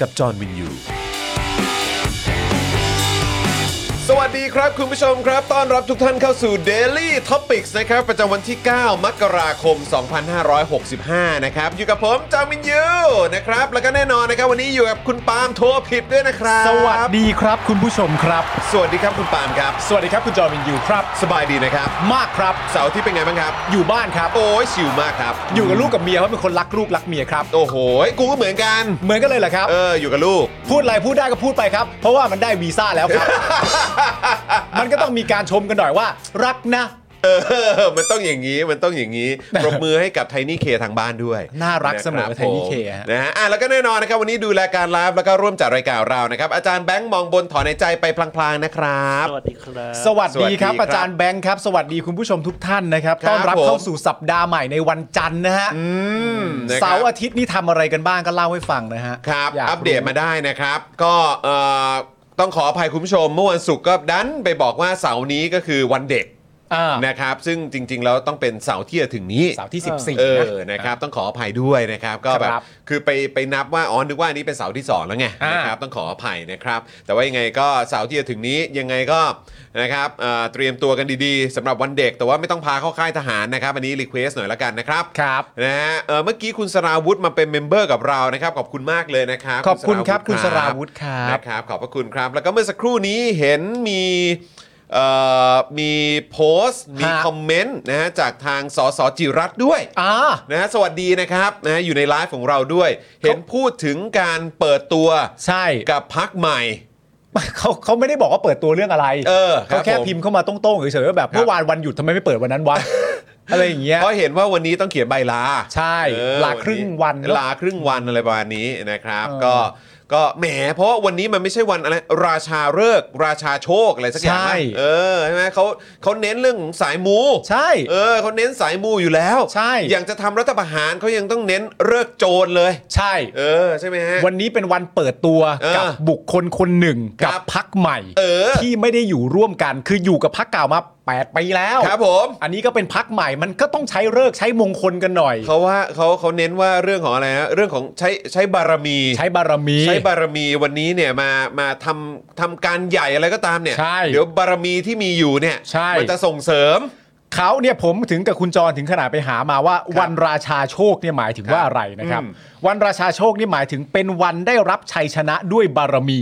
กับจอห์นวินยู สวัสดีครับ คุณผู้ชมครับ ต้อนรับทุกท่านเข้าสู่ Daily Topics นะครับ ประจำวันที่ 9 มกราคม 2565 นะครับ อยู่กับผมจามินยูนะครับ แล้วก็แน่นอนนะครับ วันนี้อยู่กับคุณปาล์มโทรผิดด้วยนะครับ สวัสดีครับคุณผู้ชมครับ สวัสดีครับคุณปาล์มครับ สวัสดีครับคุณจอห์นวินยูครับ สบายดีนะครับ มากครับ เสาร์อาที่เป็นไงบ้างครับ อยู่บ้านครับ โอ้ยชิวมากครับ อยู่กับลูกกับเมียเพราะเป็นคนรักลูกรักเมียครับ โอ้โหกูก็เหมือนกัน เหมือนกันเลยเหรอครับ เออ อยู่กับลูก พูดอะไรพูดได้ก็พูดไปครับ เพราะว่ามันได้วีซ่าแล้วครับ มันก็ต้องมีการชมกันหน่อยว่า รักนะ เออ มันต้องอย่างนี้ มันต้องอย่างนี้ ปรบมือให้กับไทนี่เคทางบ้านด้วย น่ารักเสมอะ บ Tiny K ผม ฮะ นะฮะ อ่ะ แล้วก็แน่นอนนะครับ วันนี้ดูรายการไลฟ์แล้วก็ร่วมจัดรายการเรานะครับ อาจารย์แบงค์มองบนถอนในใจไปพลางๆนะครับ สวัสดีครับ สวัสดีครับ สวัสดีครับ อาจารย์แบงค์ครับ สวัสดีคุณผู้ชมทุกท่านนะครับ ครับ ต้อนรับ ผม เข้าสู่สัปดาห์ใหม่ในวันจันทร์นะฮะ นะครับ เสาร์อาทิตย์นี่ทำอะไรกันบ้างก็เล่าให้ฟังนะฮะ ครับ ยาก อัปเดตมาได้นะครับ ก็เอ่อต้องขออภัยคุณผู้ชม เมื่อวันศุกร์ก็ดันไปบอกว่าเสาร์นี้ก็คือวันเด็ก อ่า นะครับ ซึ่งจริง ๆ แล้วต้องเป็นเสาร์ที่จะถึงนี้ เสาร์ที่ 14 เอ นะ อ นะครับ ต้องขออภัยด้วยนะครับ ก็แบบ ครับ คือไปไปนับว่า อ๋อ นึกว่าอันนี้เป็นเสาร์ที่สองแล้วไง อ่าน นะครับ ต้องขออภัยนะครับ แต่ว่ายังไงก็เสาร์ที่จะถึงนี้ ยังไงก็ นะครับเอ่อเตรียมตัวกันดีๆสำหรับวันเด็ก แต่ว่าไม่ต้องพาเข้าค่ายทหารนะครับ อันนี้รีเควสหน่อยละกันนะครับ ครับ นะฮะเอ่อเมื่อกี้คุณสราวุธมาเป็นเมมเบอร์กับเรา นะครับ ขอบคุณมากเลยนะครับ ขอบคุณครับคุณสราวุธครับ นะครับขอบพระคุณครับ แล้วก็เมื่อสักครู่นี้เห็นมีเอ่อมีโพสต์มี ฮะ คอมเมนต์นะฮะจากทางสสจิรัตน์ด้วย อ่า นะฮะสวัสดีนะครับนะฮะอยู่ในไลฟ์ของเราด้วย เห็นพูดถึงการเปิดตัว ใช่ กับพักใหม่ เขาเขาไม่ได้บอกว่าเปิดตัวเรื่องอะไร เออครับ เขาแค่ ผม พิมพ์เข้ามาโต้งๆเฉยๆว่าแบบ ครับ เมื่อวานวันหยุดทำไมไม่เปิดวัน นั้นวะ อะไรอย่างเงี้ย เพราะเห็นว่าวันนี้ต้องเขียนใบลา ใช่ เออ ลาครึ่งวันเนอะ ลาครึ่งวันอะไรประมาณนี้นะครับ เออ ก็ก็แหมเพราะว่าวันนี้มันไม่ใช่วันอะไรราชาฤกษ์ราชาโชคอะไรสักอย่างนะ ใช่ เออใช่ไหมเขาเขาเน้นเรื่องของสายมู ใช่ เออเขาเน้นสายมูอยู่แล้ว ใช่ อย่างจะทำรัฐประหารเขายังต้องเน้นเลิกโจรเลย ใช่ เออใช่ไหมฮะ วันนี้เป็นวันเปิดตัว เออ กับบุคคลคนหนึ่ง ครั กั บบ พักใหม่ เออ ที่ไม่ได้อยู่ร่วมกัน คืออยู่กับพักเก่ามา8ปีแล้ว ครับผม อันนี้ก็เป็นพักใหม่มันก็ต้องใช้เลิกษ์ใช้มงคลกันหน่อย เขาว่าเขาเขาเน้นว่าเรื่องของอะไรนะเรื่องของใช้ใช้บารมี ใช้บารมี ใช้บารมีวันนี้เนี่ยมามาทำทำการใหญ่อะไรก็ตามเนี่ย ใช่ เดี๋ยวบารมีที่มีอยู่เนี่ย ใช่ มันจะส่งเสริม เขาเนี่ยผมถึงกับคุณจรถึงขนาดไปหามาว่า วันราชาโชคเนี่ยหมายถึงว่าอะไรนะครับ อืม วันราชาโชคเนี่ยหมายถึงเป็นวันได้รับชัยชนะด้วยบารมี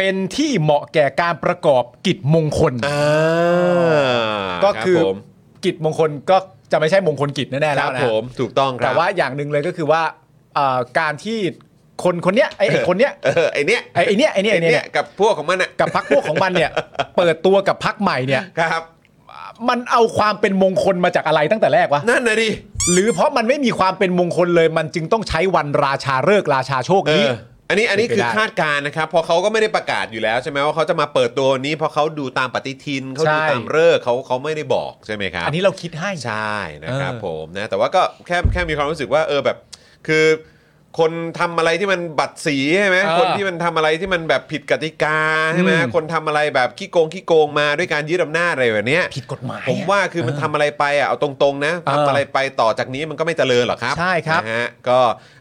เป็นที่เหมาะแก่การประกอบกิจมงคล อ่า ก็คือ รับผม กิจมงคลก็จะไม่ใช่มงคลกิจแน่ๆ ค แล้ รั ว บ นะ ผมถูกต้องครับ แต่ว่าอย่างหนึ่งเลยก็คือว่าเอ่อการที่คนคนเนี้ยไอ้ไอ้คนเนี้ย เออไอเนี้ย ไอ้ไอ้เนี้ยไอ้เนี้ยไอ้เนี้ย กับพวกของมันอ่ะ กับพักพวกของมันเนี่ย เปิดตัวกับพักใหม่เนี่ย ครับ มันเอาความเป็นมงคลมาจากอะไรตั้งแต่แรกวะ นั่นนะดิ หรือเพราะมันไม่มีความเป็นมงคลเลยมันจึงต้องใช้วันราชาฤกษ์ราชาโชค เอ นี้ ออันนี้อันนี้ เป็น คื ไป อ ได้ คาดการณ์นะครับเพราะเขาก็ไม่ได้ประกาศอยู่แล้วใช่ไหมว่าเขาจะมาเปิดตัววันนี้เพราะเขาดูตามปฏิทินเขา ใช่ ดูตามเลิกษ์เขาเขาไม่ได้บอกใช่ไหมครับ อันนี้เราคิดให้ ใช่นะครับ เออ ผมนะแต่ว่าก็แค่แค่มีความรู้สึกว่าเออแบบคือ คนทำอะไรที่มันบัตรสีใช่ไหม เออ คนที่มันทำอะไรที่มันแบบผิดกติกาใช่ไหม อืม คนทำอะไรแบบขี้โกงขี้โกงมาด้วยการยึดอำนาจอะไรแบบเนี้ย ผิดกฎหมาย ผมว่าคือมันทำอะไรไปอ่ะเอาตรงๆนะ เออ ทำอะไรไปต่อจากนี้มันก็ไม่เจริญหรอกครับ ใช่ครับ นะฮะก็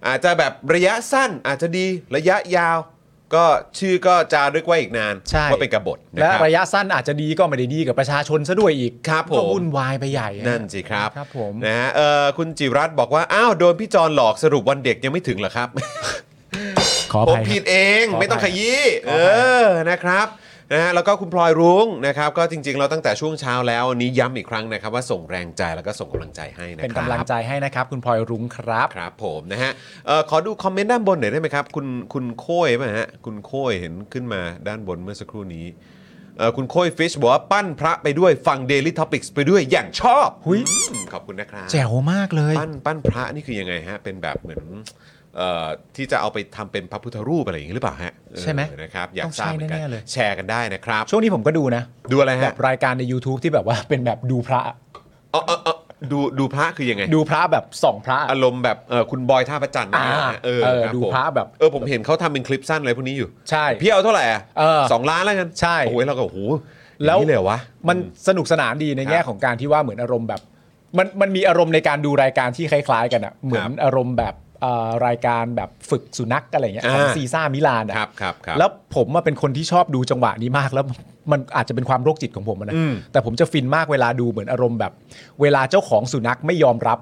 อาจจะแบบระยะสั้นอาจจะดีระยะยาว ก็ชื่อก็จารึกไว้อีกนาน ใช่ ว่าเป็นกบฏนะ และ ครับ ระยะสั้นอาจจะดีก็ไม่ได้ดีกับประชาชนซะด้วยอีก ครับผม ก็วุ่นวายไปใหญ่ นั่นสิครับ ครับผม นะฮะเอ่อคุณจิรัตน์บอกว่า อ้าว โดนพี่จอนหลอกสรุปวันเด็กยังไม่ถึงเหรอครับ ข ขออ ผม ภัยครับ ผิดเอง ขออภัย ไม่ต้องขยี้ ขอ เอ อภัย อนะครับนะฮะแล้วก็คุณพลอยรุ้งนะครับ ก็จริงๆ เราตั้งแต่ช่วงเช้าแล้ววันนี้ย้ำอีกครั้งนะครับ ว่าส่งแรงใจแล้วก็ส่งกำลังใจให้นะครับ เป็นกำลังใจให้นะครับ คุณพลอยรุ้งครับ ครับผมนะฮะเออขอดูคอมเมนต์ด้านบนหน่อยได้ไหมครับ คุณคุณโค้ยไหมฮะคุณโค้ยเห็นขึ้นมาด้านบนเมื่อสักครู่นี้เออคุณโค้ยฟิชบอกว่าปั้นพระไปด้วยฟัง Daily Topics ไปด้วยอย่างชอบ หุย อืมขอบคุณนะครับ แจ๋วมากเลย ปั้นปั้นพระนี่คือยังไงฮะ เป็นแบบเหมือนเอ่อที่จะเอาไปทำเป็นพระพุทธรูปอะไรอย่างนี้หรือเปล่าฮะ ใช่ไหม เออนะครับอยา ต้ ก อง ทราบเหมือนกัน ใช่แน่ๆเลย แชร์กันได้นะครับ ช่วงนี้ผมก็ดูนะ ดูอะไรฮะ แบบรายการใน YouTube ที่แบบว่าเป็นแบบดูพระ เออเออเออดูดูพระคือยังไง ดูพระแบบส่องพระ อารมณ์แบบเอ่อคุณบอยท่าประจันทร์ อ่า เออ เออ คบ ดู ผม พระแบบ เออผมเห็นเขาทำเป็นคลิปสั้นอะไรพวกนี้อยู่ ใช่ พี่เอาเท่าไหร่อะ เออ สองล้านแล้วกัน ใช่ โอ้ยเราก็โอ้โห แล้ อย่างนี้เลยเหรอวะ มันสนุกสนานดีในแง่ ครับ ของการที่ว่าเหมือนอารมณ์แบบ มันมันมีอารมณ์ในการดูรายการที่คล้ายๆ กันอะเหมือนอารมณ์แบบเอ่อรายการแบบฝึกสุนัขอะไรเงี้ยของ อ่า ซีซ่ามิลานอะ ครับครับครับ แล้วผมอะเป็นคนที่ชอบดูจังหวะนี้มากแล้วมันอาจจะเป็นความโรคจิตของผมอะนะ อืม แต่ผมจะฟินมากเวลาดูเหมือนอารมณ์แบบ เวลาเจ้าของสุนัขไม่ยอมรับ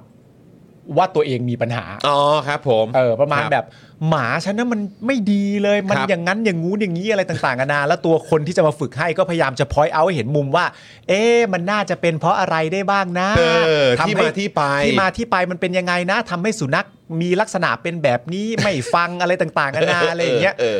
ว่าตัวเองมีปัญหา อ๋อครับผม เออประมาณ ค แบบหมาฉันนะมันไม่ดีเลยมัน ครับ อย่างนั้นอย่างงู้นอย่างนี้อะไรต่างๆนานาแล้วตัวคนที่จะมาฝึกให้ก็พยายามจะพอยเอาให้เห็นมุมว่า เอ๊ะมันน่าจะเป็นเพราะอะไรได้บ้างนะ เออ ำให้ ที่มาที่ไป ที่มาที่ไปมันเป็นยังไงนะทำให้สุนัขมีลักษณะเป็นแบบนี้ ไม่ฟังอะไรต่างๆนานาอะไรอย่างเงี้ย เออ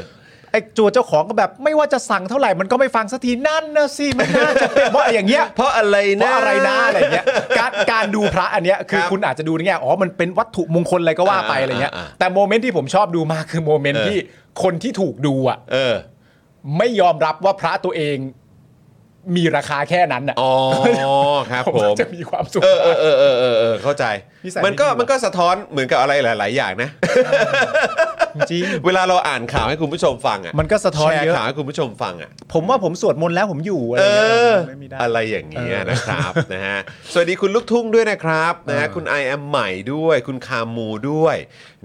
ไอ้จัวเจ้าของก็แบบไม่ว่าจะสั่งเท่าไหร่มันก็ไม่ฟังสักทีนั่นนะสิมันน่าจะเป็นเพราะอย่างเงี้ย เพราะอะไร เพ นะ ราะอะไรนะอะไรเงี้ยการการดูพระอันเนี้ยคือ ครับ คุณอาจจะดูในแง่อ๋อมันเป็นวัตถุมงคลอะไรก็ว่าไป อ่า อะไรเงี้ย อ่าอ่า แต่โมเมนต์ที่ผมชอบดูมากคือโมเมนต์ เออ ที่คนที่ถูกดูอ่ะ เออ ไม่ยอมรับว่าพระตัวเองมีราคาแค่นั้นอ่ะ อ๋อครับ ผม ผม จะมีความสุข เออเออเออเออเออเออเข้าใจ นิสัย มันก็ ไม่ดีว่ะ มันก็สะท้อนเหมือนกับอะไรหลาย ๆอย่างนะ จริง เวลาเราอ่านข่าวให้คุณผู้ชมฟังอ่ะ มันก็สะท้อน แชร์ เยอะ ข่าวให้คุณผู้ชมฟังอ่ะ ผมว่าผมสวดมนต์แล้วผมอยู่อะไร เอ เงี้ อย ไม่ได้ อะไรอย่างเงี้ย เออ นะครับ นะฮะสวัสดีคุณลูกทุ่งด้วยนะครับนะฮะ เออ คุณ I am ใหม่ด้วย คุณคามูด้วย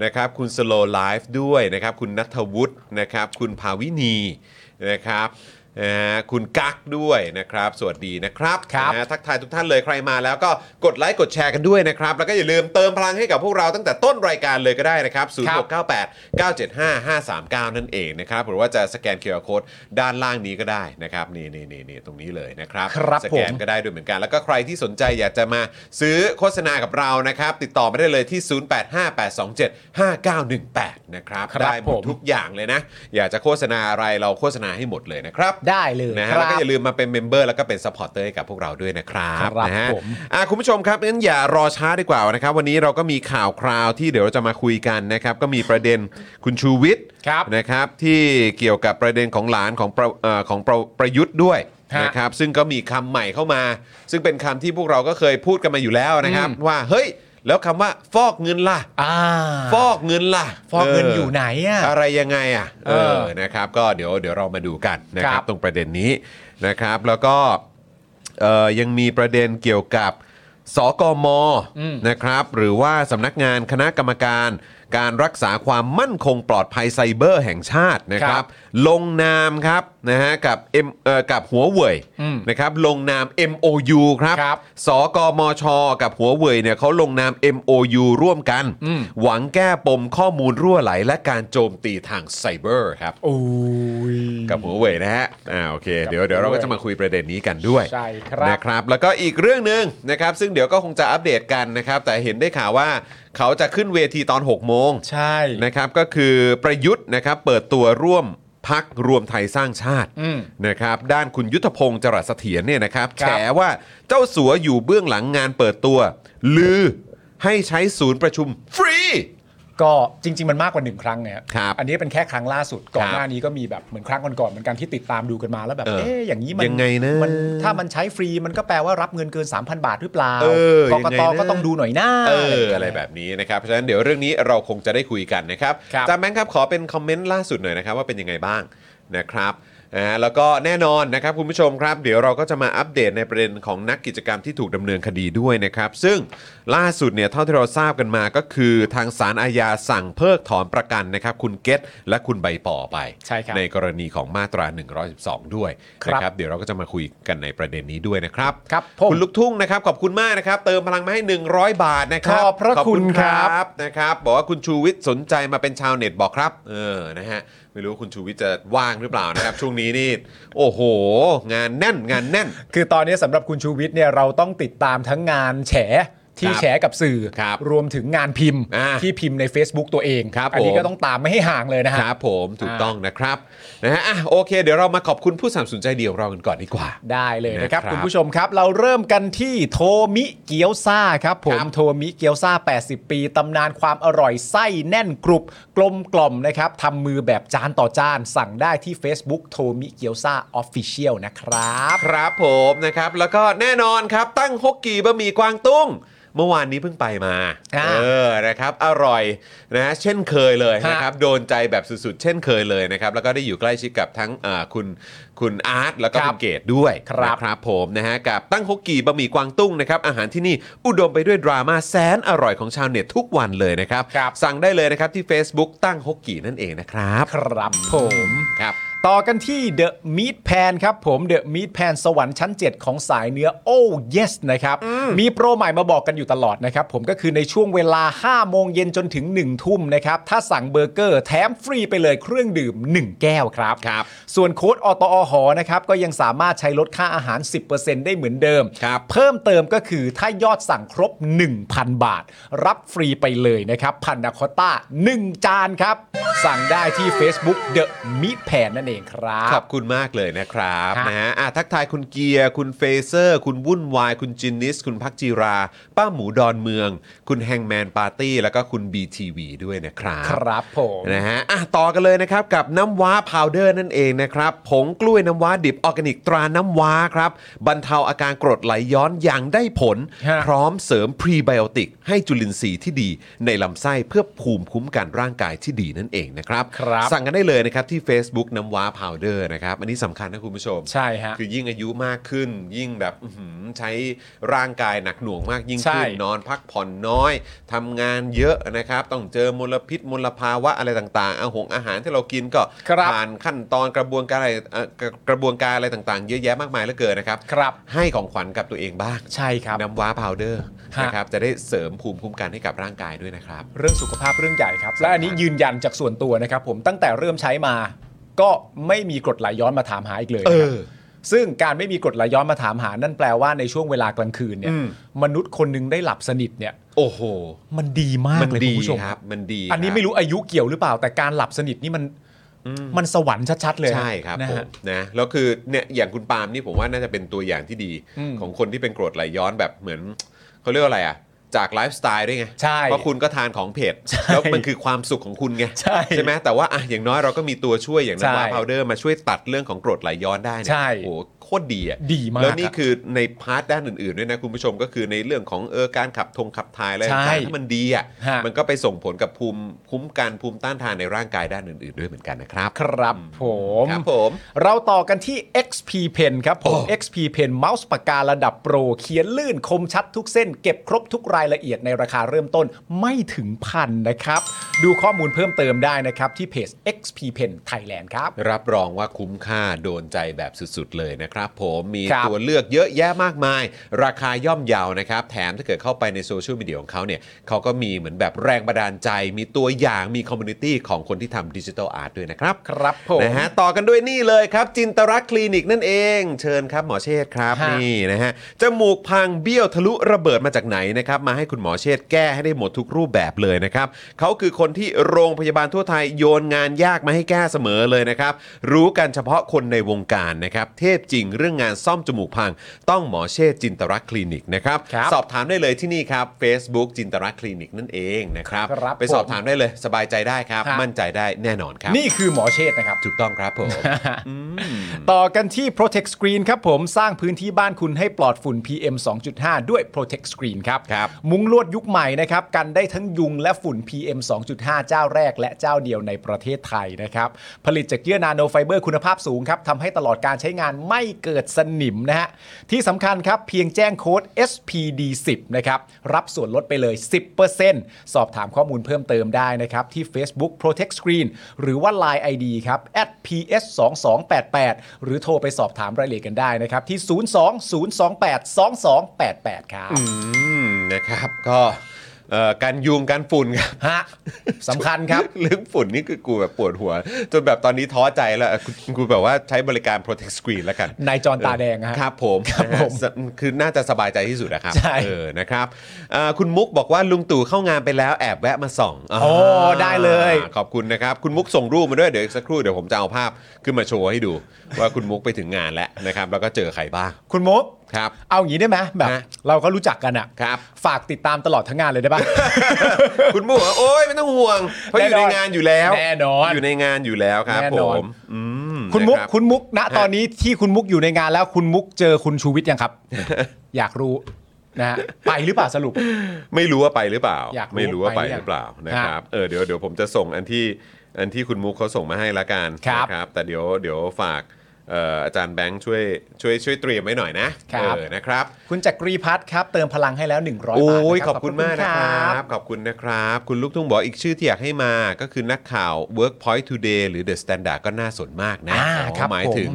นะครับ คุณ Slow Life ด้วยนะครับ คุณนัทวุฒินะครับ คุณภาวินีนะครับนะฮะคุณกั๊กด้วยนะครับ สวัสดีนะครับ ครับ นะฮะทักทายทุกท่านเลยใครมาแล้วก็กดไลค์กดแชร์กันด้วยนะครับ แล้วก็อย่าลืมเติมพลังให้กับพวกเราตั้งแต่ต้นรายการเลยก็ได้นะครับ0 ครั 6 บ 98 975 539 นั่นเองนะครับหรือว่าจะสแกน QR Code ด้านล่างนี้ก็ได้นะครับนี่นี่นี่นี่ตรงนี้เลยนะครับ ครับ สแกน ผม ก็ได้ด้วยเหมือนกัน แล้วก็ใครที่สนใจอยากจะมาซื้อโฆษณากับเรานะครับ ติดต่อมาได้เลยที่ 0858275918 นะครับ ครับ ได้หม ผ ด ม ทุกอย่างเลยนะ อยากจะโฆษณาอะไรเราโฆษณาให้หมดเลยนะครับ ได้เลย นะ ค ฮะ รั แล้วก็ บ อย่าลืมมาเป็นเมมเบอร์แล้วก็เป็นสปอร์เตอร์ให้กับพวกเราด้วยนะครับ ครับ นะฮะ ผม อ่ะคุณผู้ชมครับงั้นอย่ารอช้าดีกว่านะครับ วันนี้เราก็มีข่าวคราวที่เดี๋ยวเราจะมาคุยกันนะครับ ก็มีประเด็นคุณชูวิทย์ ครับ นะครับ ที่เกี่ยวกับประเด็นของหลานของประเอ่อของประประยุทธ์ด้วย ฮะ นะครับ ซึ่งก็มีคำใหม่เข้ามา ซึ่งเป็นคำที่พวกเราก็เคยพูดกันมาอยู่แล้วนะครับ อืม ว่าเฮ้ย แล้วคำว่าฟอกเงินล่ะ อ่า ฟอกเงินล่ะ ฟอกเงินอยู่ไหนอ่ะ อะไรยังไงอ่ะเอ เอ อ อ นะครับ ก็เดี๋ยวเดี๋ยวเรามาดูกันนะคครั รับบ ตรงประเด็นนี้นะครับ แล้วก็เอ่อยังมีประเด็นเกี่ยวกับสกม อืม นะครับ หรือว่าสำนักงานคณะกรรมการ การรักษาความมั่นคงปลอดภัยไซเบอร์แห่งชาตินะครับ ลงนามครับนะฮะกับ M เอ่อกับหัวเว่ยนะครับลงนาม MOU ครับ ครับ สกมช กับหัวเว่ยเนี่ยเขาลงนาม MOU ร่วมกัน อืม หวังแก้ปมข้อมูลรั่วไหล และการโจมตีทางไซเบอร์ครับ โอ้ย กับหัวเว่ยนะฮะอ่าโอเค กับ เดี๋ยวเดี๋ยวเราหัก็วเว่ย จะมาคุยประเด็นนี้กันด้วย ใช่ครับ นะครับ แล้วก็อีกเรื่องหนึ่งนะครับ ซึ่งเดี๋ยวก็คงจะอัปเดตกันนะครับ แต่เห็นได้ข่าวว่าเขาจะขึ้นเวทีตอน 6 โมง ใช่ นะครับ ก็คือประยุทธ์นะครับ เปิดตัวร่วมพักรวมไทยสร้างชาติ อืม นะครับด้านคุณยุทธพงศ์จรัสเสถียรเนี่ยนะครับ ค แฉ รับ ว่าเจ้าสัวอยู่เบื้องหลังงานเปิดตัว ลือให้ใช้ศูนย์ประชุมฟรี ก็จริง ๆ มันมากกว่าหนึ่งครั้งไง ครับ อันนี้เป็นแค่ครั้งล่าสุดก่อ ครั น บ หน้านี้ก็มีแบบเหมือนครั้งก่อนๆเหมือนกันที่ติดตามดูกันมาแล้วแบบ เออ เอ๊ะอย่างนี้มัน ยังไงนะ มันถ้ามันใช้ฟรีมันก็แปลว่ารับเงินเกิน 3,000 บาทหรือเปล่า เออก ก ยังไง ต นะ ก็ต้องดูหน่อยหน้า เอออะไรแบบนี้นะครับเพราะฉะนั้นเดี๋ยวเรื่องนี้เราคงจะได้คุยกันนะครับ ครับ จาแบงค์ครับขอเป็นคอมเมนต์ล่าสุดหน่อยนะครับว่าเป็นยังไงบ้างนะครับ นะฮะแล้วก็แน่นอนนะครับคุณผู้ชมครับ เดี๋ยวเราก็จะมาอัปเดตในประเด็นของนักกิจกรรมที่ถูกดำเนินคดีด้วยนะครับ ซึ่งล่าสุดเนี่ยเท่าที่เราทราบกันมาก็คือทางศาลอาญาสั่งเพิกถอนประกันนะครับ คุณเกตและคุณใบปอไป ใช่ครับ ในกรณีของมาตรา 112 ด้วย ครับ นะครับ เดี๋ยวเราก็จะมาคุยกันในประเด็นนี้ด้วยนะครับ ครับผม คุณลูกทุ่งนะครับขอบคุณมากนะครับ เติมพลังมาให้ 100 บาทนะครับ ขอบพระคุณครับ ขอณนะครับ บอกว่าคุณชูวิทย์สนใจมาเป็นชาวเน็ตบอกครับ เออนะฮะไม่รู้ว่าคุณชูวิทย์จะว่างหรือเปล่านะครับ ช่วงนี้นี่โอ้โห งานแน่นงานแน่น คือตอนนี้สำหรับคุณชูวิทย์เนี่ยเราต้องติดตามทั้งงานแฉที่ ครับ แฉกับสื่อ ครับ รวมถึงงานพิมพ์ อ่า ที่พิมพ์ใน Facebook ตัวเอง ครับ อันี้ ผม ก็ต้องตามไม่ให้ห่างเลยนะ ค ฮะ รับผมถูกต้องนะครับนะฮะอ่ะโอเค เดี๋ยวเรามาขอบคุณผู้สนัมสนุนใจเดียวเรากันก่อนดีกว่า ได้เลยนะครับ นะครับ คุณผู้ชมครับ เราเริ่มกันที่โทมิเกียวซาครับผ ค ม รับ โทมิเกียวซา80 ปีตำนานความอร่อยไส้แน่นกรุบ กลมกล่อมนะครับทำมือแบบจานต่อจาน สั่งได้ที่ Facebook โทมิเกียวซาออฟฟิเชียลนะครับ ครับผมนะครับแล้วก็แน่นอนครับตั้งฮกกีบะหมี่กวางตุ้ง เมื่อวานนี้เพิ่งไปมา อ่า เออนะครับอร่อยนะเช่นเคยเลยนะครับโดนใจแบบสุดๆ เช่นเคยเลยนะครับแล้วก็ได้อยู่ใกล้ชิดกับทั้งเอ่อคุณคุณอาร์ตแล้วก็ ครั คุ บ ณเกดด้วย ครับ นะครับผมนะฮะกับตั้งฮกกีบะหมี่กวางตุ้งนะครับอาหารที่นี่อุดมไปด้วยดราม่าแสนอร่อยของชาวเน็ตทุกวันเลยนะครับสั่งได้เลยนะครับที่ Facebook ตั้งฮกกีนั่นเองนะครับ ครับผม ครับ ต่อกันที่ The Meat Pan ครับผมเดอะมี t แพนสวรรค์ชั้น 7 ของสายเนื้อ Oh Yes นะครับ มีโปรใหม่มาบอกกันอยู่ตลอดนะครับ ผมก็คือในช่วงเวลา 5 โมงเย็นจนถึง 1 ทุ่มนะครับ ถ้าสั่งเบอร์เกอร์แถมฟรีไปเลยเครื่องดื่ม 1 แก้วครับ ครับ ส่วนโค้ดอตอหอนะครับ ก็ยังสามารถใช้ลดค่าอาหาร 10%ได้เหมือนเดิม ครับ เพิ่มเติมก็คือถ้ายอดสั่งครบ 1,000 บาท รับฟรีไปเลยนะครับพันนาคอตต้า 1 จานครับ สั่งได้ที่ Facebook The Meat Pan นั่นเองครั ข บ อบคุณมากเลยนะครับ ครับ นะฮะอ่ะทักทายคุณเกียร์ คุณเฟเซอร์ คุณวุ่นวาย คุณจินนิส คุณพักจีรา ป้าหมูดอนเมือง คุณแฮงแมนปาร์ตี้ แล้วก็คุณ BTV ด้วยนะครับ ครับผม นะฮะอ่ะต่อกันเลยนะครับ กับน้ำว้าพาวเดอร์นั่นเองนะครับ ผงกล้วยน้ำว้าดิบออร์แกนิกตราน้ำว้าครับ บรรเทาอาการกรดไหลย้อนอย่างได้ผล ฮะ พร้อมเสริมพรีไบโอติกให้จุลินทรีย์ที่ดี ในลำไส้เพื่อภูมิคุ้มกันร่างกายที่ดีนั่นเองนะครับ ครับ สั่งกันได้เลยนะครับที่ Facebook น้ำว้าพาวเดอร์นะครับ อันนี้สำคัญนะคุณผู้ชม ใช่ฮะ คือยิ่งอายุมากขึ้น ยิ่งแบบอื้อหือใช้ร่างกายหนักหน่วงมากยิ่งขึ้น ใช่ นอนพักผ่อนน้อยทำงานเยอะนะครับ ต้องเจอมลพิษมลภาวะอะไรต่างๆ อาหงอาหารที่เรากินก็ ครับ ผ่านขั้นตอนกระบวนการอะไรเอ่อกระกระบวนการอะไรต่างๆ เยอะแยะมากมายเหลือเกินนะครับ ครับ ให้ของขวัญกับตัวเองบ้าง ใช่ครับ น้ำว้าพาวเดอร์ ฮะ นะครับจะได้เสริมภูมิคุ้มกันให้กับร่างกายด้วยนะครับ เรื่องสุขภาพเรื่องใหญ่ครับ และอันนี้ยืนยันจากส่วนตัวนะครับผมตั้งแต่เริ่มใช้มา ก็ไม่มีกรดไหลย้อนมาถามหาอีกเลยนะครับ เออ ซึ่งการไม่มีกรดไหลย้อนมาถามหา นั่นแปลว่าในช่วงเวลากลางคืนเนี่ย อืม มนุษย์คนหนึงได้หลับสนิทเนี่ย โอ้โห มันดีมาก มัน เลยคุ ดี ณผู้ชม ครับ มันดี อันนี้ คบ ไม่รู้อายุเกี่ยวหรือเปล่า แต่การหลับสนิทนี่มันมันสวรรค์ชัดๆเลยนะ ใช่ครับ นะ ผ ฮะ มนะแล้วคือเนี่ยอย่างคุณปาล์มนี่ผมว่าน่าจะเป็นตัวอย่างที่ดี อืม ของคนที่เป็นกรดไหลย้อนแบบเหมือนเขาเรียกว่าอะไรอ่ะ จากไลฟ์สไตล์ด้วยไง ใช่ เพราะคุณก็ทานของเผ็ดแล้วมันคือความสุขของคุณไง ใช่ ไหมแต่ว่าอ่ะอย่างน้อยเราก็มีตัวช่วยอย่าง ใช่ น้ำว้าพาวเดอร์มาช่วยตัดเรื่องของกรดไหลย้อนได้เนี่ย ใช่ โอ้โหโคตรดีอ่ะ ดีมาก แล้วนี่คือในพาร์ทด้านอื่นๆด้วยนะคุณผู้ชมก็คือในเรื่องของเออการขับทงขับถ่ายอะไร ใช่ ต่างๆที่มันดีอ่ะ ฮะ มันก็ไปส่งผลกับภูมิคุ้มกันภูมิต้านทานในร่างกายด้านอื่น ๆด้วยเหมือนกันนะครับ ครับผม ครับผม เราต่อกันที่ XP Pen ครับผม โอ้ XP Pen เมาส์ปากการะดับโปร เขียนลื่นคมชัดทุกเส้น เก็บครบทุกรายละเอียดในราคาเริ่มต้นไม่ถึงพันนะครับ ดูข้อมูลเพิ่มเติมได้นะครับที่เพจ XP Pen Thailand ครับ รับรองว่าคุ้มค่าโดนใจแบบสุดๆ เลยนะครับผมมี ครับ ตัวเลือกเยอะแยะมากมาย ราคาย่อมเยาวนะครับ แถมถ้าเกิดเข้าไปในโซเชียลมีเดียของเขาเนี่ยเขาก็มีเหมือนแบบแรงบันดาลใจ มีตัวอย่างมีคอมมูนิตี้ของคนที่ทำดิจิทัลอาร์ตด้วยนะครับ ครับผม นะฮะต่อกันด้วยนี่เลยครับ จินตรักษณ์คลินิกนั่นเอง เชิญครับหมอเชษฐ์ครับ ฮะ นี่ นี่นะฮะจมูกพังเบี้ยวทะลุระเบิดมาจากไหนนะครับมาให้คุณหมอเชษฐ์แก้ให้ได้หมดทุกรูปแบบเลยนะครับเขาคือคนที่โรงพยาบาลทั่วไทยโยนงานยากมาให้แก้เสมอเลยนะครับรู้กันเฉพาะคนในวงการนะครับเทพจริงเรื่องงานซ่อมจมูกพัง ต้องหมอเชษฐ์จินตรักษณ์คลินิกนะครับ ครับ สอบถามได้เลยที่นี่ครับ Facebook จินตรักษณ์คลินิกนั่นเองนะครับ ครับ ไปสอบถามได้เลยสบายใจได้ครับ ครับ มั่นใจได้แน่นอนครับ นี่คือหมอเชษฐ์นะครับ ถูกต้องครับผม ต่อกันที่ Protect Screen ครับผมสร้างพื้นที่บ้านคุณให้ปลอดฝุ่น PM 2.5 ด้วย Protect Screen ครับ ครับ มุ้งลวดยุคใหม่นะครับ กันได้ทั้งยุงและฝุ่น PM 2.5 เจ้าแรกและเจ้าเดียวในประเทศไทยนะครับ ผลิตจากเยื่อนาโนไฟเบอร์คุณภาพสูงครับทำให้ตลอดการใช้งานไม่เกิดสนิมนะฮะ ที่สำคัญครับ เพียงแจ้งโค้ด SPD10 นะครับ รับส่วนลดไปเลย 10%สอบถามข้อมูลเพิ่มเติมได้นะครับ ที่ Facebook Protect Screen หรือว่า Line ID ครับ @ps2288 หรือโทรไปสอบถามรายละเอียดกันได้นะครับ ที่ 020282288 ครับ อืมนะครับก็เอ่อการยุงการฝุ่นครับ ฮะสำคัญครับ เรื่องฝุ่นนี่คือกูแบบปวดหัว จนแบบตอนนี้ท้อใจแล้วกูกูแบบว่าใช้บริการ Protect Screen แล้วกัน นายจรตาแดงฮะ ครับผม ครับผม นะฮะคือน่าจะสบายใจที่สุดนะครับ ใช่ เออนะครับเอ่อคุณมุกบอกว่าลุงตู่เข้างานไปแล้วแอบแวะมาส่อง โอ้ได้เลย ขอบคุณนะครับ คุณมุกส่งรูปมาด้วยเดี๋ยวอีกสักครู่เดี๋ยวผมจะเอาภาพขึ้นมาโชว์ให้ดู ว่าคุณมุกไปถึงงานแล้วนะครับ แล้วก็เจอใครบ้าง คุณมุก ครับ เอาอย่างนี้ได้ไหมแบบ ฮะ เราก็รู้จักกันอะ ครับ ฝากติดตามตลอดทั้งงานเลยได้ ปะ คุณมุกบอกว่าโอ้ยไม่ต้องห่วงเพราะอยู่ใน แน่นอน งานอยู่แล้ว แน่นอน อยู่ในงานอยู่แล้วครับ แน่ ผ นอน มอืม คุณมุก นะรับ คุณมุกณตอนนี้ที่คุณมุกอยู่ในงานแล้วคุณมุกเจอคุณชูวิทย์ ยังครับ อยากรู้นะฮะไปหรือเปล่าสรุป ไม่รู้ว่าไปหรือเปล่า อยากรู้ ไม่รู้ว่าไป ไปหรือ หรือเปล่ายันะง ครับเออเดี๋ยวเดี๋ยวผมจะส่งอันที่อันที่คุณมุกเขาส่งมาให้ละกัน ครับ นะแต่เดี๋ยวเดี๋ยวฝากเอ่ออาจารย์แบงค์ช่วยช่วยช่วยเตรียมไว้หน่อยนะครับ เออนะครับ คุณจักรีพัฒน์ครับ เติมพลังให้แล้ว 100 บาท โอ้ย นะ ขอบคุณมากนะครับ ขอบคุณนะครับ คุณลูกทุ่งบอกอีกชื่อที่อยากให้มาก็คือนักข่าว Workpoint Today หรือ The Standard ก็น่าสนมากนะ อ่า อ๋อ ครับ หมาย ผม ถึง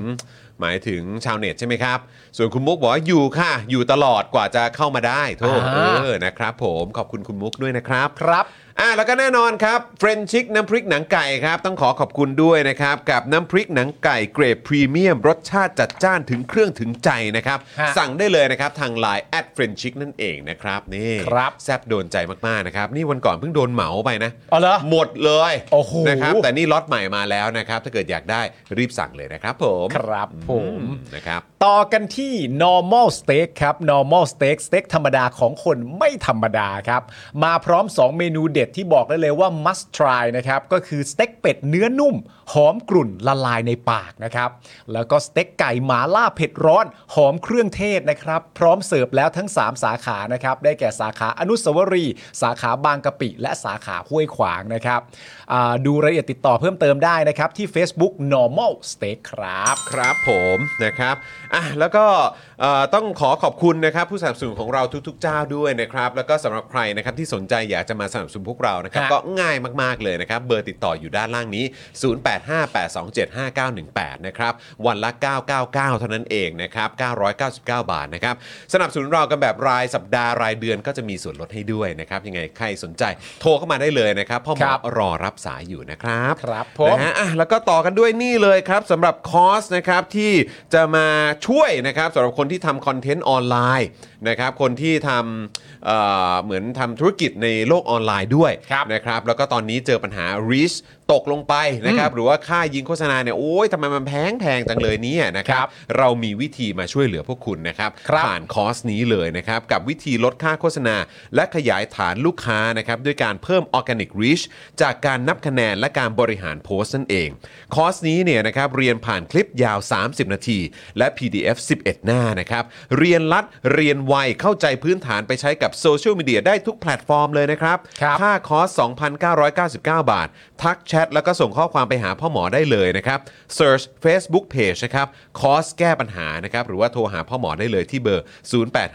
หมายถึงชาวเน็ตใช่ไหมครับ ส่วนคุณมุกบอกว่าอยู่ค่ะ อยู่ตลอดกว่าจะเข้ามาได้โทษเออนะครับผมขอบคุณคุณมุกด้วยนะครับ ครับ อ่ะแล้วก็แน่นอนครับเฟรนชิกน้ำพริกหนังไก่ครับ ต้องขอขอบคุณด้วยนะครับ กับน้ำพริกหนังไก่เกรดพรีเมียม รสชาติจัดจ้านถึงเครื่องถึงใจนะครับ ฮะ สั่งได้เลยนะครับ ทาง Line แอดเฟรนชิกนั่นเองนะครับ นี่ ครับ แซบโดนใจมาก ๆ นะครับ นี่วันก่อนเพิ่งโดนเหมาไปนะ เอาเหรอ หมดเลย โอ้โห นะครับ แต่นี่ล็อตใหม่มาแล้วนะครับ ถ้าเกิดอยากได้รีบสั่งเลยนะครับผม ครับผ อื ม มนะครับ ต่อกันที่ normal steak ครับ normal steak สเต็กธรรมดาของคนไม่ธรรมดาครับ มาพร้อม 2 เมนูเด็ดที่บอกได้เลยว่า must try นะครับ ก็คือสเต็กเป็ดเนื้อนุ่ม หอมกลุ่นละลายในปากนะครับ แล้วก็สเต็กไก่หมาล่าเผ็ดร้อน หอมเครื่องเทศนะครับ พร้อมเสิร์ฟแล้วทั้ง 3 สาขานะครับ ได้แก่สาขาอนุสาวรีย์สาขาบางกะปิ และสาขาห้วยขวางนะครับอ่าดูรายละเอียดติดต่อเพิ่มเติมได้นะครับที่ Facebook normal steak ครับ ครับผมนะครับอ่ะแล้วก็เอ่อต้องขอขอบคุณนะครับผู้สนับสนุนของเราทุกๆเจ้าด้วยนะครับแล้วก็สำหรับใครนะครับที่สนใจอยากจะมาสนับสนุนพวกเรานะครับ ครับ ก็ง่ายมากๆเลยนะครับเบอร์ติดต่ออยู่ด้านล่างนี้ 0858275918 นะครับวันละ 999 เท่านั้นเองนะครับ999 บาทนะครับสนับสนุนเรากันแบบรายสัปดาห์รายเดือนก็จะมีส่วนลดให้ด้วยนะครับยังไงใครสนใจโทรเข้ามาได้เลยนะครับพ่อหมอรอรับสายอยู่นะครับ ครับผม นะฮะ อ่ะแล้วก็ต่อกันด้วยนี่เลยครับสำหรับคอร์สนะครับที่จะมาช่วยนะครับสำหรับคนที่ทำคอนเทนต์ออนไลน์นะครับคนที่ทำเอ่อเหมือนทำธุรกิจในโลกออนไลน์ด้วย ครับ นะครับแล้วก็ตอนนี้เจอปัญหา reach ตกลงไปนะครับหรือว่าค่ายิงโฆษณาเนี่ยโอ้ยทำไมมันแพงแพงจังเลยเนี่ยนะครั ครับ บ เรามีวิธีมาช่วยเหลือพวกคุณนะครับ ครับ ผ่านคอร์สนี้เลยนะครับ กับวิธีลดค่าโฆษณา และขยายฐานลูกค้านะครับ ด้วยการเพิ่ม Organic Reach จากการนับคะแนนและการบริหารโพสต์นั่นเอง คอร์สนี้เนี่ยนะครับเรียนผ่านคลิปยาว 30 นาที และ PDF 11 หน้านะครับ เรียนรัดเรียนไวเข้าใจพื้นฐานไปใช้กับโซเชียลมีเดียได้ทุกแพลตฟอร์มเลยนะครับ ครับ ค่าคอร์ส 2,999 บาท ทักแชทแล้วก็ส่งข้อความไปหาพ่อหมอได้เลยนะครับ Search Facebook Page นะครับ คอร์สแก้ปัญหานะครับ หรือว่าโทรหาพ่อหมอได้เลยที่เบอร์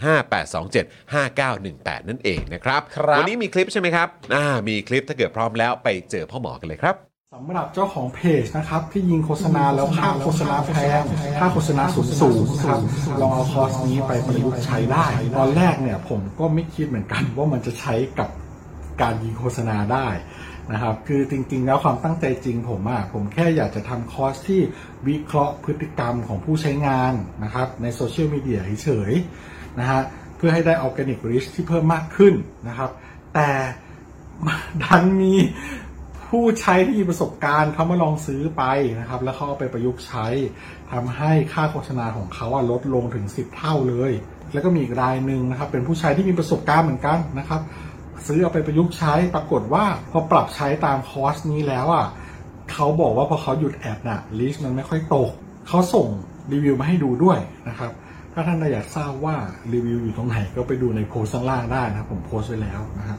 0858275918 นั่นเองนะครับ ครับ วันี้มีคลิปใช่ไหมครับ อ่า มีคลิปถ้าเกิดพร้อมแล้วไปเจอพ่อหมอกันเลยครับ สำหรับเจ้าของเพจนะครับ ที่ยิงโฆษณาแล้วค่าโฆษณาแพงค่าโฆษณาสูงสูงนะครับลองเอาคอร์สนี้ไปประยุกต์ใช้ได้ ตอนแรกเนี่ยผมก็ไม่คิดเหมือนกัน ว่ามันจะใช้กับการยิงโฆษณาได้นะครับ คือจริงๆ แล้วความตั้งใจจริงผมอะผมแค่อยากจะทำคอร์สที่วิเคราะห์พฤติกรรมของผู้ใช้งานนะครับ ในโซเชียลมีเดียเฉยๆนะฮะเพื่อให้ได้ออร์แกนิกริชที่เพิ่มมากขึ้นนะครับ แต่ ดันมีผู้ใช้ที่มีประสบการณ์เขามาลองซื้อไปนะครับ แล้วเขาเอาไปประยุกต์ใช้ทำให้ค่าโฆษณาของเขาอะลดลงถึง 10 เท่าเลย แล้วก็มีอีกรายหนึ่งนะครับ เป็นผู้ใช้ที่มีประสบการณ์เหมือนกันนะครับ ซื้อเอาไปประยุกต์ใช้ปรากฏว่าพอปรับใช้ตามคอร์สนี้แล้วอ่ะเขาบอกว่าพอเขาหยุดแอดน่ะลิสต์มันไม่ค่อยตก เขาส่งรีวิวมาให้ดูด้วยนะครับ ถ้าท่านอยากทราบว่ารีวิวอยู่ตรงไหนก็ไปดูในโพสต์ข้างล่างได้นะครับผมโพสต์ไว้แล้วนะครับ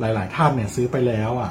หลายๆ ท่านเนี่ยซื้อไปแล้วอ่ะ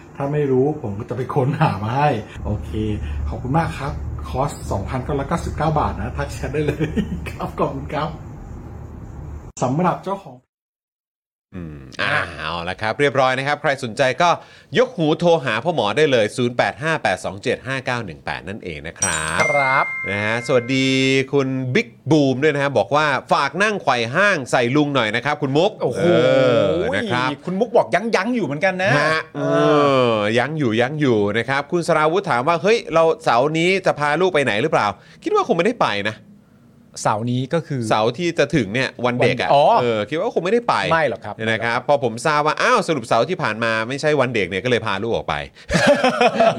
ถ้าไม่รู้ผมก็จะไปค้นหามาให้ โอเค ขอบคุณมากครับ คอร์ส 2,999 บาทนะ ทักแชทได้เลย ครับขอบคุณครับสำหรับเจ้าของ อืมอ่าเอาละครับ เรียบร้อยนะครับ ใครสนใจก็ยกหูโทรหาพ่อหมอได้เลย 0858275918 นั่นเองนะครับ ครับ นะฮะสวัสดีคุณบิ๊กบูมด้วยนะฮะบอกว่าฝากนั่งไขว่ห้างใส่ลุงหน่อยนะครับ คุณมุก โอ้โห เนะครับ คุณมุกบอกยั้งยั้งๆอยู่เหมือนกันนะ ฮะเออยังอยู่ยังอยู่นะครับ คุณสราวุธถามว่า เฮ้ย เราเสาร์นี้จะพาลูกไปไหนหรือเปล่า คิดว่าคงไม่ได้ไปนะ เสาร์นี้ก็คือ เสาร์ที่จะถึงเนี่ยวันเด็กอ่ะ วันอ๋อ เออคิดว่าคงไม่ได้ไป ไม่หรอกครับ นะครับพอผมทราบว่าอ้าวสรุปเสาร์ที่ผ่านมาไม่ใช่วันเด็กเนี่ยก็เลยพาลูกอ อกไป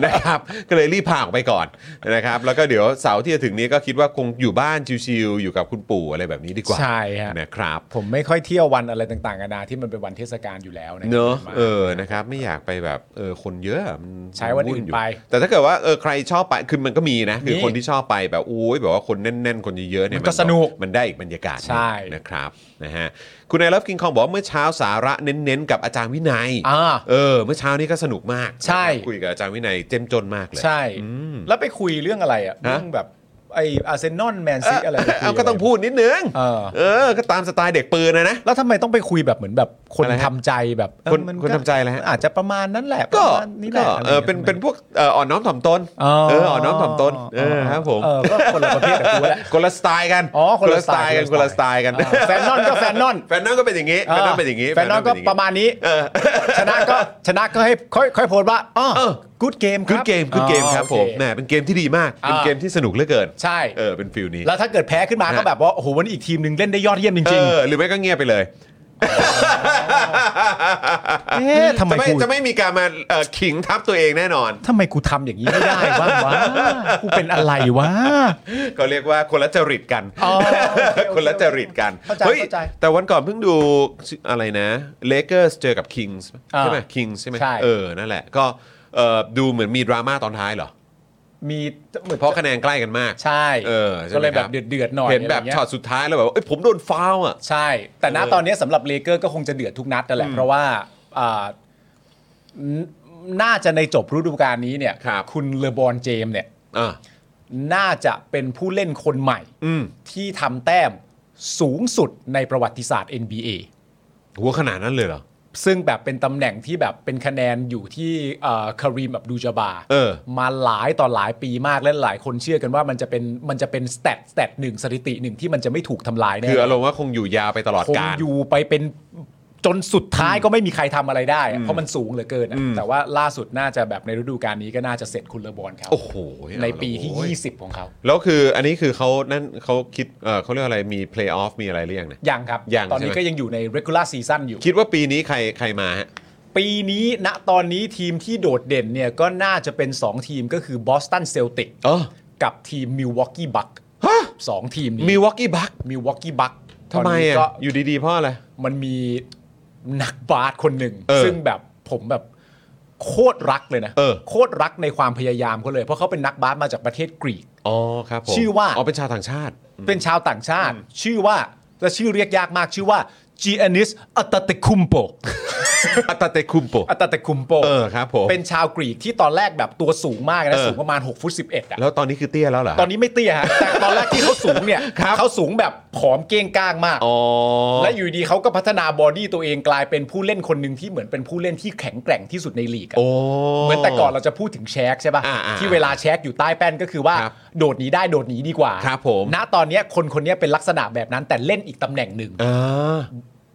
นะครับก็เลยรีบพาออกไปก่อนนะครับ แล้วก็เดี๋ยวเสาร์ที่จะถึงนี้ก็คิดว่าคงอยู่บ้านชิวๆอยู่กับคุณปู่อะไรแบบนี้ดีกว่า ใช่ฮะ นะครับ ผมไม่ค่อยเที่ยววันอะไรต่างๆกันานาที่มันเป็นวันเทศกาลอยู่แล้วนะ เนอะ ครับ เออนะครับไม่อยากไปแบบเออคนเยอะมัน ใช้วันอื่นไป ยู่แต่ถ้าเกิดว่าเออใครชอบไปคือมันก็มีนะคือ มี คนที่ชอบไปแบบอุ้ยแบบว่าคนแน่น ๆ คนเยอะๆเนี่ย มันก็สนุก มันได้อีกบรรยากาศ ใช่ นะครับนะฮะคุณนายรับกินคองบอกว่าเมื่อเช้าสาระเน้นๆ กับอาจารย์วินัย อ่า เออเมื่อเช้านี้ก็สนุกมาก ใช่ นะครับคุยกับอาจารย์วินัยเจ้มจนมากเลย ใช่ อืม แล้วไปคุยเรื่องอะไรอ่ะ ฮะ เรื่องแบบไออาร์เซนอลแมน เอ ซี อ อะไรไปคุย เอาก็ต้องพูดนิดนึง เออ เออ ก็ตามสไตล์เด็กปืนนะนะ แล้วทำไมต้องไปคุยแบบเหมือนแบบคน อะไรฮะ ทำใจแบบเออ คน มัก็ คนทำใจอะไรฮะ อาจจะประมาณนั้นแหละ ก็ ประมาณนี้แห ก็ ละะไร เออเป็น ย่างงี้ย เป็นพวกเอ่ออ่อนน้อมถ่อมตน อ๋อ เอออ่อนน้อมถ่อมตนเออครับผม เออก็คนละประเภทกับกูแหละ คนละสไตล์กัน อ๋อคนละสไตล์ กันคนละสไตล์กัน อ่าแฟนนอนก็แฟนนอน แฟนนอนก็เป็นอย่างงี้แฟนนอนเป็นอย่างงี้ แฟนนอนก็ประมาณนี้ เออ ชนะก็ ชนะก็ให้ค่อยค่อยโพสต์ว่าอ๋อ เออ กู๊ดเกม กูดเกมกูดเกมครับผม นะ แหมเป็นเกมที่ดีมากเป็น อ่า เกมที่สนุกเหลือเกิน ใช่ เออเป็นฟิลนี้ แล้วถ้าเกิดแพ้ขึ้นมาก็ ฮะ แบบว่าโอ้โหวันนี้อีกทีมหนึ่งเล่นได้ยอดเยี่ยมจ เอ ริง อหรือไม่ก็เงียบไปเลย เอ๊ะทำไม จะไม่ กู จะไม่มีการมาเอ่อขิงทับตัวเองแน่นอน ๆทำไมกูทำอย่างนี้ไม่ได้วะ วะกูเป็นอะไรวะ ก็เรียกว่าคนละจริตกัน อ๋อโอเคโอเค คนละจริตกัน เข้าใจ เฮ้ย เข้าใจ แต่วันก่อนเพิ่งดูอะไรนะเลเกอร์สเจอกับคิงส์ใช่ไหม อ่า คิงส์ใช่ไหม ใช่ เออนั่นแหละก็เอ่อดูเหมือนมีดราม่าตอนท้ายเหรอ มีเหมือน เพราะคะแนนใกล้กันมาก ใช่ เออใช่ไหม ก็เลยแบ ครับ บ เดือดๆหน่อย เห็นแบบ ะไรงี้ย ช็อตสุดท้ายแล้วแบบว่าเอ้ยผมโดนฟาวล์อ่ะ ใช่ แต่ณ เออ ตอนนี้สำหรับเลเกอร์ก็คงจะเดือดทุกนัดนั่นแหละ เพราะว่าอ่านน่าจะในจบฤดูกาลนี้เนี่ย ครับ ณเลอบอนเจมส์เนี่ย อ่า น่าจะเป็นผู้เล่นคนใหม่ อืม ที่ทำแต้มสูงสุดในประวัติศาสตร์ NBA หัวขนาดนั้นเลยเหรอ ซึ่งแบบเป็นตำแหน่งที่แบบเป็นคะแนนอยู่ที่คารีมอับดูจาบา เออ มาหลายต่อหลายปีมากและหลายคนเชื่อกันว่ามันจะเป็นมันจะเป็นสเตตสเตตหนึ่งสถิติหนึ่งที่มันจะไม่ถูกทำลายแน่ คืออารมณ์ว่าคงอยู่ยาวไปตลอด คง กาล อยู่ไปเป็นจนสุดท้ายก็ไม่มีใครทำอะไรได้อะเพราะมันสูงเหลือเกินอะแต่ว่าล่าสุดน่าจะแบบในฤดูกาลนี้ก็น่าจะเสร็จคุณเลอบอลเขา โอ้โห ในปีที่ โอ้โห 20 ของเขา แล้วคืออันนี้คือเขานั่นเขาคิดเออเขาเรียกอะไรมีเพลย์ออฟมีอะไรหรือยังเนี่ย ยังครับ ยัง ตอนนี้ ใช่ไหม ก็ยังอยู่ใน regular season อยู่ คิดว่าปีนี้ใครใครมาฮะ ปีนี้ณตอนนี้ทีมที่โดดเด่นเนี่ยก็น่าจะเป็น 2 ทีมก็คือบอสตันเซลติก เออ กับทีมมิลวอกกี้บัคสองทีมนี้ มีวอกกี้บัค มิลวอกกี้บัค ทำไมอ่ะ อยู่ดีๆเพ่ออะไร มันมีนักบาสคนหนึ่ง เออ ซึ่งแบบผมแบบโคตรรักเลยนะ เออ โคตรรักในความพยายามเขาเลย เพราะเขาเป็นนักบาสมาจากประเทศกรีก อ๋อครับผม ชื่อว่า อ๋อเป็นชาวต่างชาติ เป็นชาวต่างชาติ ชื่อว่าและชื่อเรียกยากมากชื่อว่าจีอานิสอัตเตคุมโป อัตเตคุมโป อัตเตคุมโป เออครับผม เป็นชาวกรีกที่ตอนแรกแบบตัวสูงมาก เอ นะ อ สูงประมาณ6ฟุต11อ่ะ แล้วตอนนี้คือเตี้ยแล้วเหรอ ตอนนี้ไม่เตี้ยฮะ แต่ตอนแรกที่เขาสูงเนี่ย ครับ เขาสูงแบบผอมเก้งก้างมาก อ๋อ และอยู่ดีเขาก็พัฒนาบอดี้ตัวเองกลายเป็นผู้เล่นคนหนึ่งที่เหมือนเป็นผู้เล่นที่แข็งแกร่งที่สุดในลีกอะ โอ้ เหมือนแต่ก่อนเราจะพูดถึงแชกใช่ อ่า ปะ่ะ อ่า ที่เวลาแชกอยู่ใต้แป้นก็คือว่า ครับ โดดหนีได้โดดหนีดีกว่า ครับผม ณตอนเนี้ยคนคนเนี้ยเป็นลักษณะแบบนั้นแต่เล่นอีกตำแหน่งหนึ่ง อ่า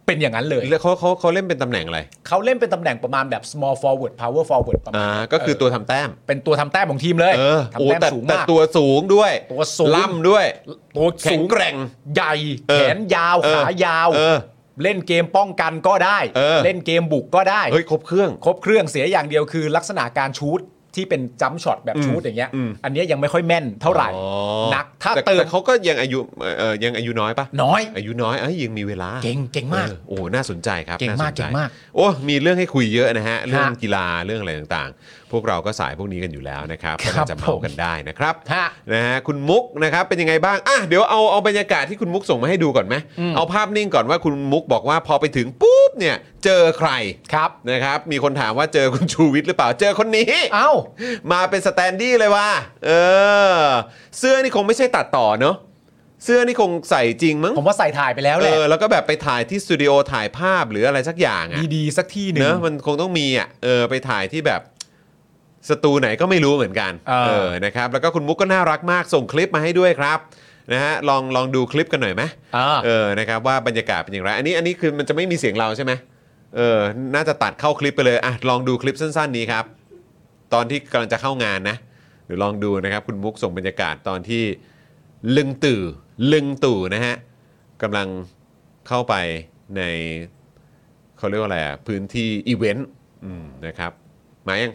เป็นอย่างนั้นเลย แล้วเขาเขาเขาเล่นเป็นตำแหน่งอะไร เขาเล่นเป็นตำแหน่งประมาณแบบ small forward power forward ประมาณ อ่า นั้น ก็คือตัวทำแต้ม เป็นตัวทำแต้มของทีมเลย เออ ทำ โอ้ แต้ม แต่ สูง แต่ มาก ตัวสูงด้วย ตัวสูง ล่ำด้วย ตัว แข็ง สูง แกร่ง ใหญ่ เออ แขนยาว เออ ขายาว เออ เล่นเกมป้องกันก็ได้ เออ เล่นเกมบุกก็ได้ เฮ้ยครบเครื่อง ครบเครื่องเสียอย่างเดียวคือลักษณะการชูตที่เป็นจัมป์ช็อตแบบชูตอย่างเงี้ย อืม อันเนี้ยยังไม่ค่อยแม่นเท่าไหร่ อ๋อ นักถ้า แต่ เติม แต่เขาก็ยังอายุเอ่อเอ่อยังอายุน้อยปะ น้อย อายุน้อยเอ้ยยังมีเวลา เก่งเก่งมาก ออโอ้น่าสนใจครับ เก่งมาก น่สนใจ เก่งมาก โอ้มีเรื่องให้คุยเยอะนะฮะ เรื่องกีฬาเรื่องอะไรต่างๆ พวกเราก็สายพวกนี้กันอยู่แล้วนะครับ ค ก็ รับ น่าจะเมา ผม กันได้นะครับ ฮะ นะฮะคุณมุกนะครับเป็นยังไงบ้างอ่ะเดี๋ยวเอาเอาบรรยากาศที่คุณมุกส่งมาให้ดูก่อนไหม อืม เอาภาพนิ่งก่อนว่าคุณมุกบอกว่าพอไปถึงปุ๊บเนี่ยเจอใคร ครับ นะครับมีคนถามว่าเจอคุณชูวิทย์หรือเปล่าเจอคนนี้ เอ้า มาเป็นสแตนดี้เลยว่ะ เออ เสื้อนี่คงไม่ใช่ตัดต่อเนอะเสื้อนี่คงใส่จริงมั้ง ผมว่าใส่ถ่ายไปแล้วแห เอ ละ อ แล้วก็แบบไปถ่ายที่สตูดิโอถ่ายภาพหรืออะไรสักอย่างอะ ดีๆสักที่หนึ่ง เนอะมันคงต้องมีอ่ะ เออ ไปถ่ายที่แบบสตูไหนก็ไม่รู้เหมือนกัน เออ เออ นะครับ แล้วก็คุณมุกก็น่ารักมาก ส่งคลิปมาให้ด้วยครับ นะฮะ ลอง ลองดูคลิปกันหน่อยไหม อ่า เออ นะครับว่าบรรยากาศเป็นอย่างไร อันนี้ อันนี้คือมันจะไม่มีเสียงเราใช่ไหมเออ น่าจะตัดเข้าคลิปไปเลย อ่ะ ลองดูคลิปสั้น ๆ นี้ครับ ตอนที่กำลังจะเข้างานนะเดี๋ยวลองดูนะครับ คุณมุกส่งบรรยากาศตอนที่ลึงตื่อลึงตู่นะฮะกำลังเข้าไปในเขาเรียกว่าอะไรอ่ะ พื้นที่อีเวนต์อืมนะครับ มายัง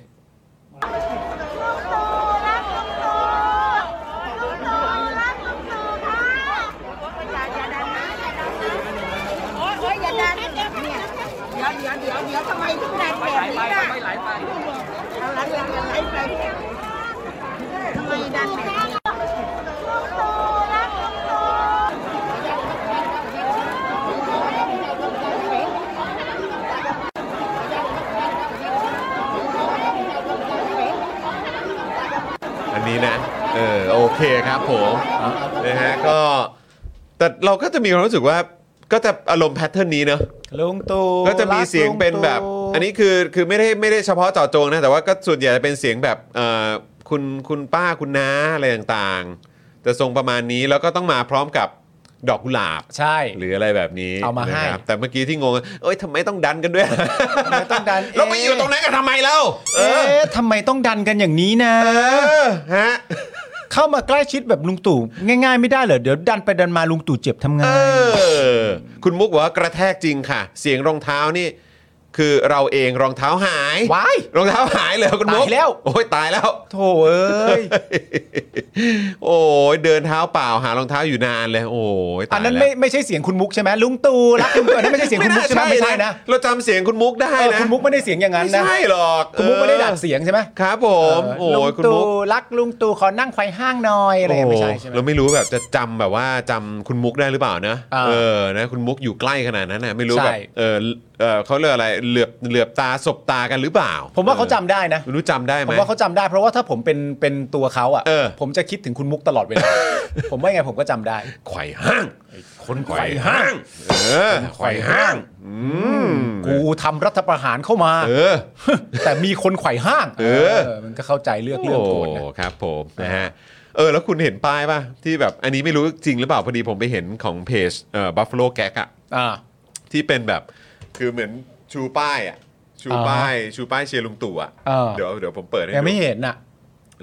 โอ๊ยโอ๊ยอย่าดันเนี่ย เดี๋ยวเดี๋ยวเดี๋ยวเดี๋ยวทำไมถึงดันแบบนี้ล่ะไม่ไหลไปเอาไหลไปเอาไหลไปทำไมดันแบบนี้ อันนี้นะ เออ โอเคครับผมนะฮะ ก็ แต่เราก็จะมีความรู้สึกว่า ก็จะอารมณ์แพทเทิร์นนี้เนอะ ลุงตู่ ก็จะมีเสียงเป็นแบบ รักลุงตู่ อันนี้คือคือไม่ได้ไม่ได้เฉพาะเจาะจงนะ แต่ว่าก็ส่วนใหญ่จะเป็นเสียงแบบเอ่อคุณคุณป้าคุณน้าอะไรต่างๆ จะทรงประมาณนี้แล้วก็ต้องมาพร้อมกับดอกกุหลาบ ใช่ หรืออะไรแบบนี้ เอามาให้ นะครับแต่เมื่อกี้ที่งงเอ้ยทำไมต้องดันกันด้วย ไม่ต้องดัน แล้วไปอยู่ตรงนั้นกันทำไมเล่าเอ เอ๊ อะ ทำไมต้องดันกันอย่างนี้นะ เออฮะ เข้ามาใกล้ชิดแบบลุงตู่ง่ายๆไม่ได้เหรอเดี๋ยวดันไปดันมาลุงตู่เจ็บทำไง เออ คุณมุกบอกว่ากระแทกจริงค่ะ เสียงรองเท้านี่ คือเราเองรองเท้าหาย ว้าย รองเท้าหายเลยคุณมุก ตายแล้ว โอ้ยตายแล้ว โถเอ้ย โอ้ยเดินเท้าเปล่าหารองเท้าอยู่นานเลย โอ้ยตาย อันนั้น แล้ว ไม่ไม่ใช่เสียงคุณมุกใช่ไหมลุงตู่รักลุงตู่อันนั้นไม่ใช่เสียงคุณมุกใช่ไหมไม่ใช่นะ เราจำเสียงคุณมุกได้ เออ นะ คุณมุกไม่ได้เสียงอย่างนั้น ไม่ นะ ใช่หรอก คุณมุกไม่ได้ดัดเสียงใช่ไหม ครับผม เ โอ้ย ลุง คุณ ตู่ มุก รักลุงตู่ขอนั่งไขว้ห้างหน่อยอะไรอย่างเงี้ยไม่ใช่ใช่ไหม เราไม่รู้แบบจะจำแบบว่าจำคุณมุกได้หรือเปล่านะ อ่า เออนะคุณมุกอยู่ใกล้ขนาดนั้นนะไม่รู้แบบ ใช่ เออเออเขาเรียกอะไรเหลือบเหลือบตาสบตากันหรือเปล่า ผมว่าเขาจำได้นะ ไม่รู้จำได้ไห ผม มว่าเขาจำได้ เพราะว่าถ้าผมเป็นเป็นตัวเขาอ่ะ เออ ผมจะคิดถึงคุณมุกตลอดเวลา ผมว่ายังไงผมก็จำได้ ไขว่ห้างคนไขว่ห้างเออไขว่ห้างอืม กูทำรัฐประหารเข้ามา เออ แต่มีคนไขว่ห้าง เออ มันก็เข้าใจเลือกเรื่องโกนนะ โอ้ครับผมนะฮะเออแล้วคุณเห็นป้ายป่ะ ที่แบบอันนี้ไม่รู้จริงหรือเปล่า พอดีผมไปเห็นของเพจเอ่อ Buffalo g a g อะ อ่า ที่เป็นแบบคือเหมือนชูป้ายอะชู อ่า ป้าย ชูป้ายเชียร์ลุงตู่อะ อ่า เดี๋ยวเดี๋ยวผมเปิดให้ ยังไม่ ดู เห็นอ่ะ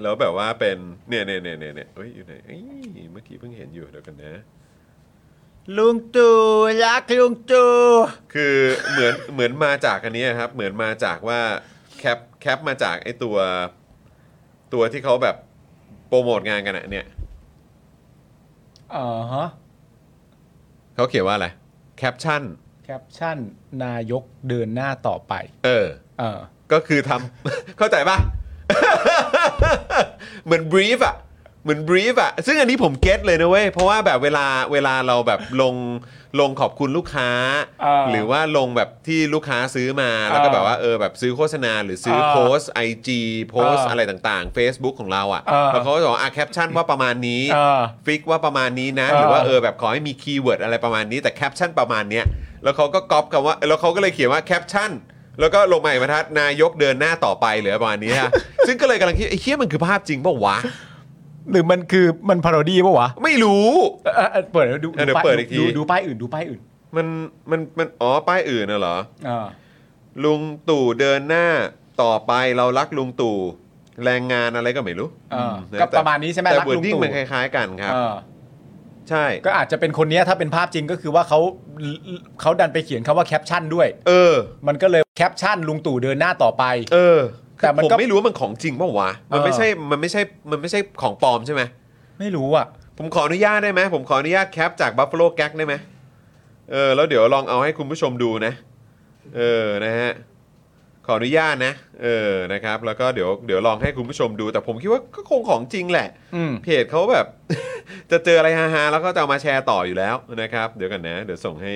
แล้วแบบว่าเป็นเนี่ยเนี่ยเนี่ยเนี่ยเนี่ยเอ้ยอยู่ไหนเอ้ยเมื่อกี้เพิ่งเห็นอยู่เดี๋ยวกันนะ ลุงตู่รักลุงตู่ คือเหมือนเหมือนมาจากอันเนี้ยครับ เหมือนมาจากว่าแคปแคปมาจากไอ้ตัวตัวที่เขาแบบโปรโมทงานกันอะเนี่ย อ๋อฮะ เขาเขียนว่าอะไรแคปชั่น แคปชั่น นายกเดินหน้าต่อไป เออ เออ ก็คือทำ เข้าใจป่ะ เหมือนบรีฟอะเหมือนบรีฟอะซึ่งอันนี้ผมเก็ตเลยนะเว้ย เพราะว่าแบบเวลาเวลาเราแบบลงลงขอบคุณลูกค้า เออ หรือว่าลงแบบที่ลูกค้าซื้อมา แล้วก็แบบว่าเออแบบซื้อโฆษณาหรือซื้อ เออ โพสไอจีโพส เอออ อะไรต่างๆ Facebook ของเราอะ เออ แล้วเขาก็จะบอกอ่ะแคปชั่นว่าประมาณนี้ เออ ฟิกว่าประมาณนี้นะ เออ หรือว่าเออแบบขอให้มีคีย์เวิร์ดอะไรประมาณนี้แต่แคปชั่นประมาณเนี้ยแล้วเขาก็ก๊อปคำว่าแล้วเขาก็เลยเขียนว่าแคปชั่น แล้วก็ลงมาอีกบรรทัดนายกเดินหน้าต่อไปหรือประมาณนี้ฮะ ซึ่งก็เลยกำลังคิดไอ้เฮี้ยมันคือภาพจริงเปล่าวะ หรือมันคือมันพารอดี้ปะวะ ไม่รู้ เออเออเปิดแล้วดู เออเดี๋ยวเปิดอีกที ดูดูป้ายอื่นดูป้ายอื่น มันมันมันอ๋อป้ายอื่นน่ะเหรอ อ่า ลุงตู่เดินหน้าต่อไปเรารักลุงตู่แรงงานอะไรก็ไม่รู้ อ่า แต่ ก็ประมาณนี้ใช่ไหม แต่ รัก วอ ลุง ร์ดิ้ง ตู่ มันคล้ายๆกันครับ เออ ใช่ ก็อาจจะเป็นคนเนี้ยถ้าเป็นภาพจริงก็คือว่าเขาเขาดันไปเขียนคำว่าแคปชั่นด้วย เออ มันก็เลยแคปชั่นลุงตู่เดินหน้าต่อไป เออ แต่มันก็ ผมไม่รู้ว่ามันของจริงเปล่าวะมัน เออ ไม่ใช่มันไม่ใช่มันไม่ใช่ของปลอมใช่ไหม ไม่รู้อ่ะ ผมขออนุญาตได้ไหมผมขออนุญาตแคปจากบัฟเฟ o ลแก๊กได้ไหมเออแล้วเดี๋ยวลองเอาให้คุณผู้ชมดูนะ เออนะฮะขออนุญาตนะเออนะครับ แล้วก็เดี๋ยวเดี๋ยวลองให้คุณผู้ชมดู แต่ผมคิดว่าก็คงของจริงแหละ อืม เพจเขาแบบ จะเจออะไรฮาๆแล้วก็จะเอามาแชร์ต่ออยู่แล้วนะครับ เดี๋ยวกันนะ เดี๋ยวส่งให้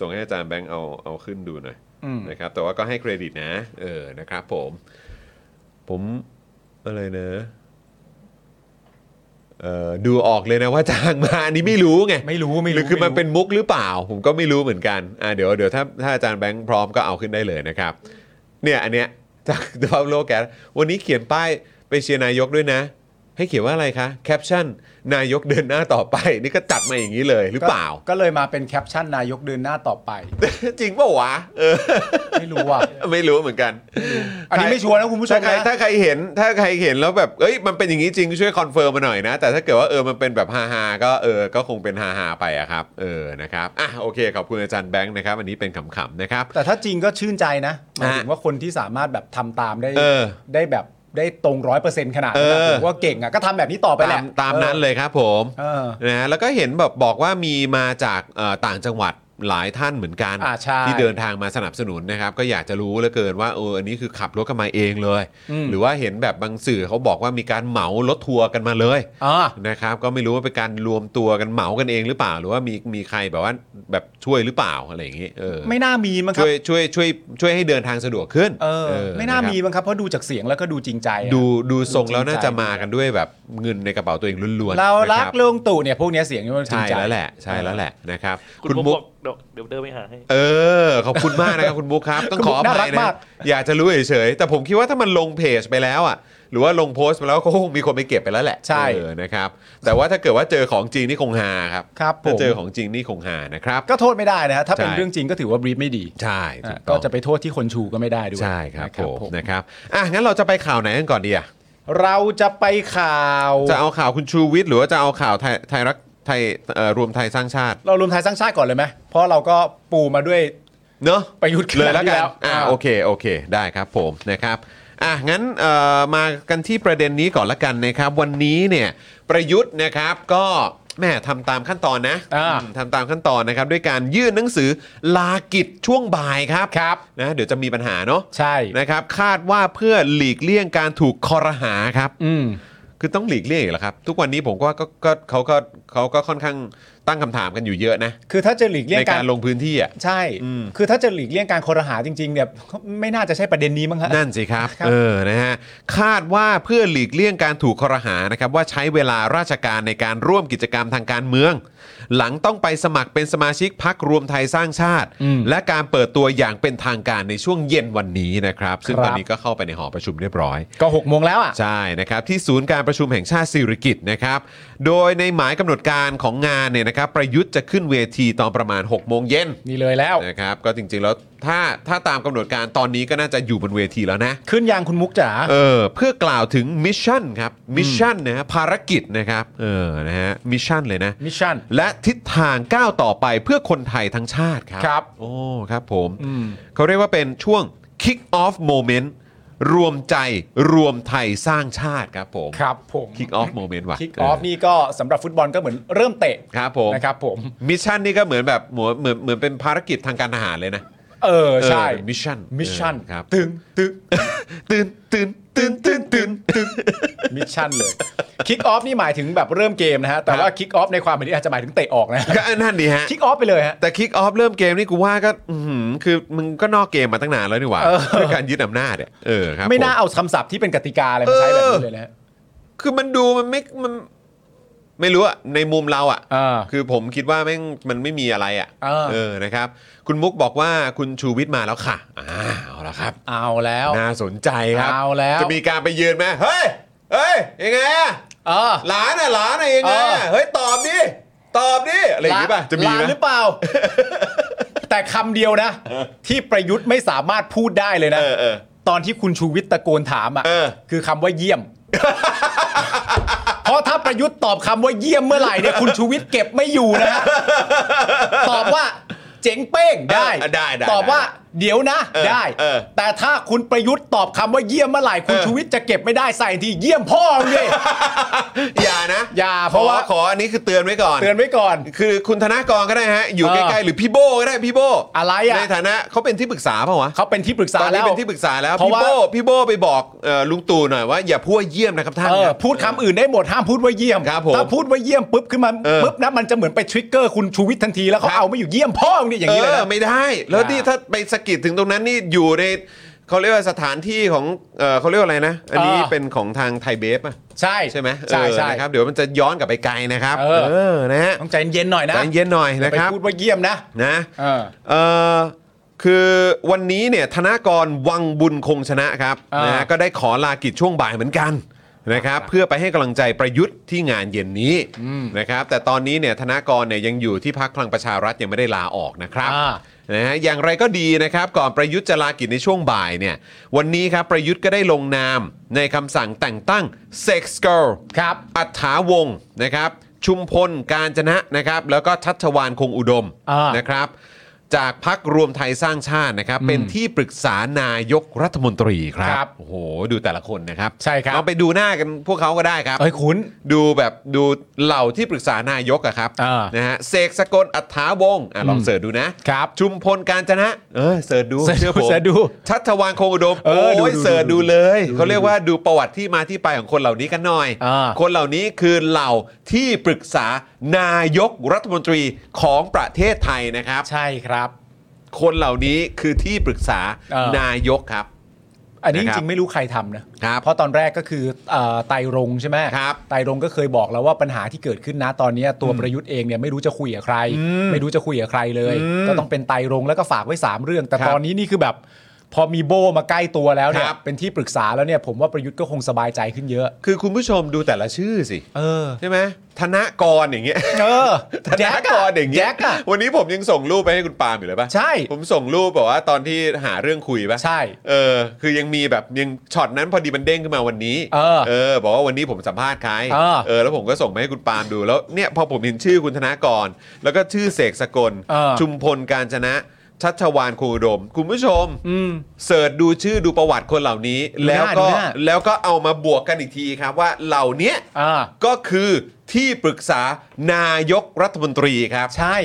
ส่งให้อาจารย์แบงค์เอาเอาขึ้นดูหน่อย อืม นะครับแต่ว่าก็ให้เครดิตนะ เออนะครับ ผม ผมอะไรเนอะเอ่อดูออกเลยนะว่าจ้างมาอันนี้ไม่รู้ไง ไม่รู้ไม่ หรื รู้ อคือมัน ไรู้ เป็นมุกหรือเปล่า ผมก็ไม่รู้เหมือนกันอ่าเดี๋ยวเดี๋ยวถ้าถ้าอาจารย์แบงค์พร้อมก็เอาขึ้นได้เลยนะครับ เนี่ยอันเนี้ย จากดาวโลกแกวันนี้เขียนป้ายไปเชียร์นายกด้วยนะ ให้เขียนว่าอะไรคะแคปชั่นนายกเดินหน้าต่อไป นี่ก็จัดมาอย่างนี้เลยหรือเปล่า ก็ก็เลยมาเป็นแคปชั่นนายกเดินหน้าต่อไป จริงเปล่าวะเออ ไม่รู้อ่ะ ไม่รู้เหมือนกัน อันนี้ไม่ชัวร์นะคุณผู้ชม ถ้าใคร นะ ถ้าใครเห็นถ้าใครเห็นแล้วแบบเอ้ยมันเป็นอย่างนี้จริงช่วยคอนเฟิร์มมาหน่อยนะ แต่ถ้าเกิดว่าเออมันเป็นแบบฮาฮาๆก็เออก็คงเป็นฮาฮาๆไปอะครับ เออนะครับอ่ะโอเคขอบคุณอาจารย์แบงค์นะครับอันนี้เป็นขำๆนะครับ แต่ถ้าจริงก็ชื่นใจนะหมายถึง ฮะ ว่าคนที่สามารถแบบทำตามได้ เออ ได้แบบได้ตรงร้อยเปอร์เซ็นต์ขนาดนั้น เออ ถือว่าเก่งอ่ะก็ทำแบบนี้ต่อไปแห ตา ละ มตามนั้นเลยครับผม เออ นะฮะแล้วก็เห็นแบบบอกว่ามีมาจากเอ่อต่างจังหวัดหลายท่านเหมือนกัน อ่าใช่ ที่เดินทางมาสนับสนุนนะครับ ก็อยากจะรู้เหลือเกินว่าเอออันนี้คือขับรถกันมาเองเลย อืม หรือว่าเห็นแบบบางสื่อเขาบอกว่ามีการเหมารถทัวร์กันมาเลย อ่า นะครับก็ไม่รู้ว่าเป็นการรวมตัวกันเหมากันเองหรือเปล่า หรือว่ามีมีใครแบบว่าแบบช่วยหรือเปล่าอะไรอย่างนี้เออ ไม่น่ามีมั้งครับช่วยช่วยช่วยช่วยให้เดินทางสะดวกขึ้น เออ เออ ไม่น่า ะครับ มีมั้งครับ เพราะดูจากเสียงแล้วก็ดูจริงใจอะ ดูดูทรงแล้ว จริงใจ น่าจะมากันด้วยแบบเงินในกระเป๋าตัวเองล้วนๆ เรารัก นะคบ ลุงตู่เนี่ยพวกเนี้ยเสียงมันจริง ใช่ ใจ แล้วแหละ ใช่แล้วแหละนะครับ คุณมุกบอกเดี๋ยวเดี๋ยวเดินไปหาให้ เออ ขอบคุณมากนะครับ คุณบุ๊คครับ ต้องขออ น่า ภั รั ย ก นะ มาก อยากจะรู้เฉยๆแต่ผมคิดว่าถ้ามันลงเพจไปแล้วอ่ะ หรือว่าลงโพสต์ไปแล้วก็คงมีคนไปเก็บไปแล้วแหละ ใช่ เออนะครับ แต่ว่าถ้าเกิดว่าเจอของจริงนี่คงหาครับ ครับผม ถ้าเจอของจริงนี่คงหานะครับ ก็โทษไม่ได้นะฮะถ้าเป็น ใช่ เรื่องจริงก็ถือว่าบรีฟไม่ดี ใช่ถู อ่ะ ต้ ก็ อง จะไปโทษที่คนชูก็ไม่ได้ด้วย ใช่ครับ นะ ผมนะครับอ่ะงั้นเราจะไปข่าวไหนกันก่อนดีอ่ะ เราจะไปข่าว จะเอาข่าวคุณชูวิทย์หรือว่าจะเอาข่าวไทยไทยรักไทยเอ่อรวมไทยสร้างชาติ เรารวมไทยสร้างชาติก่อนเลยไหม เพราะเราก็ปูมาด้วย เนอะ ประยุทธ์ เลยแล้วกัน แล้ว อ่า อ่า โอเคโอเคได้ครับผมนะครับอ่ะงั้นเอ่อมากันที่ประเด็นนี้ก่อนละกันนะครับ วันนี้เนี่ยประยุทธ์นะครับก็แม่ทำตามขั้นตอนนะ อ่า อืมทำตามขั้นตอนนะครับ ด้วยการยื่นหนังสือลากิจช่วงบ่ายครับ ครับ นะเดี๋ยวจะมีปัญหาเนาะ ใช่ นะครับคาดว่าเพื่อหลีกเลี่ยงการถูกคอรหาครับ อืม คือต้องหลีกเลี่ยงอีกเหรอครับ ทุกวันนี้ผมก็ก็ก็เขาก็เขาก็ค่อนข้างตั้งคำถามกันอยู่เยอะนะ คือถ้าจะหลีกเลี่ย ใน งกา การ รลงพื้นที่อ่ะ ใช่ อืม คือถ้าจะหลีกเลี่ยงการคอรหาจริง ๆ เนี่ย ไม่น่าจะใช่ประเด็นนี้มั้ งฮะ นั่นสิครับ ครับ เออ นะฮะ คาดว่าเพื่อหลีกเลี่ยงการถูกครหานะครับ ว่าใช้เวลาราชการในการร่วมกิจกรรมทางการเมือง หลังต้องไปสมัครเป็นสมาชิกพักรวมไทยสร้างชาติ อืม และการเปิดตัวอย่างเป็นทางการในช่วงเย็นวันนี้นะครับ ซึ่ง ครับ ตอนนี้ก็เข้าไปในหอประชุมเรียบร้อย ก็หกโมงแล้วอ่ะ ใช่นะครับที่ศูนย์การประชุมแห่งชาติสิริกิตนะครับ โดยในหมายกำหนดการของงานเนี่ยนะครับ ประยุทธ์จะขึ้นเวทีตอนประมาณ6โมงเย็น นี่เลยแล้ว นะครับ ก็จริงๆแล้วถ้าถ้าตามกำหนดการตอนนี้ก็น่าจะอยู่บนเวทีแล้วนะ ขึ้นยางคุณมุกจ๋า เออเพื่อกล่าวถึงมิชชั่นครับมิชชั่นนะฮะภารกิจนะครับเออนะฮะมิชชั่นเลยนะ มิชชั่น และทิศทางก้าวต่อไปเพื่อคนไทยทั้งชาติครับ ครับ โอ้ครับผม อืม เขาเรียกว่าเป็นช่วง kick off moment รวมใจรวมไทยสร้างชาติครับผม ครับผมคิ kick off moment ว่ะ กออฟ เ นี่ก็สำหรับฟุตบอลก็เหมือนเริ่มเตะ ครับผม นะครับผม มิชชั่นนี่ก็เหมือนแบบเหมือนเหมือนเหมือนเป็นภารกิจทางการทหารเลยนะ เออ ใช่ เออมิชชั่น มิชชั่น เออครับ ตึงตึง ตื่นตื่นตื่นตื่นตื่นตื่น มิชชั่นเลยคิกออฟนี่หมายถึงแบบเริ่มเกมนะฮะ แต่ว่าคิกออฟในความหมายนี้อาจจะหมายถึงเตะออกนะ ก็นั่นดีฮะ คิกออฟไปเลยฮะ แต่คิกออฟเริ่มเกมนี่กูว่าก็อื้อหือคือมึงก็นอกเกมมาตั้งนานแล้วนี่หว่า เออ ด้วยการยึดอำนาจเนี่ยเออครับ ไม่น่า ผ เอาคำศัพท์ที่เป็นกติกาอะไรมาใช้แบบนี้เลยนะฮะ คือมันดูมันไม่มันไม่รู้อะในมุมเราอะ อ่า คือผมคิดว่าแม่งมันไม่มีอะไรอะ อ่า เออนะครับ คุณมุกบอกว่าคุณชูวิทย์มาแล้วค่ะอ่าเอาละครับ เอาแล้ว น่าสนใจครับ เอาแล้ว จะมีการไปยืนไหมเฮ้ยเฮ้ยยังไงอะ เออ หลานอะหลานอะยังไง เอ อะ อ เฮ้ยตอบดิตอบดิอะไรอย่างงี้ป่ะจะมี ลา ไหม หรือเปล่า แต่คำเดียวนะ ที่ประยุทธ์ไม่สามารถพูดได้เลยนะ เออเออ ตอนที่คุณชูวิทย์ตะโกนถาม เออ อะ่ะคือคำว่าเยี่ยม เพราะถ้าประยุทธ์ตอบคำว่าเยี่ยมเมื่อไหร่เนี่ยคุณชูวิทย์เก็บไม่อยู่นะฮ ะตอบว่าเจ๋งเป้งได้ เออได้ได้ ตอบว่า ได้ เดี๋ยวนะ เออ ได้ เออ แต่ถ้าคุณประยุทธ์ตอบคำว่าเยี่ยมเมื่อไหร่คุณ เออ ชูวิทย์จะเก็บไม่ได้ใส่ทีเยี่ยมพ่อมึ งเลย อย่านะ อย่าเพราะว่า ขอขออันนี้คือเตือนไว้ก่อน เตือนไว้ก่อน คือคุณธนากรก็ได้ฮะ อยู่ เอ ใก อ ล้ๆหรือพี่โบก็ได้พี่โบ อะไรอะ ในฐานะเขาเป็นที่ปรึกษาเปล่าวะ เขาเป็นที่ปรึกษา ตอน แล้ นี้ ว เป็นที่ปรึกษาแล้ว เพ พี่ ราะว่า โบพี่โบไปบอกเอ่อลุงตู่หน่อยว่าอย่าพูดเยี่ยมนะครับท่าน เออ ครับ พูดคำอื่นได้หมดห้ามพูดว่าเยี่ยม ครับผม ถ้าพูดว่าเยี่ยมปุ๊บขึ้นมา เออ ปุ๊บนะมันจะเหมือนไปทริกเกอร์คุณชูวิทย์ทันทีแล้วเขา ครับ เอาไม่อยู่เยี่ยมพ่อมึงเนี่ยอย่างนี้เลย เอ นะ อไม่ได้ แล้วนี่ อ่า ถ้าไปสะกิดถึงตรงนั้นนี่อยู่ในเขาเรียกว่าสถานที่ของเออเขาเรียกว่าอะไรนะ อันนี้ เออ เป็นของทางไทยเบฟอะ ใช่ ใช่ไหม ใช่ เออ ใช่ นะครับเดี๋ยวมันจะย้อนกลับไปไกลนะครับ เออ อนะฮะ ต้องใจเย็นๆหน่อยนะ ใจเย็นหน่อยนะ ไป ครับ พูดว่าเยี่ยมนะ นะ เออ เออคือวันนี้เนี่ยธนากรวังบุญคงชนะครับ เออ นะฮะก็ได้ขอลากิจช่วงบ่ายเหมือนกันนะครับเพื่อไปให้กำลังใจประยุทธ์ที่งานเย็นนี้นะครับแต่ตอนนี้เนี่ยธนากรเนี่ยยังอยู่ที่พักพลังประชารัฐยังไม่ได้ลาออกนะครับ อ่า นะฮะอย่างไรก็ดีนะครับก่อนประยุทธ์จะลากิจในช่วงบ่ายเนี่ยวันนี้ครับประยุทธ์ก็ได้ลงนามในคำสั่งแต่งตั้ง Sex Girl ครับ อัฏฐาวงศ์นะครับชุมพลการจนะนะครับแล้วก็ชัชวานคงอุดม อ่าน นะครับจากพักรวมไทยสร้างชาตินะครับเป็นที่ปรึกษานายกรัฐมนตรีครับ ครับ โอ้โหดูแต่ละคนนะครับ ใช่ครับ เราไปดูหน้ากันพวกเขาก็ได้ครับ เอ้ยคุณ ดูแบบดูเหล่าที่ปรึกษานายกอะครับ อ่า นะฮะเสกสกลอัฏฐาวงศ์อ่ะลอง อืม เสิร์ชดูนะครับ ชุมพลการจนะเออเสิร์ชดู เสิร์ชดู ชื่อผม เสิร์ชดู ชัชวานคงอุดม เออดู โอ้ย ดู เสิร์ชดูเลย ดู เขาเรียกว่าดูประวัติที่มาที่ไปของคนเหล่านี้กันหน่อย อ่า คนเหล่านี้คือเหล่าที่ปรึกษานายกรัฐมนตรีของประเทศไทยนะครับ ใช่ครับ คนเหล่านี้คือที่ปรึกษา เออ นายกครับ อันนี้จ นะครับ ริงๆไม่รู้ใครทำนะครับ เพราะตอนแรกก็คือเอ่อไตรรงค์ใช่ไหม ครับ ไตรรงค์ก็เคยบอกแล้วว่าปัญหาที่เกิดขึ้นนะตอนเนี้ยตัวประยุทธ์เองเนี่ยไม่รู้จะคุยกับใคร ไม่รู้จะคุยกับใครเลย ก็ต้องเป็นไตรรงค์แล้วก็ฝากไว้ 3 เรื่อง แต่ ครัตบอนนี้นี่คือแบบ พอมีโบมาใกล้ตัวแล้วเนี่ ค ย รับ เป็นที่ปรึกษาแล้วเนี่ยผมว่าประยุทธ์ก็คงสบายใจขึ้นเยอะ คือคุณผู้ชมดูแต่ละชื่อสิ เออ ใช่ไหมธนกรอย่างเงี้ย เออ ธนากรอย่างเงี้ แจ็ ย คอะ วันนี้ผมยังส่งรูปไปให้คุณปาล์มอยู่เลยปะ ใช่ ผมส่งรูปแบบว่าตอนที่หาเรื่องคุยปะ ใช่ เออ คือยังมีแบบยังช็อตนั้นพอดีมันเด้งขึ้นมาวันนี้ เออ บอกว่าวันนี้ผมสัมภาษณ์ใคร เออ เออแล้วผมก็ส่งไปให้คุณปาล์มดูแล้วเนี่ยพอผมเห็นชื่อคุณธนากร แล้วก็ชื่อเสกสกล เออ ชุมพลการชนะชัชวานคงอุดม คุณผู้ชมเสิร์ชดูชื่อดูประวัติคนเหล่านี้ ดูหน้า แล้ว ดู ก็ หน้า แล้วก็เอามาบวกกันอีกทีครับว่าเหล่าเนี้ย อ่า ก็คือที่ปรึกษานายกรัฐมนตรีครับ ใช่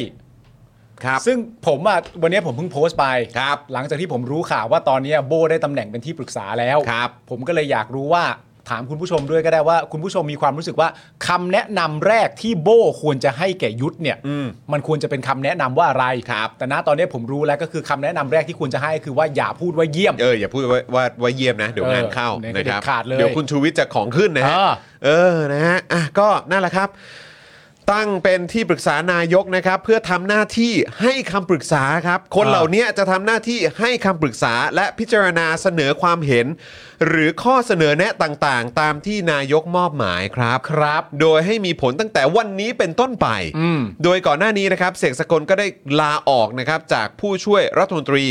ครับ ซึ่งผมอ่ะวันนี้ผมเพิ่งโพสต์ไป ครับ หลังจากที่ผมรู้ข่าวว่าตอนนี้โบได้ตำแหน่งเป็นที่ปรึกษาแล้ว ครับ ผมก็เลยอยากรู้ว่าถามคุณผู้ชมด้วยก็ได้ว่า คุณผู้ชมมีความรู้สึกว่าคำแนะนำแรกที่โบควรจะให้แก่ยุทธเนี่ย อืม นควรจะเป็นคำแนะนำว่าอะไร ครับ แต่ณตอนนี้ผมรู้แล้วก็คือคำแนะนำแรกที่ควรจะให้คือว่าอย่าพูดว่าเยี่ยม เอออย่าพูดว่าว่าว่าเยี่ยมนะ เดี๋ยเอองวานเข้า เดี๋ยว นะครับ เด็ดขาดเลย ยวคุณชูวิทย์จะของขึ้นนะฮะ เออ เออนะฮะอ่ะก็นั่นแหละครับ ตั้งเป็นที่ปรึกษานายกนะครับ เพื่อทำหน้าที่ให้คำปรึกษาครับ คนเหล่านี้จะทำหน้าที่ให้คำปรึกษาและพิจารณาเสนอความเห็น หรือข้อเสนอแนะต่างๆ ตามที่นายกมอบหมายครับ ครับ โดยให้มีผลตั้งแต่วันนี้เป็นต้นไป อืม โดยก่อนหน้านี้นะครับเสกสกลก็ได้ลาออกนะครับจากผู้ช่วยรัฐมนตรี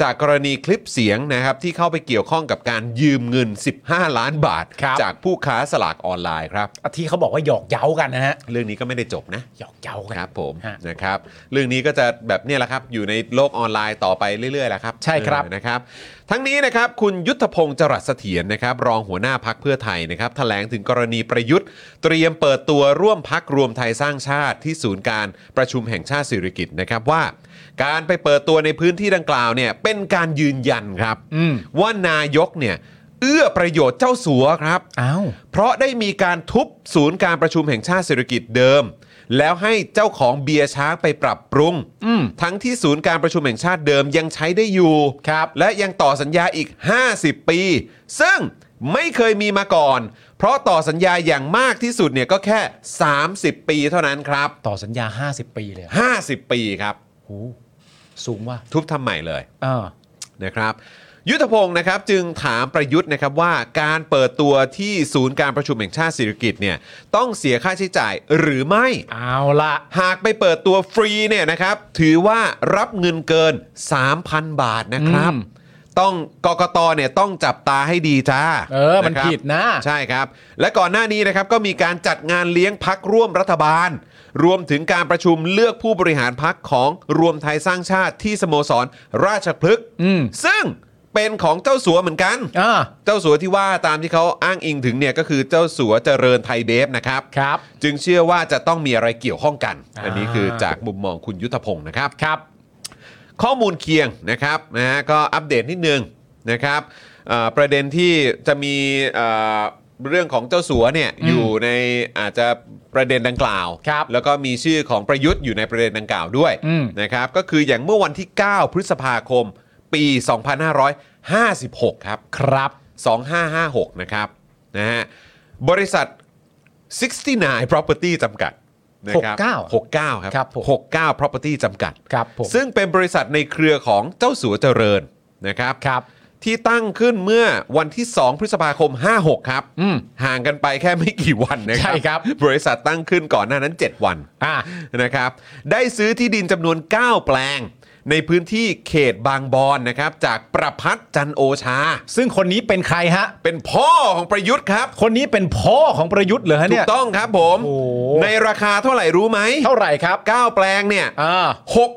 จากกรณีคลิปเสียงนะครับที่เข้าไปเกี่ยวข้องกับการยืมเงิน 15 ล้านบาท ครับ จากผู้ค้าสลากออนไลน์ครับ ที่เขาบอกว่าหยอกเย้ากันนะฮะ เรื่องนี้ก็ไม่ได้จบนะ หยอกเย้ากัน ครับผม ฮะ นะครับเรื่องนี้ก็จะแบบเนี่ยแหละครับอยู่ในโลกออนไลน์ต่อไปเรื่อยๆแหละครับ ใช่ครับ เออนะครับ ทั้งนี้นะครับคุณยุทธพงศ์จรัสเสถียรนะครับ รองหัวหน้าพักเพื่อไทยนะครับแถลงถึงกรณีประยุทธ์ เตรียมเปิดตัวร่วมพักรวมไทยสร้างชาติที่ศูนย์การประชุมแห่งชาติสิริกิติ์นะครับว่า การไปเปิดตัวในพื้นที่ดังกล่าวเนี่ยเป็นการยืนยันครับ อืม ว่านายกเนี่ยเอื้อประโยชน์เจ้าสัวครับ อ้าว เพราะได้มีการทุบศูนย์การประชุมแห่งชาติเศรษฐกิจเดิม แล้วให้เจ้าของเบียร์ช้างไปปรับปรุง ทั้งที่ศูนย์การประชุมแห่งชาติเดิมยังใช้ได้อยู่ และยังต่อสัญญาอีก 50 ปี ซึ่งไม่เคยมีมาก่อน เพราะต่อสัญญาอย่างมากที่สุดเนี่ยก็แค่ 30 ปีเท่านั้นครั ต่อสัญญา 50 ปีเลยเหรอบ 50 ปีครับ หูสูงว่ะ ทุบทำใหม่เลย เออ นะครับ ยุทธพงศ์นะครับจึงถามประยุทธ์นะครับว่าการเปิดตัวที่ศูนย์การประชุมแห่งชาติศิริกิติ์เนี่ยต้องเสียค่าใช้จ่ายหรือไม่ เอาละ หากไปเปิดตัวฟรีเนี่ยนะครับ ถือว่ารับเงินเกิน 3,000 บาทนะครับ ต้องกกตเนี่ยต้องจับตาให้ดีจ้า เออ มัน ครับ ผิดนะ ใช่ครับ และก่อนหน้านี้นะครับก็มีการจัดงานเลี้ยงพักร่วมรัฐบาล รวมถึงการประชุมเลือกผู้บริหารพักของรวมไทยสร้างชาติที่สโมสรราชพฤกษ์ อืม ซึ่งเป็นของเจ้าสัวเหมือนกัน อ่า เจ้าสัวที่ว่าตามที่เขาอ้างอิงถึงเนี่ยก็คือเจ้าสัวเจริญไทยเบฟนะครับ ครับ จึงเชื่อว่าจะต้องมีอะไรเกี่ยวข้องกัน อ่า อันนี้คือจากมุมมองคุณยุทธพงศ์นะครับ ครับ ข้อมูลเคียงนะครับนะฮะก็อัปเดตนิดนึงนะครับเอ่อประเด็นที่จะมีเอ่อเรื่องของเจ้าสัวเนี่ย อืม อยู่ในอาจจะประเด็นดังกล่าว ครับ แล้วก็มีชื่อของประยุทธ์อยู่ในประเด็นดังกล่าวด้วย อืม นะครับก็คืออย่างเมื่อวันที่ 9 พฤษภาคมปี 2556 ครับ ครับ 2556 นะครับนะฮะบริษัท 69 property จำกัดนะครับ 69 69 ครับ ครับผม 69 property จำกัด ครับผม ซึ่งเป็นบริษัทในเครือของเจ้าสัวเจริญนะครับ ครับ ที่ตั้งขึ้นเมื่อวันที่ 2 พฤษภาคม 56 ครับ อืม ห่างกันไปแค่ไม่กี่วันนะครั ใช่ครับ บริษัทตั้งขึ้นก่อนหน้านั้น 7 วัน อ่า นะครับได้ซื้อที่ดินจำนวน 9 แปลง ในพื้นที่เขตบางบอนนะครับ จากประพัฒน์จันทร์โอชา ซึ่งคนนี้เป็นใครฮะ เป็นพ่อของประยุทธ์ครับ คนนี้เป็นพ่อของประยุทธ์เหรอฮะ ถู เนี่ย กต้องครับผม โอ้ ในราคาเท่าไหร่รู้ไหม เท่าไหร่ครับ 9แปลงเนี่ย อ่า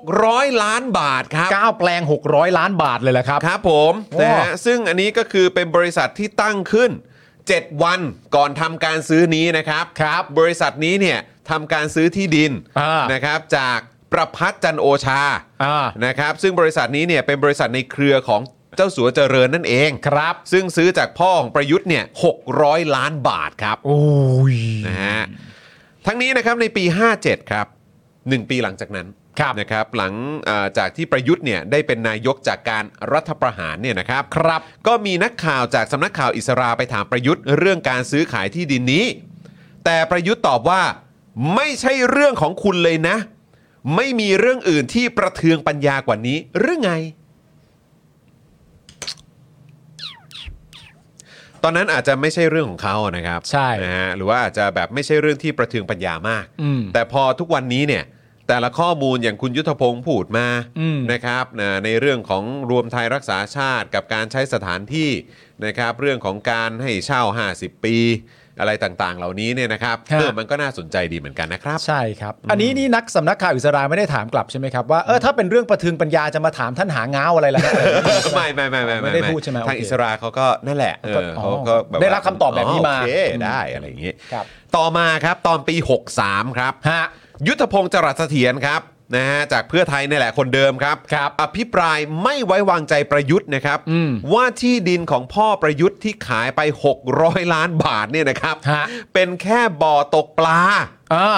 600 ล้านบาทครับ เก้าแปลง 600 ล้านบาทเลยแหละครับ ครับผม โอ้ นะฮะซึ่งอันนี้ก็คือเป็นบริษัทที่ตั้งขึ้น 7 วันก่อนทำการซื้อนี้นะครับ ครับ บริษัทนี้เนี่ยทำการซื้อที่ดิน อ่าน นะครับจากประพัฒน์จันทร์โอชา อ่า นะครับซึ่งบริษัทนี้เนี่ยเป็นบริษัทในเครือของเจ้าสัวเจริญนั่นเอง ครับ ซึ่งซื้อจากพ่อของประยุทธ์เนี่ย600 ล้านบาทครับ โอ้ย นะฮะทั้งนี้นะครับในปี 57 ครับ 1 ปีหลังจากนั้น ครับ นะครับหลังเอ่อจากที่ประยุทธ์เนี่ยได้เป็นนายกจากการรัฐประหารเนี่ยนะครับ ครับ ก็มีนักข่าวจากสำนักข่าวอิสราไปถามประยุทธ์เรื่องการซื้อขายที่ดินนี้ แต่ประยุทธ์ตอบว่าไม่ใช่เรื่องของคุณเลยนะ ไม่มีเรื่องอื่นที่ประเทืองปัญญากว่านี้หรือไง ตอนนั้นอาจจะไม่ใช่เรื่องของเขานะครับ ใช่ นะฮะหรือว่าอาจจะแบบไม่ใช่เรื่องที่ประเทืองปัญญามาก อืม แต่พอทุกวันนี้เนี่ยแต่ละข้อมูลอย่างคุณยุทธพงศ์พูดมา อืม นะครับนะในเรื่องของรวมไทยรักษาชาติกับการใช้สถานที่นะครับเรื่องของการให้เช่า 50 ปี อะไรต่างๆ เหล่านี้เนี่ยนะครับ ฮะ เออมันก็น่าสนใจดีเหมือนกันนะครับ ใช่ครับ อันนี้นี่นักสำนักข่าวอิสราไม่ได้ถามกลับใช่ไหมครับว่าเออถ้าเป็นเรื่องประเทืองปัญญาจะมาถามท่านหาง้าวอะไรล่ะฮะ ไม่ไม่ไม่ไม่ ไม่ได้พูดใช่ไหมโอเค ทางอิสราเขาก็นั่นแหละเออ อ๋อ เขาก็แบบว่า ได้รับคำตอบแบบนี้มา โอเคได้อะไรอย่างงี้ ครับ ต่อมาครับตอนปี 63 ครับ ฮะ ยุทธพงศ์จรัสเสถียรครับนะฮะจากเพื่อไทยนี่แหละคนเดิมครับ ครับ อภิปรายไม่ไว้วางใจประยุทธ์นะครับ อืม ว่าที่ดินของพ่อประยุทธ์ที่ขายไป 600 ล้านบาทเนี่ยนะครับ ฮะ เป็นแค่บ่อตกปลา อ่า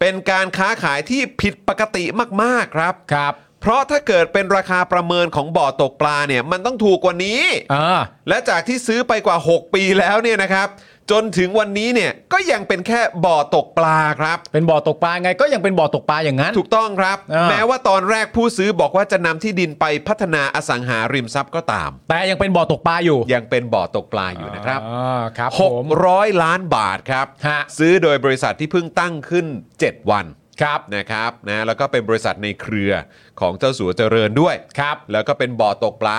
เป็นการค้าขายที่ผิดปกติมากๆครับ ครับ เพราะถ้าเกิดเป็นราคาประเมินของบ่อตกปลาเนี่ยมันต้องถูกกว่านี้ อ่า และจากที่ซื้อไปกว่า 6 ปีแล้วเนี่ยนะครับ จนถึงวันนี้เนี่ยก็ยังเป็นแค่บ่อตกปลาครับ เป็นบ่อตกปลาไงก็ยังเป็นบ่อตกปลาอย่างนั้น ถูกต้องครับ อ่า แม้ว่าตอนแรกผู้ซื้อบอกว่าจะนำที่ดินไปพัฒนาอสังหาริมทรัพย์ก็ตาม แต่ยังเป็นบ่อตกปลาอยู่ ยังเป็นบ่อตกปลาอยู่นะครับ อ่าครับผม 600 ล้านบาทครับ ฮะ ซื้อโดยบริษัทที่เพิ่งตั้งขึ้น 7 วัน ครับ นะครับนะแล้วก็เป็นบริษัทในเครือของเจ้าสัวเจริญด้วย ครับ แล้วก็เป็นบ่อตกปลา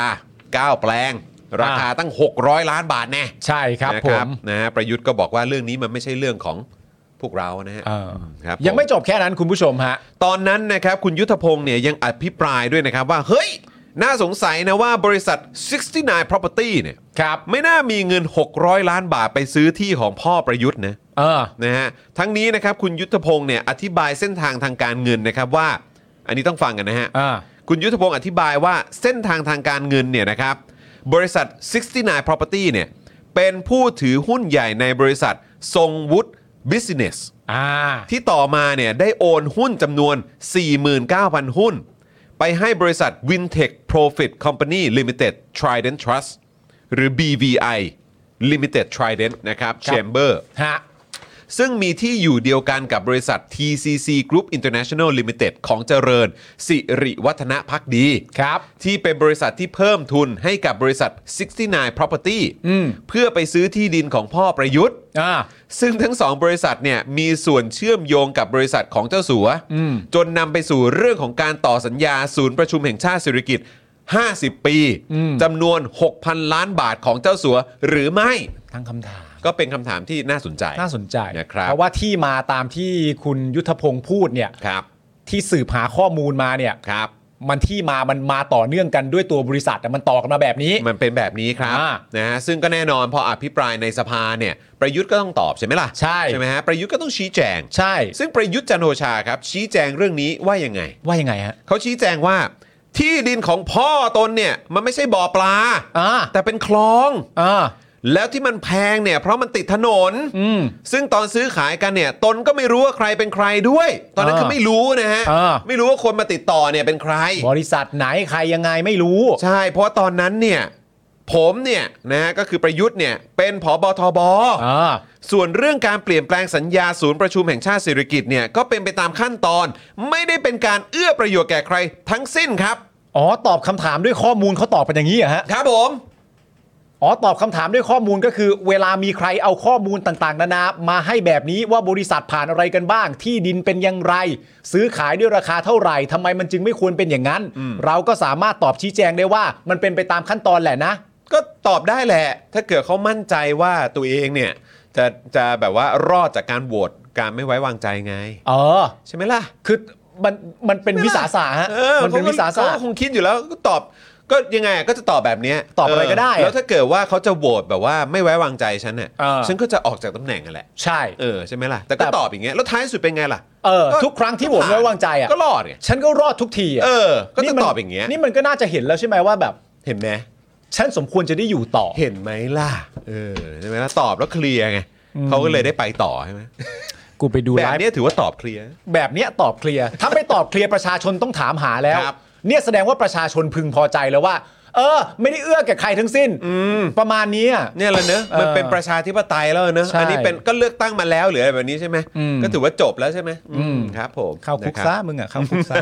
9 แปลง ราคาตั้ง 600 ล้านบาทแน่ ใช่ครับ นะ ผม นะฮะประยุทธ์ก็บอกว่าเรื่องนี้มันไม่ใช่เรื่องของพวกเรานะฮะ เออ ครับผ ยังไม่จบแค่นั้นคุณผู้ชมฮะ ตอนนั้นนะครับคุณยุทธพงศ์เนี่ยยังอภิปรายด้วยนะครับว่าเฮ้ย น่าสงสัยนะว่าบริษัท 69 property เนี่ย ครับ ไม่น่ามีเงิน 600 ล้านบาทไปซื้อที่ของพ่อประยุทธ์นะ เออ นะฮะทั้งนี้นะครับคุณยุทธพงศ์เนี่ยอธิบายเส้นทางทางการเงินนะครับว่า อันนี้ต้องฟังกันนะฮะ อ่า คุณยุทธพงศ์อธิบายว่าเส้นทางทางการเงินเนี่ยนะครับบริษัท 69 property เนี่ยเป็นผู้ถือหุ้นใหญ่ในบริษัททรงวุฒิ business อ่า ที่ต่อมาเนี่ยได้โอนหุ้นจำนวน 49,000 หุ้น ไปให้บริษัท Wintech Profit Company Limited Trident Trust หรือ BVI Limited Trident นะครับ ครับ Chamber ฮะ ซึ่งมีที่อยู่เดียวกันกับบริษัท TCC Group International Limited ของเจริญ สิริวัฒนพักดี ครับ ที่เป็นบริษัทที่เพิ่มทุนให้กับบริษัท 69 Property เพื่อไปซื้อที่ดินของพ่อประยุทธ์ อ่า ซึ่งทั้งสองบริษัทเนี่ยมีส่วนเชื่อมโยงกับบริษัทของเจ้าสัว จนนำไปสู่เรื่องของการต่อสัญญาศูนย์ประชุมแห่งชาติสิริกิติ์50 ปีจำนวน 6,000 ล้านบาทของเจ้าสัวหรือไม่ ทั้งคำถาม ก็เป็นคำถามที่น่าสนใจ น่าสนใจ นะครับ เพราะว่าที่มาตามที่คุณยุทธพงศ์พูดเนี่ย ครับ ที่สืบหาข้อมูลมาเนี่ย ครับ มันที่มามันมาต่อเนื่องกันด้วยตัวบริษัทแต่มันต่อกันมาแบบนี้ มันเป็นแบบนี้ครับ อ่า นะฮะซึ่งก็แน่นอนพออภิปรายในสภาเนี่ยประยุทธ์ก็ต้องตอบใช่ไหมล่ะ ใช่ ใช่ไหมฮะประยุทธ์ก็ต้องชี้แจง ใช่ ซึ่งประยุทธ์จันทร์โอชาครับชี้แจงเรื่องนี้ว่ายังไง ว่ายังไงฮะ เขาชี้แจงว่า ที่ดินของพ่อตนเนี่ย มันไม่ใช่บ่อปลา อ่า แต่เป็นคลอง อ่า แล้วที่มันแพงเนี่ย เพราะมันติดถนน อืม ซึ่งตอนซื้อขายกันเนี่ย ตนก็ไม่รู้ว่าใครเป็นใครด้วย ตอนนั้น อ่า คือไม่รู้นะฮะ อ่า ไม่รู้ว่าคนมาติดต่อเนี่ยเป็นใคร บริษัทไหนใครยังไงไม่รู้ ใช่ เพราะว่าตอนนั้นเนี่ย ผมเนี่ยนะฮะก็คือประยุทธ์เนี่ยเป็นผอบทบ อ่า ส่วนเรื่องการเปลี่ยนแปลงสัญญาศูนย์ประชุมแห่งชาติสิริกิติ์เนี่ยก็เป็นไปตามขั้นตอน ไม่ได้เป็นการเอื้อประโยชน์แก่ใคร ทั้งสิ้นครับ อ๋อ ตอบคำถามด้วยข้อมูลเขาตอบเป็นอย่างนี้เหรอฮะ ครับผม อ๋อ ตอบคำถามด้วยข้อมูลก็คือ เวลามีใครเอาข้อมูลต่างๆ นานามาให้แบบนี้ว่าบริษัทผ่านอะไรกันบ้าง ที่ดินเป็นอย่างไร ซื้อขายด้วยราคาเท่าไหร่ทำไมมันจึงไม่ควรเป็นอย่างนั้น เราก็สามารถตอบชี้แจงได้ว่า มันเป็นไปตามขั้นตอนแหละนะ ก็ตอบได้แหละ ถ้าเกิดเขามั่นใจว่าตัวเองเนี่ยจะจะแบบว่ารอดจากการโหวตการไม่ไว้วางใจไง เออ ใช่ไหมล่ะ คือมันมันเป็นวิสาสะฮะ เออ มันเป็นวิสา เข สะ ก็คงคิดอยู่แล้วก็ตอบก็ยังไงก็จะตอบแบบเนี้ย ตอบอะไรก็ได้อะ แล้วถ้าเกิดว่าเขาจะโหวตแบบว่าไม่ไว้วางใจฉันเนี่ย เออ ฉันก็จะออกจากตำแหน่งกันแหละ ใช่ เออใช่ไหมล่ะแต่ก็ แต่ ตอบอย่างเงี้ยแล้วท้ายสุดเป็นไงล่ะ เออ ทุกครั้งที่โหวตไม่ไว้วางใจอ่ะ ก็รอดไง ฉันก็รอดทุกทีอ่ะ เออ ก็จะ นี่มัน ตอบอย่างเงี้ย นี่มันก็น่าจะเห็นแล้วใช่ไหมว่าแบบ เห็นไหม ฉันสมควรจะได้อยู่ต่อ เห็นไหมล่ะเออใช่ไหมล่ะตอบแล้วเคลียร์ไงเขาก็เลยได้ไปต่อใช่ไหม กูไปดู แบ ไล บ ฟ์ เนี้ยถือว่าตอบเคลียร์ แบบเนี้ยตอบเคลียร์ ถ้าไม่ตอบเคลียร์ประชาชนต้องถามหาแล้ว ครับ เนี่ยแสดงว่าประชาชนพึงพอใจแล้วว่า เออ ไม่ได้เอื้อแก่ใครทั้งสิ้นประมาณนี้อะ เนี่ยแหละเนอะ เออ มันเป็นประชาธิปไตยแล้วเนอะ ใช่ อันนี้เป็นก็เลือกตั้งมาแล้วหรืออะไรแบบนี้ใช่ไหม อืม ก็ถือว่าจบแล้วใช่ไหมอืม ม ครับผม เข้าคุก นะ ซะ รับ มึงอ่ะเข้าคุกซะ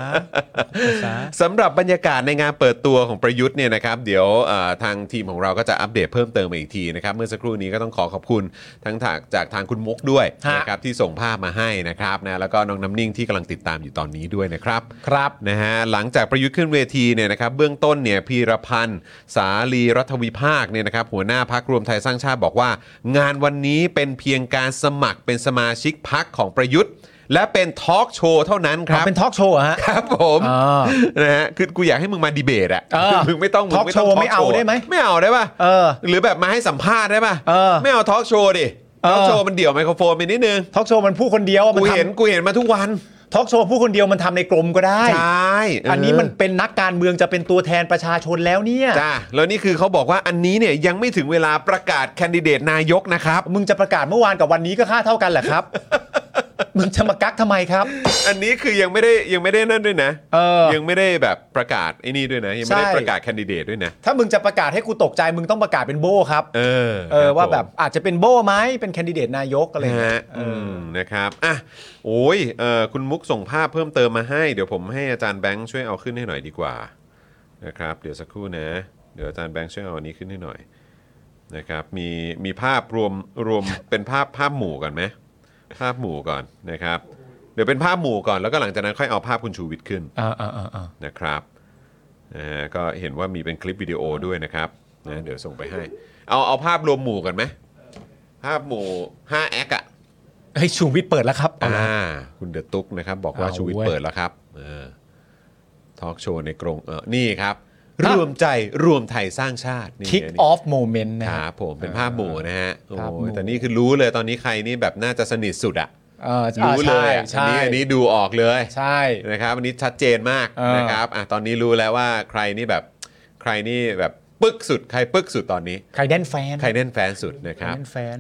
สำหรับบรรยากาศในงานเปิดตัวของประยุทธ์เนี่ยนะครับ เดี๋ยวเอ่อทางทีมของเราก็จะอัปเดตเพิ่มเติมมาอีกทีนะครับ เมื่อสักครู่นี้ก็ต้องขอขอบคุณทั้งจากจากทางคุณมุกด้วย ฮะ นะครับที่ส่งภาพมาให้นะครับนะแล้วก็น้องน้ำนิ่งที่กำลังติดตามอยู่ตอนนี้ด้วยนะครับ ครับ นะฮะหลังจากประยุทธ์ขึ้นเวทีเนี่ยนะครับเบื้องต้นเนี่ยพีรพันธ์ สาลีรัฐวิภาคเนี่ยนะครับหัวหน้าพักรวมไทยสร้างชาติบอกว่า งานวันนี้เป็นเพียงการสมัครเป็นสมาชิกพักของประยุทธ์ และเป็นทอล์กโชว์เท่านั้นครับ เป็นทอล์กโชว์อะฮะ ครับผม อ่า นะฮะคือกูอยากให้มึงมาดีเบตอะ เออ มึงไม่ต้องมึงไม่ต้อ talk show ง talk ไม่เอา show ได้ไหม ไม่เอาได้ป่ะ เออ หรือแบบมาให้สัมภาษณ์ได้ป่ะ เออ ไม่เอาทอล์กโชว์ดิ เออ ทอล์กโชว์มันเดี่ยวไมโครโฟนไปนิดนึง ทอล์กโชว์มันพูดคนเดียวอะมั กู น เห็น ทำ กูเห็นมาทุกวัน ทอล์กโชว์พูดคนเดียวมันทำในกรมก็ได้ ใช่เ อันนี้มันเป็นนักการเมืองจะเป็นตัวแทนประชาชนแล้วเนี่ย จ้าแล้วนี่คือเขาบอกว่าอันนี้เนี่ยยังไม่ถึงเวลาประกาศแคนดิเดตนายกนะครับ มึงจะประกาศเมื่อวานกับวันนี้ก็ค่าเท่ากันแหละครับ มึงจะมากักทำไมครับ อันนี้คือยังไม่ได้ยังไม่ได้นั่นด้วยนะ เออ ยังไม่ได้แบบประกาศไอ้นี่ด้วยนะ ยังไม่ได้ ใช่ ประกาศแคนดิเดตด้วยนะ ถ้ามึงจะประกาศให้กูตกใจ มึงต้องประกาศเป็นโบ้ครับ เออ เออ ครั ว่าแบบ ผม อาจจะเป็นโบ้ไหมเป็นแคนดิเดตนายกอะไร นะ เงี้ ฮะ ยเอ อื อ มนะครับอ่ะโอ้ยเออคุณมุกส่งภาพเพิ่มเติมมาให้ เดี๋ยวผมให้อาจารย์แบงค์ช่วยเอาขึ้นให้หน่อยดีกว่านะครับเดี๋ยวสักครู่นะ เดี๋ยวอาจารย์แบงค์ช่วยเอาอันนี้ขึ้นให้หน่อยนะครับมีมีภาพรวมรวมเป็นภาพภาพหมู่ก่อนไหม ภาพหมู่ก่อนนะครับ เดี๋ยวเป็นภาพหมู่ก่อนแล้วก็หลังจากนั้นค่อยเอาภาพคุณชูวิทย์ขึ้น อ่าอ่าอ่าอ่า นะครับนะฮะก็เห็นว่ามีเป็นคลิปวิดีโอด้วยนะครับนะเดี๋ยวส่งไปให้ เอาเอาภาพรวมหมู่ก่อนไหมภาพหมู่5แอคอะ เฮ้ยชูวิทย์เปิดแล้วครับเอาละ อ่าคุณเดอะตุ๊กนะครับ บอกว่า เอา ชูวิทย์ เว้ย เปิดแล้วครับเออทอล์กโชว์ในกรงเออนี่ครับ ฮะ รวมใจรวมไทยสร้างชาตินี่ kick off moment นะ ครับผมเป็นภาพหมู่นะฮะโอ้ ภาพหมู่ ยแต่นี่คือรู้เลยตอนนี้ใครนี่แบบน่าจะสนิทสุดอะ เอออ่า รู้เลยอะอัน ใช่ นี้อันนี้ดูออกเลย ใช่ นะครับวันนี้ชัดเจนมาก เออ นะครับอ่ะตอนนี้รู้แล้วว่าใครนี่แบบใครนี่แบบปึกสุดใครปึกสุดตอนนี้ ใครแดนแฟน ใครแน่นแฟนสุดนะครับ แดนแฟน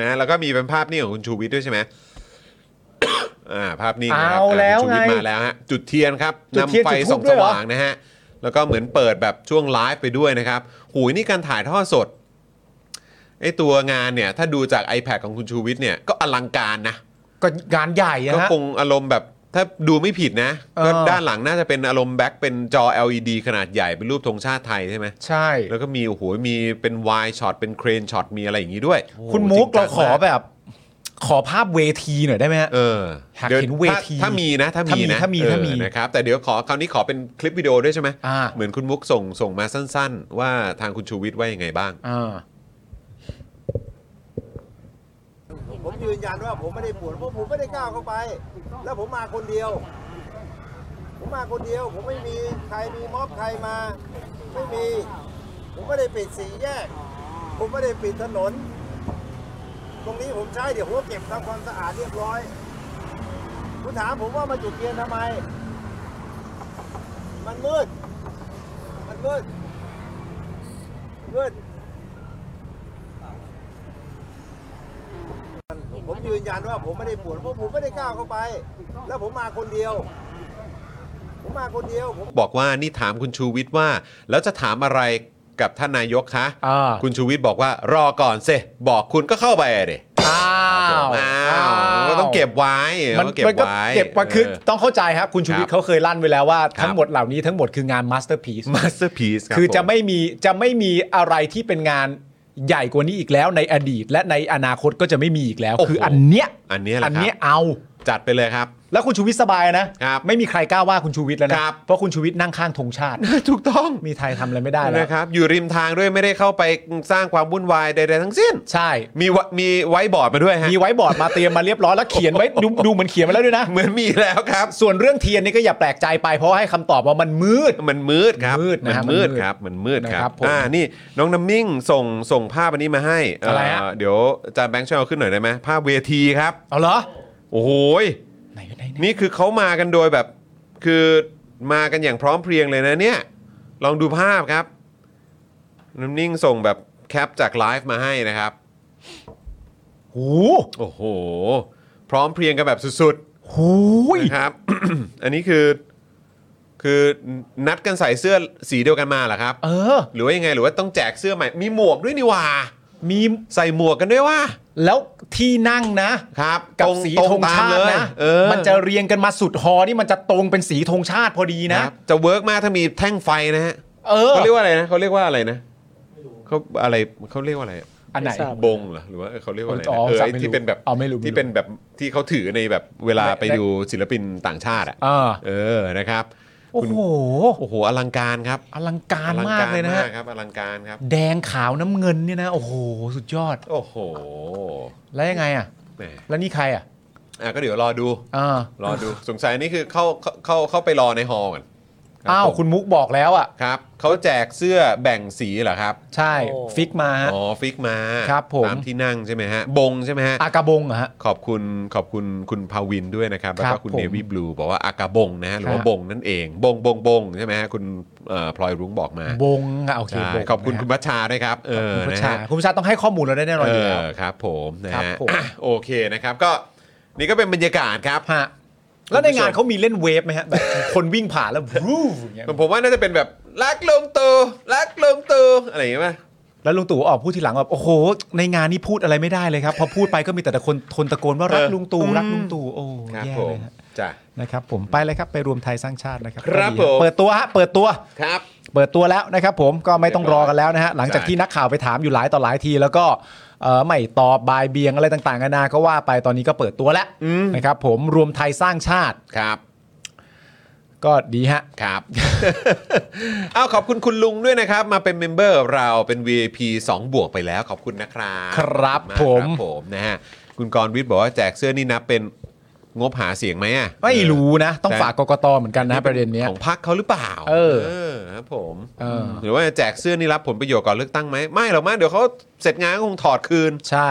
นะแล้วก็มีเป็นภาพนี่งของคุณชูวิทย์ด้วยใช่ไหม อ่าภาพนี้นะครับ เอาแล้ว คุณชูวิทย์ ไง มาแล้วฮะจุดเทียนครับ จุดเทียน นำไฟ จุดธูป ส่อง ด้ ส วยเหรอ ว่างนะฮะแล้วก็เหมือนเปิดแบบช่วงไลฟ์ไปด้วยนะครับหูยนี่การถ่ายทอดสดไอ ไอ้ตัวงานเนี่ยถ้าดูจาก iPad ของคุณชูวิทย์เนี่ยก็อลังการนะ ก็งานใหญ่อะ ก็ ฮะ คงอารมณ์แบบถ้าดูไม่ผิดนะ เออ ก็ด้านหลังน่าจะเป็นอารมณ์แบ็คเป็นจอ LED ขนาดใหญ่เป็นรูปธงชาติไทยใช่ไหม ใช่ แล้วก็มีโอ้โหมีเป็นวายช็อตเป็นเครนช็อตมีอะไรอย่างนี้ด้วย คุณ โอ้โห มุก จ เรา งจัง ขอแบบ ขอภาพเวทีหน่อยได้ไหมฮะ เออ อยาก ดี๋ย เห็นเวที ถ้าถ้ามีนะถ้ามีนะ ถ้ามีถ้ามีถ้าเออมี นะครับแต่เดี๋ยวขอคราวนี้ขอเป็นคลิปวิดีโอด้วยใช่ไหม อ่า เหมือนคุณมุกส่งส่งมาสั้น ๆ ว่าทางคุณชูวิทย์ว่ายังไงบ้าง อ่า ผมยืนยันว่าผมไม่ได้ปวดเพราะผมไม่ได้ก้าวเข้าไป แล้วผมมาคนเดียว ผมมาคนเดียว ผมไม่มีใครมีม็อบใครมา ไม่มี ผมไม่ได้ปิดสี่แยก ผมไม่ได้ปิดถนน ตรงนี้ผมใช้เดี๋ยวผมก็เก็บทำความสะอาดเรียบร้อยคุณถามผมว่ามาจุดเทียนทำไม มันมืด มันมืดมืด ผมยืนยันว่าผมไม่ได้ปวดเพราะผมไม่ได้ก้าวเข้าไป แล้วผมมาคนเดียว ผมมาคนเดียวผม บอกว่านี่ถามคุณชูวิทย์ว่า แล้วจะถามอะไรกับท่านนายกคะ อ่า คุณชูวิทย์บอกว่ารอก่อนเซบอกคุณก็เข้าไปอะดิ อ้าว อ้าวมันก็ต้องเก็บไว้ มัน ก็เก็บ มันก็ ไว้ เก็บไว้คือ เ ต้องเข้าใจครับ คุณชูวิท ครั ย์เขาบเคยลั่นไว้แล้วว่า ครับ ทั้งหมดเหล่านี้ทั้งหมดคืองานมาสเตอร์พีซ มาสเตอร์พีซครับ คือจะ ผม ไม่มีจะไม่มีอะไรที่เป็นงานใหญ่กว่านี้อีกแล้วในอดีต และในอนาคตก็จะไม่มีอีกแล้ว โอ้โห คืออันเนี้ย อันเนี้ยแหละครับ อันเนี้ยเอา จัดไปเลยครับ แล้วคุณชูวิทย์สบายนะครับไม่มีใครกล้าว่าคุณชูวิทย์แล้วนะครับ เพราะคุณชูวิทย์นั่งข้างธง ชาติ ถูกต้อง มีไทยทำอะไรไม่ได้แล้ว นะครับ อยู่ริมทางด้วยไม่ได้เข้าไปสร้างความวุ่นวายใดๆทั้งสิ้น ใช่ มีวะมีไว้บอร์ดมาด้วยฮะ มีไว้บอร์ดมาเตรียมมาเรียบร้อยแล้วเขียนไว้ดูดูเหมือนเขียนมาแล้วด้วยนะ เหมือนมีแล้วครับ ส่วนเรื่องเทียนนี่ก็อย่าแปลกใจไปเพราะให้คำตอบว่ามันมืด มันมืดครับ มืดนะฮะ มืมัดนมืด ครับมันมืดครั นะครับ บผม อ่านี่น้องน้ำนิ่งส่งส่งภาพอันนี้มาให้เ อะไรฮะ เดี๋ยวอาจานแบงค์ช่วยเอาขึ้นหน่อยได้ไหมภาพเวทีครับ เอาเหรอ โอ้โหย ไหนไหนไหน นี่คือเขามากันโดยแบบ คือมากันอย่างพร้อมเพรียงเลยนะเนี่ย ลองดูภาพครับ น้ำนิ่งส่งแบบแคปจากไลฟ์มาให้นะครับ หู โอ้โห พร้อมเพรียงกันแบบสุด หู ๆ ย นะครับ อันนี้คือ คือนัดกันใส่เสื้อสีเดียวกันมาเหรอครับ เออ หรือว่ายังไงหรือว่าต้องแจกเสื้อใหม่ มีหมวกด้วยนี่หว่า มี ใส่หมวกกันด้วยว่า แล้วที่นั่งนะ ครับ กับ ตรง สี ตร ธง ตม ชา เล ติ ย นะ เออ มันจะเรียงกันมาสุดฮอนี่มันจะตรงเป็นสีธงชาติพอดี ค นะ รับจะเวิร์กมากถ้ามีแท่งไฟนะฮะ เออ เขาเรียกว่าอะไรนะเขาเรียกว่าอะไรนะเขาอะไรเขาเรียกว่าอะไร อันไหน บงเหรอหรือว่าเขาเรียกว่าอะไรนะ อ๋อ เออไอ้ ไม่รู้ ที่เป็นแบบ อ๋อไม่รู้ไม่รู้ ที่เป็นแบบที่เขาถือในแบบเวลาไป ในใน ดูศิลปินต่างชาติอ่ะ เออ เออนะครับ โอ้ คุณ โห โอ้โหอลังการครับ อลังการ อลัง มากเลยนะฮะ มครับอลังการครับ แดงขาวน้ำเงินเนี่ยนะ โอ้โห สุดยอด โอ้โห แล้วยังไงอ่ะ แหม แล้วนี่ใครอ่ะ อ่ะก็เดี๋ยวรอดู เออ รอ ดู สงสัยนี่คือเข้าเข้าเข้าเข้าไปรอในฮอลล์ก่อนรับ อ้าว ผม คุณมุกบอกแล้วอ่ะ ครับเขาแจกเสื้อแบ่งสีเหรอครับ ใช่ ฟิกมาฮะ อ๋อฟิกมา ครับผม ตามที่นั่งใช่ไหมฮะ บงใช่ไหมฮะ อากาบงเหรอฮะ ขอบคุณขอบคุณคุณภาวินด้วยนะครับ แล้ว ครั ก็ บ คุณ ผม เนวีบลูบอกว่าอากาบงนะฮะหรือว่า ครับ บงนั่นเอง บงบงบงใช่ไหมฮะ คุณเอ่อพลอยรุ้งบอกมา บงอะโอเค ใช่ บง ขอบคุณ นะ คุณ ฮะ พัชชาด้วยครับ เออ คุณประ นะ ชา ฮะ คุณประชาต้องให้ข้อมูลเราได้แน่นอนอยู่แล้ว เครับผมนะครับ ฮะ ผม อ่ะ โอเคนะครับ ก็นี่ก็เป็นบรรยากาศครับ ฮะแล้วในงานเขามีเล่นเวฟไหมฮะแบบคนวิ่งผ่านแล้วรูฟอย่างเงี้ย ผมผมว่าน่าจะเป็นแบบรักลงตูรักลงตูอะไรอย่างเงี้ยป่ะ แล้วลุงตู่ออกพูดทีหลังแบบโอ้โห ในงานนี้พูดอะไรไม่ได้เลยครับ พอพูดไปก็มีแต่คนคนตะโกนว่ารัก เออ ลุงตู่รักลุงตู่โอ้ ครับ แย่ ผ เลยมฮะ จ้ะ นะครับผมไปเลยครับไปรวมไทยสร้างชาตินะครับ ครับ ก็ดีฮะ ผม เปิดตัวฮะเปิดตัว ครับ เปิดตัวแล้วนะครับผมก็ไม่ต้องรอกันแล้วนะฮะหลังจากที่นักข่าวไปถามอยู่หลายต่อหลายที แล้วก็เอ่อไม่ตอบบายเบียงอะไรต่างๆกันานาก็ว่าไปตอนนี้ก็เปิดตัวแล้ว อืม นะครับผมรวมไทยสร้างชาติ ครับ ก็ดีฮะ ครับ เอาขอบคุณคุณลุงด้วยนะครับ มาเป็นเมมเบอร์เราเป็น VIP 2 บวกไปแล้วขอบคุณนะครับ ครับ ขอณาก ผม ครับผมนะฮะคุณกรณ์วิทย์บอกว่าแจกเสื้อนี่นับเป็นงบหาเสียงไหมอ่ะ ไม่รู้นะ ต้องฝากกกตเหมือนกันนะ นี่ ฮะประเด็นเนี้ย ของพรรคเขาหรือเปล่า เออ ครับผม เออ หรือว่าแจกเสื้อนี่รับผลประโยชน์ก่อนเลือกตั้งไหมไม่หรอกมั้งเดี๋ยวเขาเสร็จงานก็คงถอดคืน ใช่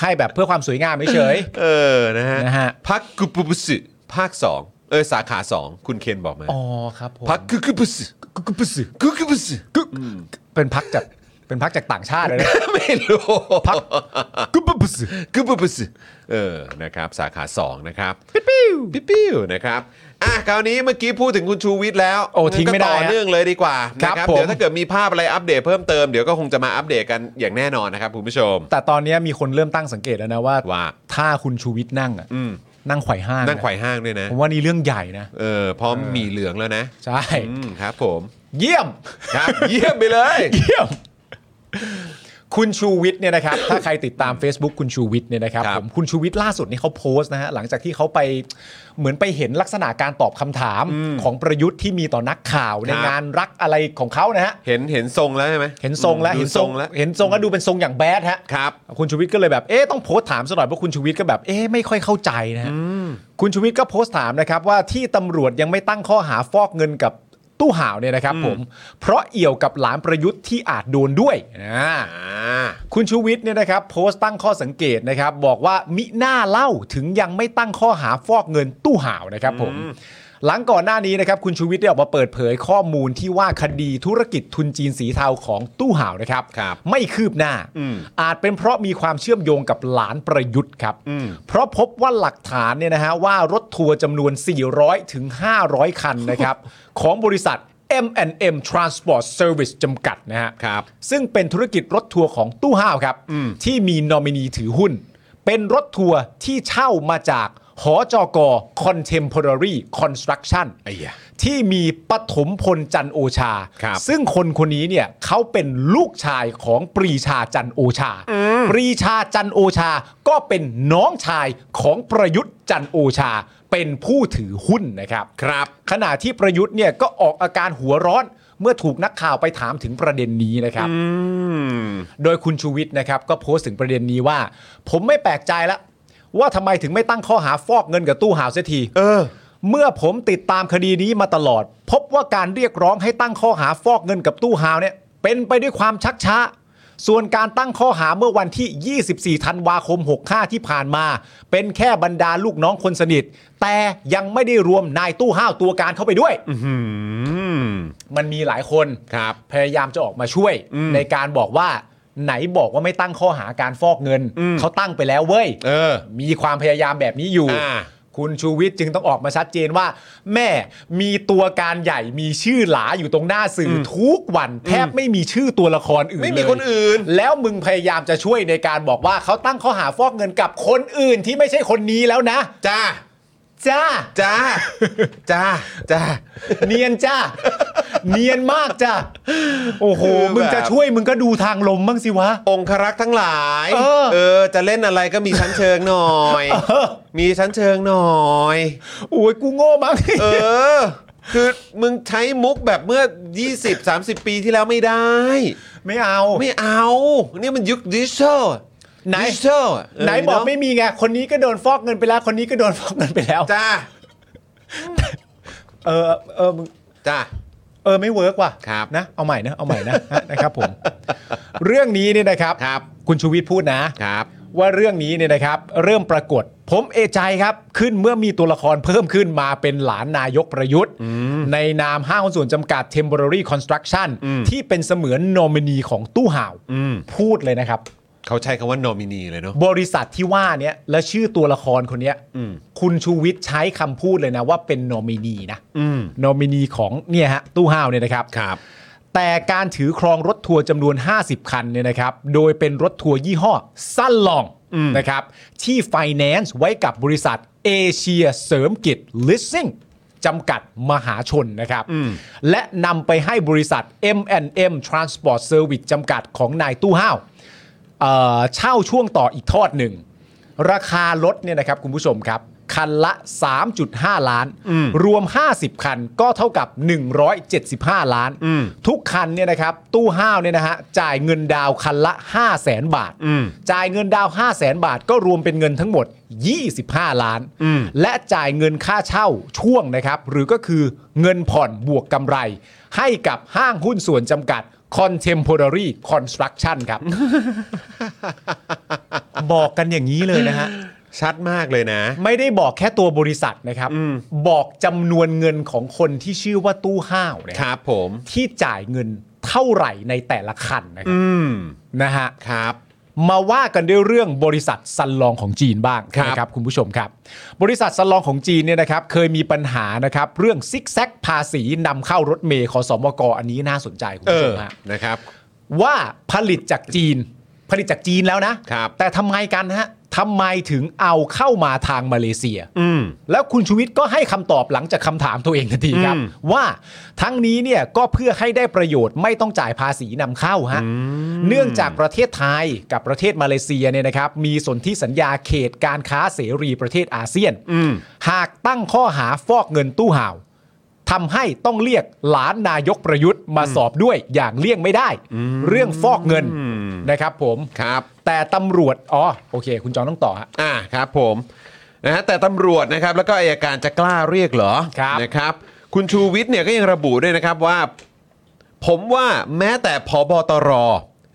ให้แบบเพื่อความสวยงามเฉย เออ นะฮะ นะฮะ พักกุปุปสึภาค 2 เออ สาขา 2 คุณเคนบอกมา ๆอ๋อครับผม พักกุกุปุสึกุกุปุสึกุกุปุสึ เป็นพักจาก เป็นพักจากต่างชาติเลยนะ ไม่รู้ พัก กึบปุ๊บซึกึบปุ๊บซึเออนะครับ สาขา 2 นะครับ ปิ๊บปิ้วปิ๊บปิ้วนะครับอ่ะคราวนี้เมื่อกี้พูดถึงคุณชูวิทย์แล้ว โอ้ทิ้งไม่ได้ ก็ต่อ ฮะ เนื่องเลยดีกว่า ครับ นะครับ ผม เดี๋ยวถ้าเกิดมีภาพอะไรอัปเดตเพิ่มเติมเดี๋ยวก็คงจะมาอัปเดตกันอย่างแน่นอนนะครับคุณผู้ชม แต่ตอนเนี้ยมีคนเริ่มตั้งสังเกตแล้วนะว่า ว่า ถ้าคุณชูวิทย์นั่งอ่ะ อืม นั่งไขว่ห้างะ นั่งไขว่ห้างด้วยนะ ผมว่านี่เรื่องใหญ่นะ เออพร้อมหมีเหลืองแล้วนะ ใช่ อืมครับ ผม เยี่ยม ครับ เยี่ยมไปเลย เยี่ยม คุณชูวิทย์เนี่ยนะครับ ถ้าใครติดตาม Facebook คุณชูวิทย์เนี่ยนะครับ ครับ ผมคุณชูวิทย์ล่าสุดนี่เขาโพสต์นะฮะหลังจากที่เขาไปเหมือนไปเห็นลักษณะการตอบคำถามของประยุทธ์ที่มีต่อนักข่าวในงานรักอะไรของเขานะฮะ เห็นเห็นทรงแล้วใช่ไหม เห็นทรงแล้ว ดู เห็นทรง แล้ว เห็นทรงแล้วดูเป็นทรงอย่างแบดฮะ ครับ คุณชูวิทย์ก็เลยแบบ เอ๊ะ ต้องโพสต์ถามซะหน่อยเพราะคุณชูวิทย์ก็แบบ เอ๊ะ ไม่ค่อยเข้าใจนะฮะคุณชูวิทย์ก็โพสต์ถามนะครับว่าที่ตำรวจยังไม่ตั้งข้อหาฟอกเงินกับตู้ห่าวเนี่ยนะครับผม เพราะเอี่ยวกับหลานประยุทธ์ที่อาจโดนด้วยอ่า อ่า คุณชูวิทย์เนี่ยนะครับโพสต์ตั้งข้อสังเกตนะครับบอกว่ามิหน้าเล่าถึงยังไม่ตั้งข้อหาฟอกเงินตู้ห่าวนะครับผม หลังก่อนหน้านี้นะครับคุณชูวิทย์ได้ออกมาเปิดเผยข้อมูลที่ว่าคดีธุรกิจทุนจีนสีเทาของตู้ห่าวนะครับ ครับ ไม่คืบหน้า อืม อาจเป็นเพราะมีความเชื่อมโยงกับหลานประยุทธ์ครับ อืม เพราะพบว่าหลักฐานเนี่ยนะฮะว่ารถทัวร์จำนวน 400 ถึง 500 คันนะครับ ของบริษัท M&M Transport Service จำกัดนะฮะ ครับ ซึ่งเป็นธุรกิจรถทัวร์ของตู้ห้าวครับ ที่มีนอมินีถือหุ้น เป็นรถทัวร์ที่เช่ามาจากหอจก Contemporary Construction ไอ้ยะ ที่มีปฐมพลจันทร์โอชา ครับ ซึ่งคนคนนี้เนี่ยเขาเป็นลูกชายของปรีชาจันทร์โอชา ปรีชาจันทร์โอชาก็เป็นน้องชายของประยุทธ์จันทร์โอชา เป็นผู้ถือหุ้นนะครับ ครับ ขณะที่ประยุทธ์เนี่ยก็ออกอาการหัวร้อนเมื่อถูกนักข่าวไปถามถึงประเด็นนี้นะครับ อืม โดยคุณชูวิทย์นะครับก็โพสต์ถึงประเด็นนี้ว่า ผมไม่แปลกใจละว่าทำไมถึงไม่ตั้งข้อหาฟอกเงินกับตู้ห่าวเสียที เออ เมื่อผมติดตามคดีนี้มาตลอด พบว่าการเรียกร้องให้ตั้งข้อหาฟอกเงินกับตู้ฮาวเนี่ยเป็นไปด้วยความชักช้า ส่วนการตั้งข้อหาเมื่อวันที่ 24 ธันวาคม 65 ที่ผ่านมา เป็นแค่บรรดาลูกน้องคนสนิท แต่ยังไม่ได้รวมนายตู้ห้าวตัวการเข้าไปด้วย อืม มันมีหลายคน ครับ พยายามจะออกมาช่วยในการบอกว่าไหนบอกว่าไม่ตั้งข้อหาการฟอกเงิน เขาตั้งไปแล้วเว้ย เออ มีความพยายามแบบนี้อยู่ อ่า คุณชูวิทย์จึงต้องออกมาชัดเจนว่า แม่มีตัวการใหญ่มีชื่อหลาอยู่ตรงหน้าสื่ออทุกวัน แทบไม่มีชื่อตัวละครอื่น ไม่มี เลย คนอื่น แล้วมึงพยายามจะช่วยในการบอกว่าเขาตั้งข้อหาฟอกเงินกับคนอื่นที่ไม่ใช่คนนี้แล้วนะ จ้า จ้า จ้า จ้า จ้า เนียน จ้า เนียนมากจ้าโอ้โห คือแบบ มึงจะช่วยมึงก็ดูทางลมบ้างสิวะ องครักษ์ทั้งหลาย เออ เออ จะเล่นอะไรก็มีชั้นเชิงหน่อย มีชั้นเชิงหน่อย โอ้ยกูโง่มั้ง เออ คือมึงใช้มุกแบบเมื่อ 20-30 ปีที่แล้วไม่ได้ ไม่เอา ไม่เอา นี่มันยุคดิจิทัล ไหน ดิจิทัลเ ไหนบอกไม่มีไงคนนี้ก็โดนฟอกเงินไปแล้ว คนนี้ก็โดนฟอกเงินไปแล้ว จ้า เออเออมึง จ้า เออไม่เวิร์กว่ะ ครับ นะ เอาใหม่นะเอาใหม่นะ นะครับผม เรื่องนี้เนี่ยนะครับ ครับ คุณชูวิทย์พูดนะ ครับ ว่าเรื่องนี้เนี่ยนะครับ เริ่มปรากฏ ผมเอใจครับ ขึ้นเมื่อมีตัวละครเพิ่มขึ้นมาเป็นหลานนายกประยุทธ์ ในนามห้างหุ้นส่วนจำกัด Temporary Construction ที่เป็นเสมือนโนมินีของตู้ห่าว อืม พูดเลยนะครับ เขาใช้คำว่าโนมินีเลยเนาะ บริษัทที่ว่าเนี้ยและชื่อตัวละครคนเนี้ย อืม คุณชูวิทย์ใช้คำพูดเลยนะว่าเป็นโนมินีนะ อืม โนมินีของเนี่ยฮะตู้ห่าวเนี่ยนะครับ ครับ แต่การถือครองรถทัวร์จำนวน 50 คันเนี่ยนะครับ โดยเป็นรถทัวร์ยี่ห้อสั้นลองนะครับ ที่ไฟแนนซ์ไว้กับบริษัทเอเชียเสริมกิจลิสซิ่งจำกัดมหาชนนะครับ และนำไปให้บริษัท M&M Transport Service จำกัดของนายตู้ห้าวเอ่อเช่าช่วงต่ออีกทอดหนึ่ง ราคารถเนี่ยนะครับคุณผู้ชมครับ คันละ 3.5 ล้าน รวม 50 คันก็เท่ากับ 175 ล้าน ทุกคันเนี่ยนะครับ ตู้ห้าวเนี่ยนะฮะจ่ายเงินดาวน์คันละ 5 0 0แสนบาท จ่ายเงินดาวน์5 0แสนบาทก็รวมเป็นเงินทั้งหมด 25 ล้าน และจ่ายเงินค่าเช่าช่วงนะครับ หรือก็คือเงินผ่อนบวกกำไร ให้กับห้างหุ้นส่วนจำกัด Contemporary Construction ครับ บอกกันอย่างนี้เลยนะฮะ ชัดมากเลยนะ ไม่ได้บอกแค่ตัวบริษัทนะครับ บอกจำนวนเงินของคนที่ชื่อว่าตู้ห้าวเนย ครับผม ที่จ่ายเงินท เท่าไหร่ในแต่ละคันนะครับ อืม นะฮะ ครับ มาว่ากันด้วยเรื่องบริษัทซันลองของจีนบ้าง ครับ นะครับคุณผู้ชมครับ บริษัทซันลองของจีนเนี่ยนะครับเคยมีปัญหานะครับเรื่องซิกแซกภาษีนำเข้ารถเมย์ขอสมกอันนี้น่าสนใจคุณผู้ชมฮะ นะครับ ว่าผลิตจากจีน ผลิตจากจีนแล้วนะ ครับ แต่ทำไมกันฮะทำไมถึงเอาเข้ามาทางมาเลเซีย อืม แล้วคุณชูวิทย์ก็ให้คำตอบหลังจากคำถามตัวเองทันทีครับ อืม ว่าทั้งนี้เนี่ยก็เพื่อให้ได้ประโยชน์ไม่ต้องจ่ายภาษีนำเข้าฮะเนื่องจากประเทศไทยกับประเทศมาเลเซียเนี่ยนะครับ มีสนธิสัญญาเขตการค้าเสรีประเทศอาเซียน อืม หากตั้งข้อหาฟอกเงินตู้ห่าวทำให้ต้องเรียกหลานนายกประยุทธ์มาสอบด้วยอย่างเลี่ยงไม่ได้ เรื่องฟอกเงิน อืม นะครับ ผม ครับ แต่ตำรวจอ๋อโอเค คุณจอนต้องต่อฮะ อ่าครับผมนะฮะแต่ตำรวจนะครับแล้วก็อายการจะกล้าเรียกเหรอ ครับ นะครับคุณชูวิทย์เนี่ยก็ยังระบุด้วยนะครับว่า ผมว่าแม้แต่พบตร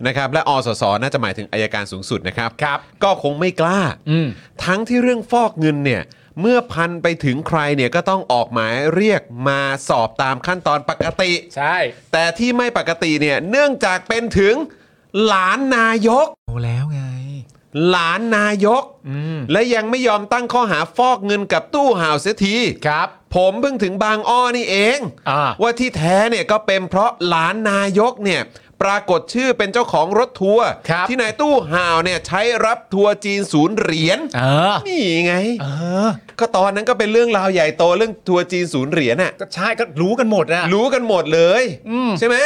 นะครับและอสสน่าจะหมายถึงอายการสูงสุดนะครับ ครับ ก็คงไม่กล้า อืม ทั้งที่เรื่องฟอกเงินเนี่ยเมื่อพันไปถึงใครเนี่ยก็ต้องออกหมายเรียกมาสอบตามขั้นตอนปกติ ใช่ แต่ที่ไม่ปกติเนี่ยเนื่องจากเป็นถึงหลานนายก โอแล้วไง หลานนายก อืม และยังไม่ยอมตั้งข้อหาฟอกเงินกับตู้ห่าวเสียที ครับ ผมเพิ่งถึงบางอ้อนี่เอง อ่า ว่าที่แท้เนี่ยก็เป็นเพราะหลานนายกเนี่ยปรากฏชื่อเป็นเจ้าของรถทัวร์ ครับ ที่นายตู้ห่าวเนี่ยใช้รับทัวร์จีนศูนย์เหรียญ เออ นี่ไง เออ ก็ตอนนั้นก็เป็นเรื่องราวใหญ่โตเรื่องทัวร์จีนศูนย์เหรียญน่ะ ก็ใช่ก็รู้กันหมดนะ รู้กันหมดเลย อืม ใช่ไหม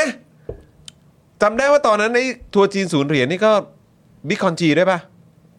จำได้ว่าตอนนั้นไอ้ทัวร์จีนศูนย์เหรียญนี่ก็บิ๊กคอนจีด้วยปะ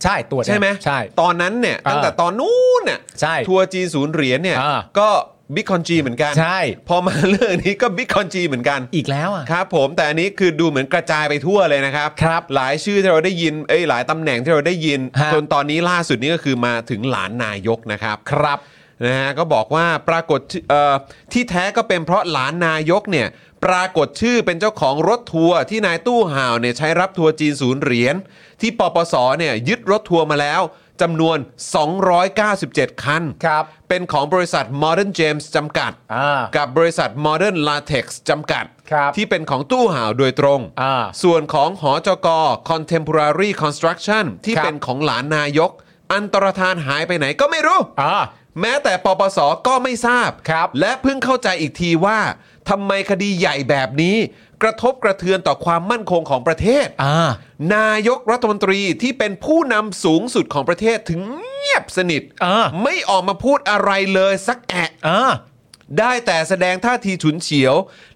ใช่ตัวจ ใช่ไหม ใช่ ตอนนั้นเนี่ย อ่า ตั้งแต่ตอนนู้นน่ะ ใช่ ทัวร์จีนศูนย์เหรียญเนี่ย อ่า ก็บิ๊กคอนจีเหมือนกัน ใช่ พอมาเรื่องนี้ก็บิ๊กคอนจีเหมือนกัน อีกแล้วอ่ะ ครับผมแต่อันนี้คือดูเหมือนกระจายไปทั่วเลยนะครับ ครับ หลายชื่อที่เราได้ยินเอ้ยหลายตำแหน่งที่เราได้ยิน ฮะ จนตอนนี้ล่าสุดนี้ก็คือมาถึงหลานนายกนะครับ ครับ นะฮะก็บอกว่าปรากฏชื่อเอ่อที่แท้ก็เป็นเพราะหลานนายกเนี่ยปรากฏชื่อเป็นเจ้าของรถทัวร์ที่นายตู้ห่าวเนี่ยใช้รับทัวร์จีนศูนย์เหรียญที่ปปสเนี่ยยึดรถทัวร์มาแล้วจำนวน 297 คัน ครับ เป็นของบริษัท Modern James จำกัด อ่า กับบริษัท Modern Latex จำกัด ครับ ที่เป็นของตู้ห่าวโดยตรง อ่า ส่วนของหอจก Contemporary Construction ที่ ครับ เป็นของหลานนายก อันตรธานหายไปไหนก็ไม่รู้ อ่า แม้แต่ปปสก็ไม่ทราบ ครับ และเพิ่งเข้าใจอีกทีว่าทำไมคดีใหญ่แบบนี้ กระทบกระเทือนต่อความมั่นคงของประเทศ อ่าน ายกรัฐมนตรีที่เป็นผู้นำสูงสุดของประเทศถึงเงียบสนิท อ่า ไม่ออกมาพูดอะไรเลยสักแอะ อ่า ได้แต่แสดงท่าทีฉุนเฉียว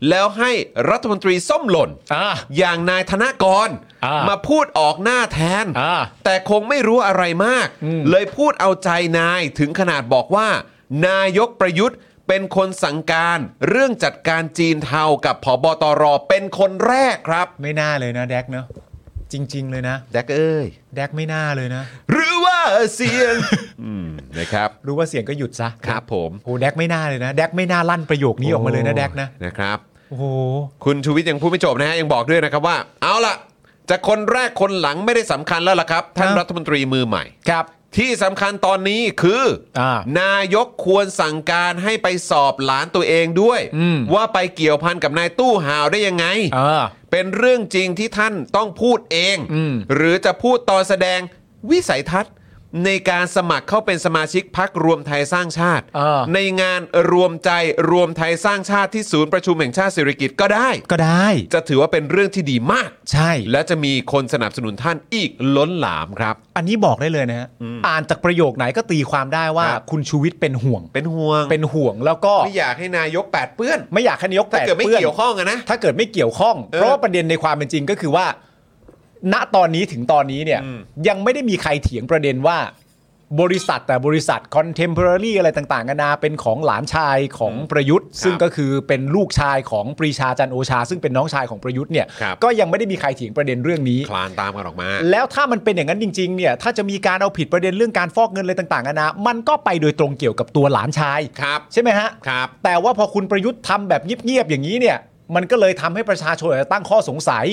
แล้วให้รัฐมนตรีส้มหล่น อ่า อย่างนายธนากร อ่าม มาพูดออกหน้าแทน อ่า แต่คงไม่รู้อะไรมาก อืม เลยพูดเอาใจนายถึงขนาดบอกว่า นายกประยุทธ์เป็นคนสั่งการเรื่องจัดการจีนเทากับผบตรเป็นคนแรกครับ ไม่น่าเลยนะแดกเนอะจริง ๆ เลยนะ แดกเอ้ย แดกไม่น่าเลยนะ หรือว่าเสี ยง อืมนะครับ รู้ว่าเสียงก็หยุดซะ ครับผม โหแดกไม่น่าเลยนะ แดกไม่น่าลั่นประโยคนี้ออกมาเลยนะแดกนะ นะครับ โอ้โห คุณชูวิทย์ยังพูดไม่จบนะฮะ ยังบอกด้วยนะครับว่า เอาล่ะจะคนแรกคนหลังไม่ได้สำคัญแล้วล่ะครับ ท่าน ครับ รัฐมนตรีมือใหม่ ครับ ที่สำคัญตอนนี้คือ อ่าน ายกควรสั่งการให้ไปสอบหลานตัวเองด้วย อืม ว่าไปเกี่ยวพันกับนายตู้ห่าวได้ยังไง เออ เป็นเรื่องจริงที่ท่านต้องพูดเอง อืม หรือจะพูดตอนแสดงวิสัยทัศน์ ในการสมัครเข้าเป็นสมาชิกพักรวมไทยสร้างชาติ เออ ในงานรวมใจรวมไทยสร้างชาติที่ศูนย์ประชุมแห่งชาติสิริกิติ์ก็ได้ ก็ได้ จะถือว่าเป็นเรื่องที่ดีมาก ใช่ และจะมีคนสนับสนุนท่านอีกล้นหลามครับ อันนี้บอกได้เลยนะฮะ อ่านจากประโยคไหนก็ตีความได้ว่า ครับ คุณชูวิทย์เป็นห่วง เป็นห่วง เป็นห่วงแล้วก็ ไม่อยากให้นายกแปดเปื้อน ไม่อยากให้นายก ถ้า แตก เกิดไม่ เปื้อน เกี่ยวข้องอะนะ ถ้าเกิดไม่เกี่ยวข้อง เอเพอราะว่าประเด็นในความเป็นจริงก็คือว่า ณตอนนี้ถึงตอนนี้เนี่ย อืม ยังไม่ได้มีใครเถียงประเด็นว่า บริษัทแต่บริษัทคอนเทม p o r a r y อะไรต่างๆกันานาเป็นของหลานชายของประยุทธ์ ซึ่งก็คือเป็นลูกชายของปรีชาจันทร์โอชา ซึ่งเป็นน้องชายของประยุทธ์เนี่ย ครับ ก็ยังไม่ได้มีใครเถียงประเด็นเรื่องนี้ คลานตามกันออกมา แล้วถ้ามันเป็นอย่างนั้นจริงๆเนี่ยถ้าจะมีการเอาผิดประเด็นเรื่องการฟอกเงินอะไรต่างๆนานามันก็ไปโดยตรงเกี่ยวกับตัวหลานชาย ครับ ใช่ไหมฮะ ครับ แต่ว่าพอคุณประยุทธ์ทำแบบเงียบๆอย่างนี้เนี่ย มันก็เลยทำให้ประชาชนอาจจะตั้งข้อสงสัย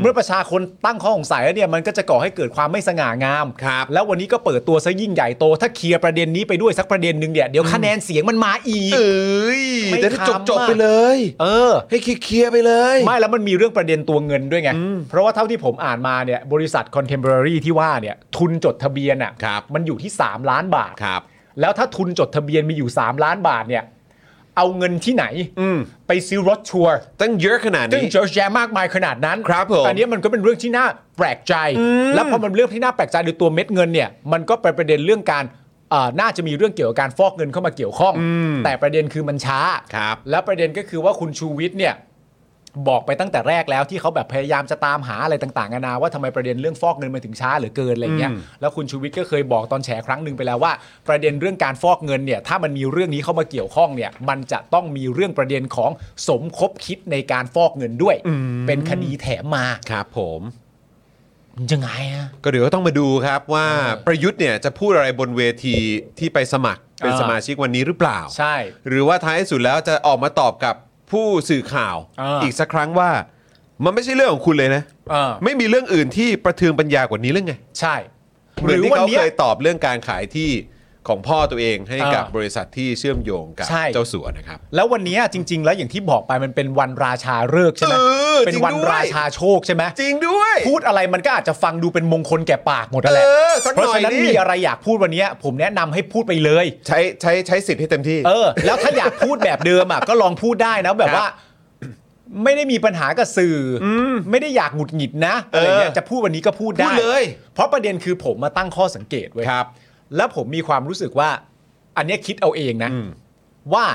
เมื่อประชาชนตั้งข้อสงสัยแล้วเนี่ยมันก็จะก่อให้เกิดความไม่สง่างาม ครับ แล้ววันนี้ก็เปิดตัวซะยิ่งใหญ่โต ถ้าเคลียร์ประเด็นนี้ไปด้วยสักประเด็นหนึ่งเนี่ยเดี๋ยวคะแนนเสียงมันมาอีก เอ้ย ไม่ แต่ถ้าจบ ทำ จบ อะ ไปเลย เออ ให้เคลียร์ๆไปเลย ไม่แล้วมันมีเรื่องประเด็นตัวเงินด้วยไง เพราะว่าเท่าที่ผมอ่านมาเนี่ยบริษัท Contemporary ที่ว่าเนี่ยทุนจดทะเบียนอ่ะ ครับ มันอยู่ที่ 3 ล้านบาท ครับ แล้วถ้าทุนจดทะเบียนมีอยู่ 3 ล้านบาทเนี่ยเอาเงินที่ไหน อืม ไปซื้อรถชัวร์ ตั้งเยอะขนาด ซึ่ง นี้ เยอะแยะมากมายขนาดนั้น ครับผม อันนี้มันก็เป็นเรื่องที่น่าแปลกใจ แล้วพอมันเรื่องที่น่าแปลกใจโดยตัวเม็ดเงินเนี่ยมันก็เป็นประเด็นเรื่องการเอ่อน่าจะมีเรื่องเกี่ยวกับการฟอกเงินเข้ามาเกี่ยวข้อง แต่ประเด็นคือมันช้า ครับ แล้วประเด็นก็คือว่าคุณชูวิทย์เนี่ยบอกไปตั้งแต่แรกแล้วที่เขาแบบพยายามจะตามหาอะไรต่างๆนานาว่าทำไมประเด็นเรื่องฟอกเงินมันถึงช้าเหลือเกินอะไรเงี้ยแล้วคุณชูวิทย์ก็เคยบอกตอนแฉครั้งหนึ่งไปแล้วว่า ประเด็นเรื่องการฟอกเงินเนี่ยถ้ามันมีเรื่องนี้เข้ามาเกี่ยวข้องเนี่ยมันจะต้องมีเรื่องประเด็นของสมคบคิดในการฟอกเงินด้วย เป็นคดีแถมมา ครับผม มันยังไงอะ ก็เดี๋ยวก็ต้องมาดูครับว่า เออ ประยุทธ์เนี่ยจะพูดอะไรบนเวทีที่ไปสมัครเป็น เออ สมาชิกวันนี้หรือเปล่า ใช่ หรือว่าท้ายสุดแล้วจะออกมาตอบกับผู้สื่อข่าว เอออี กสักครั้งว่า มันไม่ใช่เรื่องของคุณเลยนะ เออ ไม่มีเรื่องอื่นที่ประเทืองปัญญากว่านี้หรือไง ใช่ เหมือนที่เขา ย เคยตอบเรื่องการขายที่ของพ่อตัวเองให้ เออ กับบริษัทที่เชื่อมโยงกับ ใช่ เจ้าสัวนะครับ แล้ววันเนี้ยจริง ๆ แล้วอย่างที่บอกไปมันเป็นวันราชาฤกษ์ใช่ไหม เออ เป็นวัน จริงด้วย ราชาโชคใช่ไหม จริงด้วย พูดอะไรมันก็อาจจะฟังดูเป็นมงคลแก่ปากหมดนั่นแหละ เออสักหน่ราะอยฉะนั้น ดิ มีอะไรอยากพูดวันเนี้ยผมแนะนำให้พูดไปเลย ใช้ใช้ใช้สิทธิ์ให้เต็มที่ เออ แล้วถ้าอยากพูดแบบเดิมอ่ะ ก็ลองพูดได้นะแบบว่า ไม่ได้มีปัญหากับสื่ออไม่ได้อยากหงุดหงิดนะ เอออ อะไรเงี้ยจะพูดวันนี้ก็พูดได้ พูดเลย เพราะประเด็นคือผมมาตั้งข้อสังเกตเว้ย ครับ แล้วผมมีความรู้สึกว่า อันเนี้ยคิดเอาเองนะ อืม ว่า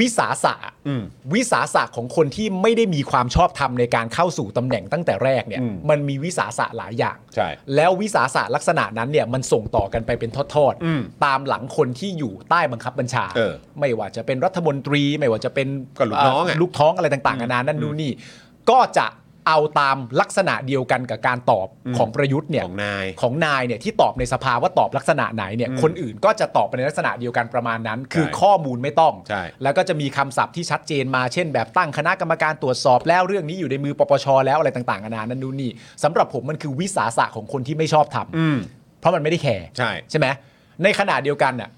วิสาสะ อืม วิสาสะของคนที่ไม่ได้มีความชอบธรรมในการเข้าสู่ตำแหน่งตั้งแต่แรกเนี่ย อืม มันมีวิสาสะหลายอย่าง ใช่ แล้ววิสาสะลักษณะนั้นเนี่ยมันส่งต่อกันไปเป็นทอด อืม ตามหลังคนที่อยู่ใต้บังคับบัญชา เออ ไม่ว่าจะเป็นรัฐมนตรีไม่ว่าจะเป็น ก็ลูกน้องอะ เลูกท้องอะไรต่างๆนานานั่นนู่นนี่ ก็จะเอาตามลักษณะเดียวกันกับการตอบ อืม ของประยุทธ์เนี่ย ของนาย ของนายเนี่ยที่ตอบในสภาว่าตอบลักษณะไหนเนี่ยคนอื่นก็จะตอบไปในลักษณะเดียวกันประมาณนั้น คือ ใช่ ข้อมูลไม่ต้อง ใช่ แล้วก็จะมีคำศัพท์ที่ชัดเจนมาเช่น แบบตั้งคณะกรรมการตรวจสอบแล้วเรื่องนี้อยู่ในมือปปชแล้วอะไรต่างๆนานานั่นนู่นนี่สำหรับผมมันคือวิสาสะของคนที่ไม่ชอบทำ อืม เพราะมันไม่ได้แคร์ ใช่ ใช่ไหมในขณะเดียวกันน่ะ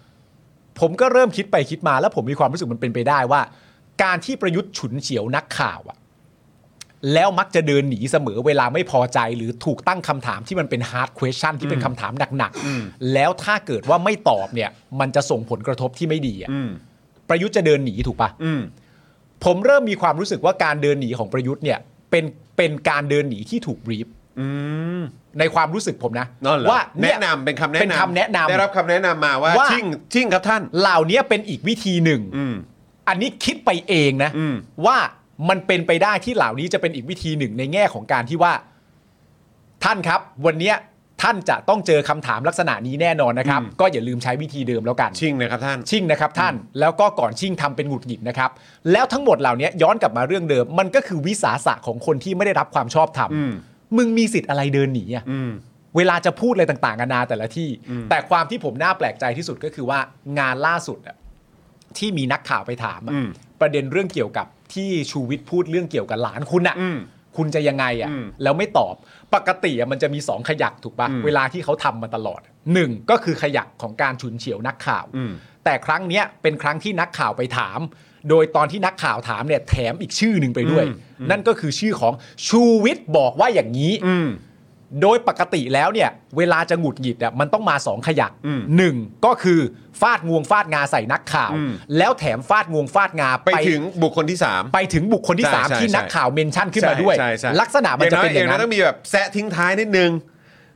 ผมก็เริ่มคิดไปคิดมาแล้วผมมีความรู้สึกมันเป็นไปได้ว่า การที่ประยุทธ์ฉุนเฉียวนักข่าวอะแล้วมักจะเดินหนีเสมอเวลาไม่พอใจหรือถูกตั้งคำถามที่มันเป็น hard question ที่เป็นคำถามหนักๆแล้วถ้าเกิดว่าไม่ตอบเนี่ย มันจะส่งผลกระทบที่ไม่ดีอะ อืม ประยุทธ์จะเดินหนีถูกปะ อืม ผมเริ่มมีความรู้สึกว่าการเดินหนีของประยุทธ์เนี่ยเป็นเป็นการเดินหนีที่ถูกบรีฟในความรู้สึกผมนะ นั่นเหรอ ว่า แนะนำ ย เป็นคำแนะนำ เป็นคำแนะนำ ได้รับคำแนะนำมาว่า ว่า ชิ่งชิ่งครับท่าน เหล่านี้เป็นอีกวิธีหนึ่ง อืม อันนี้คิดไปเองนะ อืม ว่ามันเป็นไปได้ที่เหล่านี้จะเป็นอีกวิธีหนึ่งในแง่ของการที่ว่า ท่านครับ วันเนี้ยท่านจะต้องเจอคำถามลักษณะนี้แน่นอนนะครับ ก็อย่าลืมใช้วิธีเดิมแล้วกัน ชิ่งนะครับท่าน ชิ่งนะครับท่านแล้วก็ก่อนชิ่งทำเป็นหงุดหงิดนะครับ แล้วทั้งหมดเหล่านี้ย้อนกลับมาเรื่องเดิม มันก็คือวิสาสะของคนที่ไม่ได้รับความชอบธรรม อืม มึงมีสิทธิ์อะไรเดินหนีอ่ะ อืม เวลาจะพูดอะไรต่างๆนานาแต่ละที่ แต่ความที่ผมน่าแปลกใจที่สุดก็คือว่างานล่าสุดอะที่มีนักข่าวไปถามอะ อืม ประเด็นเรื่องเกี่ยวกับที่ชูวิทย์พูดเรื่องเกี่ยวกับหลานคุณอ่ะ อืม คุณจะยังไงอ่ะ อืม แล้วไม่ตอบปกติอะมันจะมีสองขยักถูกปะ อืม เวลาที่เขาทำมาตลอดหนึ่งก็คือขยักของการฉุนเฉียวนักข่าว อืม แต่ครั้งเนี้ยเป็นครั้งที่นักข่าวไปถาม โดยตอนที่นักข่าวถามเนี่ยแถมอีกชื่อหนึ่งไปด้วย อืม นั่นก็คือชื่อของชูวิทย์บอกว่าอย่างนี้ อืม โดยปกติแล้วเนี่ยเวลาจะหงุดหงิดเนี่ยมันต้องมาสองขยัก อืม หนึ่งก็คือฟาดงวงฟาดงาใส่นักข่าว อืม แล้วแถมฟาดงวงฟาดงา ไปถึงบุคคลที่สาม ไปถึงบุคคลที่ ใช่ สาม ใช่ ที่ ใช่ นักข่าวเมนชั่นขึ้นมาด้วย ใช่ใช่ ลักษณะมันจะเป็นอย่าง น้ นั้น ต้องมีแบบแซะทิ้งท้ายนิดนึง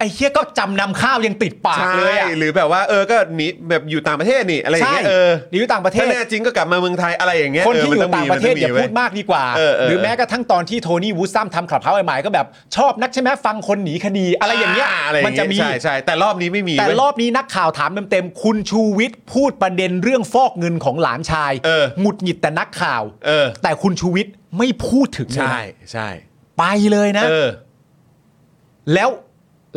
ไอ้เฮียก็จำนำข้าวยังติดปากเลยอะ หรือแบบว่าเออก็หนีแบบอยู่ต่างประเทศนี่อะไรอย่าง ใช่ เงี้ยเออ นี่อยู่ต่างประเท ถ้า ศ แน่จริงก็กลับมาเมืองไทยอะไรอย่างเงี้ย คนที่ เมั อยู่ต่างประเทศ มี อย่า มันมี พู ว้ ดมากดีกว่า เออเออ หรือแม้กระทั่งตอนที่โทนี่วูดซัมทำขับเฮ้าใหม่ๆก็แบบ ชอบนักใช่ไหมฟังคนหนีคดีอะไรอย่างเงี้ย าอะไรอย่าง มันจะมี เงี้ยใช่ใช่แต่รอบนี้ไม่มี แต่ เว้ย รอบนี้นักข่าวถามเต็มๆคุณชูวิทย์พูดประเด็นเรื่องฟอกเงินของหลานชาย เออ หงุดหงิดแต่นักข่าว เออ แต่คุณชูวิทย์ไม่พูดถึงเลย ใช่ นะ ใช่ ไปเลยนะ เออ แล้ว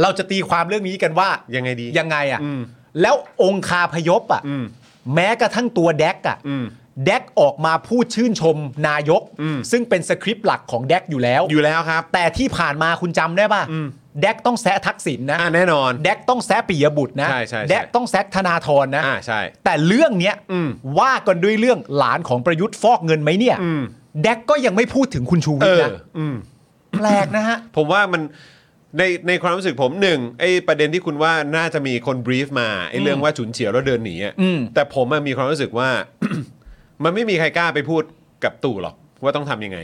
เราจะตีความเรื่องนี้กันว่า ยังไงดี ยังไงอะ อืม แล้วองคาพยพอะ อืม แม้กระทั่งตัวแดกอะ อืม แดกออกมาพูดชื่นชมนายก อืม ซึ่งเป็นสคริปต์หลักของแดกอยู่แล้ว อยู่แล้วครับ แต่ที่ผ่านมาคุณจำได้ป่ะ อืม แดกต้องแซะทักษิณนะ อ่าแน่นอน แดกต้องแซะปิยบุตรนะ ใช่ใช่ใช่ แดกต้องแซะธนาธรนะ อ่าใช่ แต่เรื่องเนี้ย อืม ว่ากันด้วยเรื่องหลานของประยุทธ์ฟอกเงินไหมเนี่ย อืม แดกก็ยังไม่พูดถึงคุณชู เอ วิทย์ อ นะ อืม แปลกนะฮะ ผมว่ามันในในความรู้สึกผมหนึ่งไอ้ประเด็นที่คุณว่าน่าจะมีคนบรีฟมาไอ้เรื่องว่าฉุนเฉียวแล้วเดินหนีอะ อืม แต่ผมอะมีความรู้สึกว่า มันไม่มีใครกล้าไปพูดกับตู่หรอกว่าต้องทำยังไง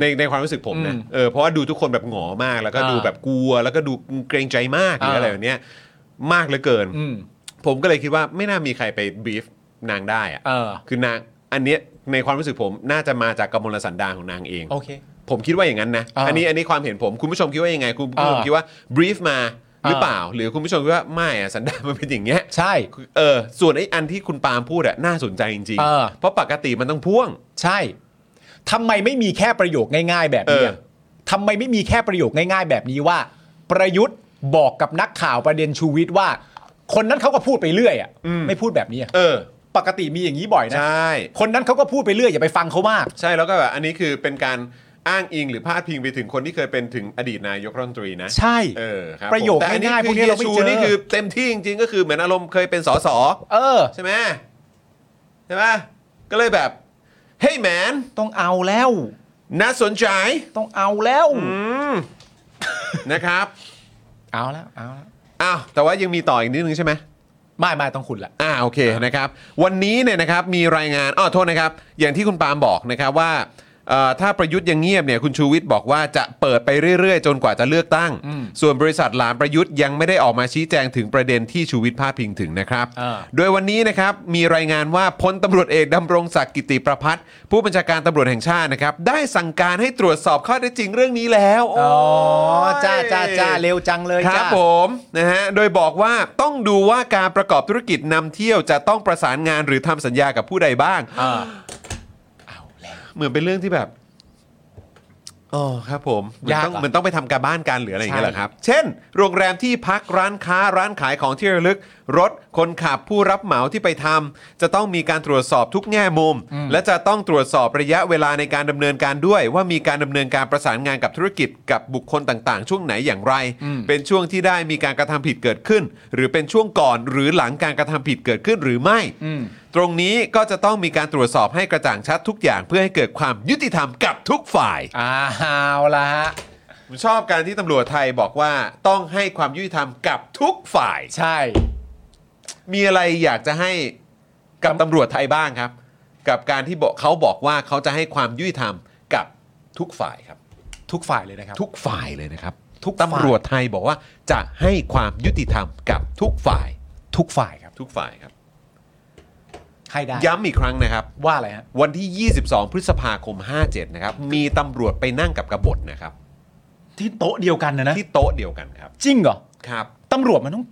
ในในความรู้สึกผมนะเออเพราะว่าดูทุกคนแบบหงอมาก แล้วก็ อ่า ดูแบบกลัว แล้วก็ดูเกรงใจมากหรือ อ่า อะไรแบบเนี้ยมากเหลือเกิน อืม ผมก็เลยคิดว่าไม่น่ามีใครไปบรีฟนางได้อะ เออ คือนางอันเนี้ยในความรู้สึกผมน่าจะมาจากกำมลสันดานของนางเอง โอเค ผมคิดว่าอย่างนั้นนะ อ่า อันนี้อันนี้ความเห็นผม คุณผู้ชมคิดว่ายังไง คุณผู้ชม อ่า คิดว่า brief มาหรืออา เปล่า หรือคุณผู้ชมคิดว่าไม่อะสันด านมันเป็นอย่างเงี้ย ใช่ เออ ส่วนไอ้อันที่คุณปาล์มพูดอะน่าสนใจจริง เออ เพราะปกติมันต้องพ่วง ใช่ทำไมไม่มีแค่ประโยคง่าย ๆ แบบนี้อะ เออ ทำไมไม่มีแค่ประโยคง่าย ๆ แบบนี้ว่า ประยุทธ์บอกกับนักข่าวประเด็นชูวิทย์ว่า คนนั้นเขาก็พูดไปเรื่อยอ่ะไม่พูดแบบนี้อะ เออ ปกติมีอย่างนี้บ่อยนะ ใช่ คนนั้นเขาก็พูดไปเรื่อยอย่าไปฟังเขามาก ใช่แล้วก็แบบอันนี้คือเป็นการอ้างอิงหรือพาดพิงไปถึงคนที่เคยเป็นถึงอดีตนายกรัฐมนตรีนะ ใช่ เออครับ ประโยค ผมแต่อั ง่ายๆพวกนี้เราไม่เจอ ฮียชูนี่คือเต็มที่จริงๆก็คือเหมือนอารมณ์เคยเป็นสส เออ ใช่ไหมใช่ไหมก็เลยแบบเฮ้ยแมน ต้องเอาแล้ว น่าสนใจ ต้องเอาแล้ว นะครับ เอาแล้วเอาแล้ว อ้าว แต่ว่ายังมีต่ออีกนิดนึงใช่ไหม ไม่ไม่ต้องคุณละ อ่า โอเค นะครับ วันนี้เนี่ยนะครับ มีรายงาน อ้อ โทษนะครับ อย่างที่คุณปาล์มบอกนะครับว่าเอ่อถ้าประยุทธ์ยังเงียบเนี่ย คุณชูวิทย์บอกว่าจะเปิดไปเรื่อยๆ จนกว่าจะเลือกตั้ง ส่วนบริษัทหลานประยุทธ์ยังไม่ได้ออกมาชี้แจงถึงประเด็นที่ชูวิทย์พาดพิงถึงนะครับ อ่า โดยวันนี้นะครับมีรายงานว่าพลตำรวจเอกดำรงศักดิ์กิติประพัฒน์ผู้บัญชาการตำรวจแห่งชาตินะครับได้สั่งการให้ตรวจสอบข้อเท็จจริงเรื่องนี้แล้ว อ๋อ โอ้ย จ้าจ้าจ้าเร็วจังเลย ครับ จ้า ผมนะฮะโดยบอกว่าต้องดูว่าการประกอบธุรกิจนำเที่ยวจะต้องประสานงานหรือทำสัญญากับผู้ใดบ้าง อ่า เหมือนเป็นเรื่องที่แบบอ๋อครับผม ยาก มันต้อง อะ มันต้องไปทำการบ้านการเหลืออะไรอย่างเงี้ย ใช่ เหรอครับ เช่น โรงแรมที่พักร้านค้าร้านขายของที่ระลึก รถคนขับผู้รับเหมาที่ไปทำจะต้องมีการตรวจสอบทุกแง่มุม และจะต้องตรวจสอบระยะเวลาในการดำเนินการด้วย ว่ามีการดำเนินการประสานงานกับธุรกิจกับบุคคลต่างๆ ช่วงไหนอย่างไร เป็นช่วงที่ได้มีการกระทำผิดเกิดขึ้น หรือเป็นช่วงก่อนหรือหลังการกระทำผิดเกิดขึ้นหรือไม่ ตรงนี้ก็จะต้องมีการตรวจสอบให้กระจ่างชัดทุกอย่าง เพื่อให้เกิดความยุติธรรมกับทุกฝ่าย อ้าวละฮะ ผมชอบการที่ตำรวจไทยบอกว่าต้องให้ความยุติธรรมกับทุกฝ่าย ใช่ มีอะไรอยากจะให้กับตำรวจไทยบ้างครับ กับการที่บอกเขาบอกว่าเขาจะให้ความยุติธรรมกับทุกฝ่ายครับ ทุกฝ่ายเลยนะครับ ทุกฝ่ายเลยนะครับ ทุกฝ่าย ตำรวจไทยบอกว่าจะให้ความยุติธรรมกับทุกฝ่าย ทุกฝ่ายครับ ทุกฝ่ายครับ ให้ได้ ย้ำอีกครั้งนะครับ ว่าอะไรฮะ วันที่ 22 พฤษภาคม 57 นะครับ มีตำรวจไปนั่งกับกบฏนะครับ ที่โต๊ะเดียวกันนะนะ ที่โต๊ะเดียวกันครับ จริงเหรอ ครับ ตำรวจมันต้อง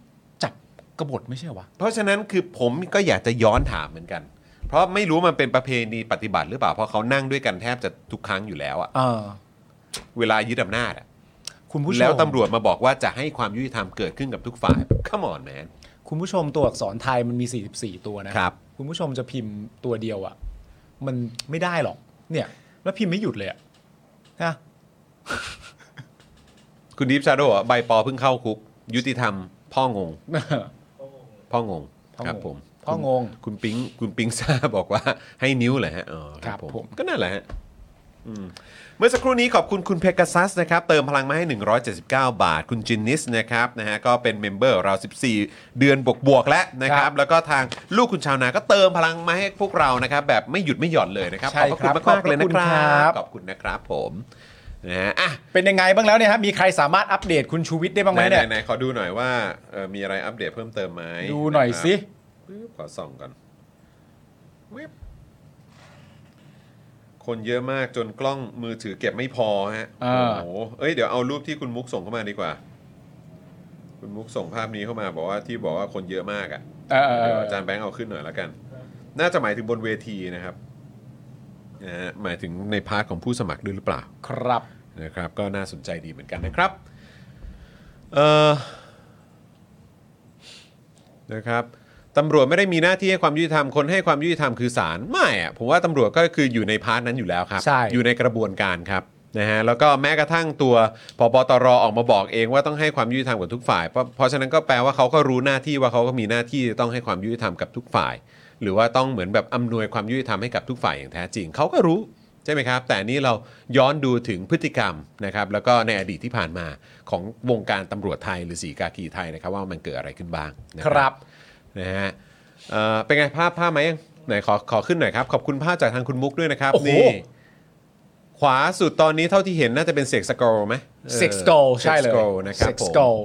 จับกบฏไม่ใช่เหรอวะ เพราะฉะนั้นคือผมก็อยากจะย้อนถามเหมือนกัน เพราะไม่รู้มันเป็นประเพณีปฏิบัติหรือเปล่า เพราะเขานั่งด้วยกันแทบจะทุกครั้งอยู่แล้วอะ เออ เวลายึดอำนาจอะ คุณผู้ชม แล้วตำรวจมาบอกว่าจะให้ความยุติธรรมเกิดขึ้นกับทุกฝ่าย come on man คุณผู้ชมตัวอักษรไทยมันมี 44 ตัวนะครับ คุณผู้ชมจะพิมพ์ตัวเดียวอะ่ะ มันไม่ได้หรอก เนี่ย แล้วพิมพ์ไม่หยุดเลยอะนะ คุณดิฟชาโดว์ใบปอเพิ่งเข้าคุก ยุติธรรม พ่องง พ่องง พ่องง ครับผม พ่องง คุณคุณปิ๊งคุณปิ๊งซาบอกว่าให้นิ้วเหรอฮะอ๋อ ครับผม ก็นั่นแหละฮะอืมเมื่อสักครู่นี้ขอบคุณคุณเพกัซัสนะครับ เติมพลังมาให้ 179 บาท คุณจินนิสนะครับนะฮะก็เป็นเมมเบอร์ของเรา 14 เดือนบวกบวกๆแล้วนะค ค รั รับ บ แล้วก็ทางลูกคุณชาวนาก็เติมพลังมาให้พวกเรานะครับ แบบไม่หยุดไม่หย่อนเลยนะครับ ใช่ ขอบพระคุณ ครับ มากๆเลยนะขอบครคุณคั รับ บ ขอบคุณนะครับผมนะฮะอ่ะ เป็นยังไงบ้างแล้วเนี่ยฮะมีใครสามารถอัปเดตคุณชูวิทย์ได้บ้างไห ไห ม น เนี่ย ๆๆขอดูหน่อยว่าเอ่อมีอะไรอัปเดตเพิ่มเติมไหม ดูหน่อยสิ ะครับ ปึ๊บขอส่องก่อนวิบคนเยอะมากจนกล้องมือถือเก็บไม่พอฮะ เอ โอ้ อ โห เอ้ย เดี๋ยวเอารูปที่คุณมุกส่งเข้ามาดีกว่า คุณมุกส่งภาพนี้เข้ามาบอกว่าที่บอกว่าคนเยอะมากอ่ะ เออเออเอ เดี๋ยว อ อาจารย์แบงค์เอาขึ้นหน่อยแล้วกัน น่าจะหมายถึงบนเวทีนะครับนะฮะหมายถึงในพาร์ทของผู้สมัครด้วยหรือเปล่า ครับ นะครับก็น่าสนใจดีเหมือนกันนะครับเออนะครับ ตำรวจไม่ได้มีหน้าที่ให้ความยุติธรรมคนให้ความยุติธรรมคือศาลไม่อะผมว่าตำรวจก็คืออยู่ในพาร์ทนั้นอยู่แล้วครับ ใช่ อยู่ในกระบวนการครับนะฮะแล้วก็แม้กระทั่งตัวพบตรออกมาบอกเองว่าต้องให้ความยุติธรรมกับทุกฝ่ายเพราะเพราะฉะนั้นก็แปลว่าเขาก็รู้หน้าที่ว่าเขาก็มีหน้าที่ต้องให้ความยุติธรรมกับทุกฝ่าย หรือว่าต้องเหมือนแบบอำนวยความยุติธรรมให้กับทุกฝ่ายอย่างแท้จริงเขาก็รู้ ใช่ไหมครับ แต่อันนี้เราย้อนดูถึงพฤติกรรมนะครับ แล้วก็ในอดีตที่ผ่านมาของวงการตำรวจไทยหรือสีกากีไทยนะครับ ว่ามันเกิดอะไรขึ้นบ้างนะ ครับ นะฮะเอ่อเป็นไงภาพภาพไหมยังไหนขอขอขึ้นหน่อยครับ ขอบคุณภาพจากทางคุณมุกด้วยนะครับ โอ้โห นี่ ขวาสุดตอนนี้เท่าที่เห็นน่าจะเป็นเสกสกอลไหมออ Six Skull ใช่เลย Six Skull นะครับ Six ผม Skull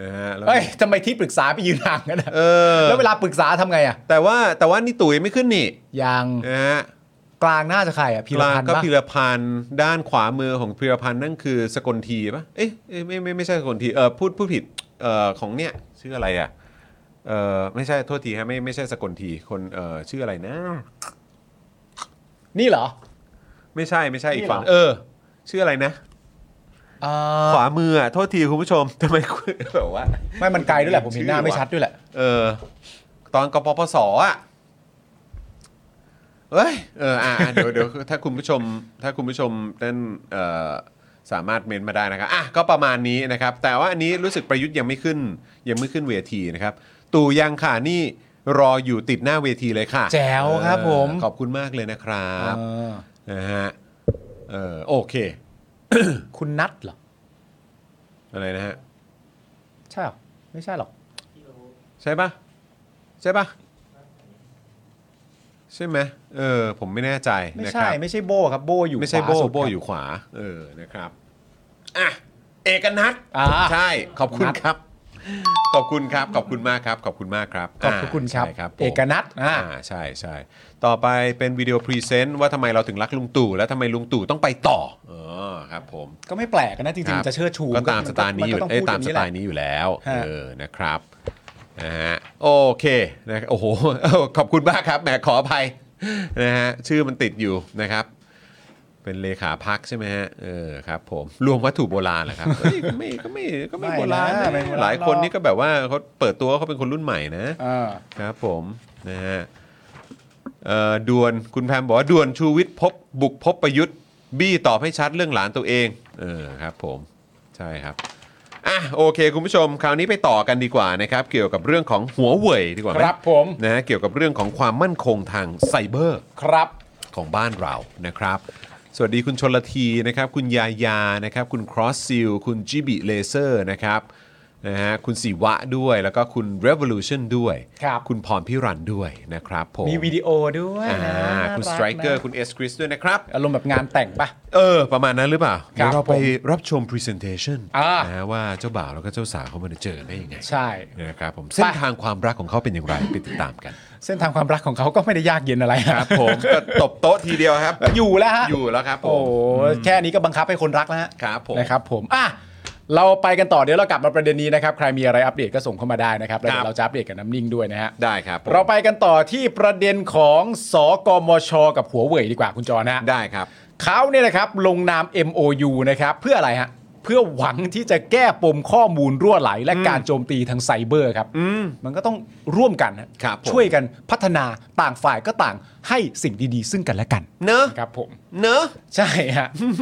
นะฮะแล้ว เฮ้ยทำไมที่ปรึกษาไปยืนห่างกันอะ เออ แล้วเวลาปรึกษาทำไงอะ แต่ว่าแต่ว่านี่ตุ๋ยไม่ขึ้นนี่ ยัง นะฮะ กลางน่าจะใครอะพีรพันธ์ ก็ ปะ พิรพันธ์ด้านขวามือของพิรพันธ์นั่นคือสกลทีปะเอ๊ะเอ๊ะไม่ไม่ไม่ใช่สกลทีเออพูดพูดผิดเออของเนี่ยชื่ออะไรอ่ะเออไม่ใช่โทษทีฮะไม่ไม่ใช่สกลทีคนเออชื่ออะไรนะ นี่เหรอ ไม่ใช่ไม่ใช่อีกฝั่ง นี่เหรอ เออ ชื่ออะไรนะ เอ่ ข อ วามืออ่ะ โทษทีคุณผู้ชมทำไมคุณแบบว่า ไม่มันไกลด้วยแหละ ผมเห็นหน้าไม่ชัดด้วยแหละ เออ ตอนกปปสอ่ะเอ้ยเอออ่ะอ่ะเดี๋ยวเดี๋ยว ถ้าคุณผู้ชม ถ้าคุณผู้ชมนั่นเอ่อสามารถเมนมาได้นะครับอ่ะก็ประมาณนี้นะครับ แต่ว่าอันนี้รู้สึกประยุทธ์ยังไม่ขึ้น ยังไม่ขึ้นเวทีนะครับ ตู่ยังค่ะนี่รออยู่ติดหน้าเวทีเลยค่ะ แจ๋วครับผม เออขอบคุณมากเลยนะครับ เออ นะฮะเออโอเค คุณนัทเหรอ อะไรนะฮะ ใช่เหรอ ไม่ใช่หรอก ใช่ปะใช่ปะใช่ไหมเออ ผมไม่แน่ใจ ไม่ นะค ใช่ รับ ไม่ใช่โบครับ โบอยู่ ไม่ใช่ ขวา โบ สุด โบ ครั อยู่ขวา เออนะครับอ่ะเอกนัท อ่า ใช่ขอบคุณ นัท ครับ ขอบคุณครับ ขอบคุณมากครับ ขอบคุณมากครับ ขอบพระคุณครับ าใช่ครับผม เอกนัทอ่า อ่าใช่ใช่ต่อไปเป็นวิดีโอพรีเซนต์ว่าทำไมเราถึงรักลุงตู่และทำไมลุงตู่ต้องไปต่อเออครับผม ก็ไม่แปลกนะ จริงๆมันจะเชิดชู ก็ตามสไตล์นี้อยู่ ก็ง เอ้ย พูด ตาม ง ส นี้แห ไต ละ ล์นี้อยู่แล้ว ฮะ เออนะครับนะฮะโอเคนะโอ้โห ขอบคุณมากครับแหมขออภัยนะฮะชื่อมันติดอยู่นะครับ เป็นเลขาพักใช่ไหมฮะเออครับผมรวมวัตถุโบราณเหรอครับเฮ้ยก็ไม่ก็ไม่ก็ไม่โบราณนะ ไม่โบราณ หลายคนนี่ก็แบบว่าเขาเปิดตัวว่าเขาเป็นคนรุ่นใหม่นะ เออ ครับผมนะฮะเอ่อดวนคุณแพมบอกว่าดวนชูวิทย์พบบุกพบประยุทธ์ บี้ตอบให้ชัดเรื่องหลานตัวเองเออครับผมใช่ครับอ่ะโอเค คุณผู้ชม คราวนี้ไปต่อกันดีกว่านะครับ เกี่ยวกับเรื่องของหัวเว่ยดีกว่าไห ครับผม นะฮะเกี่ยวกับเรื่องของความมั่นคงทางไซเบอร์ ครับ ของบ้านเรานะครับ สวัสดีคุณชนละทีนะครับ คุณยายานะครับ คุณครอสซิล คุณจิบิเลเซอร์นะครับนะฮะคุณศิวะด้วย แล้วก็คุณ Revolution ด้วย ครับ คุณพรพิรันด้วยนะครับผม มีวิดีโอด้วย อ่า นะ คุณส น่า ไตรเกอร์ นะ คุณเอสคริสด้วยนะครับ อารมณ์แบบงานแต่งปะ เออ ประมาณนั้นหรือเปล่า ครั เดี๋ย บ วเราไป ผม รับชม Presentation อ่าน นะฮะว่าเจ้าบ่าวแล้วก็เจ้าสาวเขามาเจอกันได้ยังไง ใช่ นะครับผมเส้นทางความรักของเขาเป็นอย่างไรไปติดตามกัน เส้นทางความรักของเขาก็ไม่ได้ยากเย็นอะไร ครับผมก็ตบโต๊ะทีเดียวครับ อยู่แล้วฮะ อยู่แล้วครับผ โอ้ ม โหแค่นี้ก็บังคับให้คนรักแล้วฮะ ครับผม นะครับผมอ่ะเราไปกันต่อเดี๋ยวเรากลับมาประเด็นนี้นะครับ ใครมีอะไรอัปเดตก็ส่งเข้ามาได้นะครับแล้วเดี๋ คยวรับเราจะอัปเดตกับน้ำนิ่งด้วยนะฮะ ได้ครับผม เราไปกันต่อที่ประเด็นของสกมช กับหัวเว่ยดีกว่าคุณจอนะฮะ ได้ครับ เขาเนี่ยนะครับลงนาม MOU นะครับเพื่ออะไรฮะเพื่อหวังที่จะแก้ปมข้อมูลรั่วไหล และการโจมตีทางไซเบอร์ครับมันก็ต้องร่วมกันฮะ ครับผม ช่วยกันพัฒนาต่างฝ่ายก็ต่างให้สิ่งดีๆ ซึ่งกันและกัน เนอะ ครับผม เนอะ ใช่ฮะ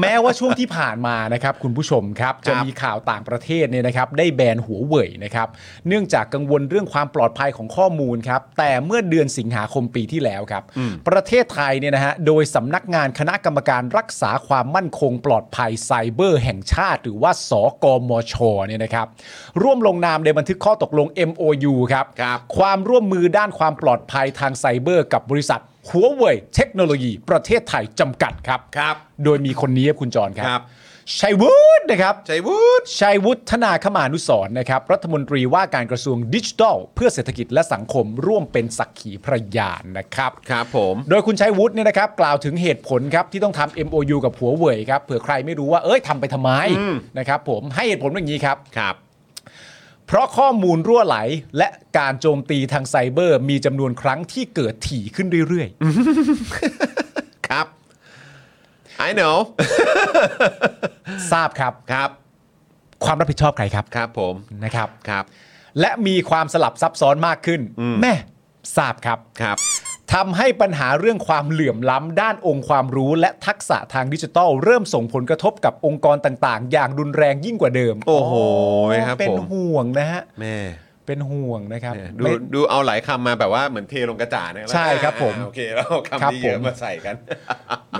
แม้ว่าช่วงที่ผ่านมานะครับคุณผู้ชมครับ จะมีข่าวต่างประเทศเนี่ยนะครับ ได้แบนหัวเว่ยนะครับ เนื่องจากกังวลเรื่องความปลอดภัยของข้อมูลครับ แต่เมื่อเดือนสิงหาคมปีที่แล้วครับ ประเทศไทยเนี่ยนะฮะโดยสำนักงานคณะกรรมการรักษาความมั่นคงปลอดภัยไซเบอร์แห่งชาติ หรือว่าสกมชเนี่ยนะครับ ร่วมลงนามในบันทึกข้อตกลง MOU ครับ ครับ ความร่วมมือด้านความปลอดภัยทางไซเบอร์กับบริษัทหัวเว่ยเทคโนโลยี ประเทศไทยจำกัดครับ ครับ โดยมีคนนี้ครับคุณจรครั ครับ ชัยวุฒินะครับ ชัยวุฒิ ชัยวุฒนาคมานุสรณ์นะครับ รัฐมนตรีว่าการกระทรวงดิจิทัล เพื่อเศรษฐกิจและสังคมร่วมเป็นสักขีพยานนะครับ ครับผม โดยคุณชัยวุฒิเนี่ยนะครับกล่าวถึงเหตุผลครับที่ต้องทำ MOU กับหัวเว่ยครับเผื่อใครไม่รู้ว่าเอ้ยทำไปทำไมนะครับผมให้เหตุผลว่าอย่างนี้ครับ ครับ เพราะข้อมูลรั่วไหลและการโจมตีทางไซเบอร์ มีจำนวนครั้งที่เกิดถี่ขึ้นเรื่อย ครับ I know ๆ ทราบครับ ครับ ความรับผิดชอบใครครับ ครับผม นะครับ ครับ และมีความสลับซับซ้อนมากขึ้น แม่ทราบครับ ครับ ทำให้ปัญหาเรื่องความเหลื่อมล้ำด้านองค์ความรู้และทักษะทางดิจิทัล เริ่มส่งผลกระทบกับองค์กรต่างๆ อย่างรุนแรงยิ่งกว่าเดิม โอ้โหครับ เป็น ผม ห่วงนะฮะ แม่ เป็นห่วงนะครับ เนี่ยดู ไม่ ดูเอาหลายคำมาแบบว่าเหมือนเทลงกระจาดนะแล้ว ใช่ครับผม อ่าโอเคแล้วเอา ครั คำ บ ที่เยอะ ผม มาใส่กัน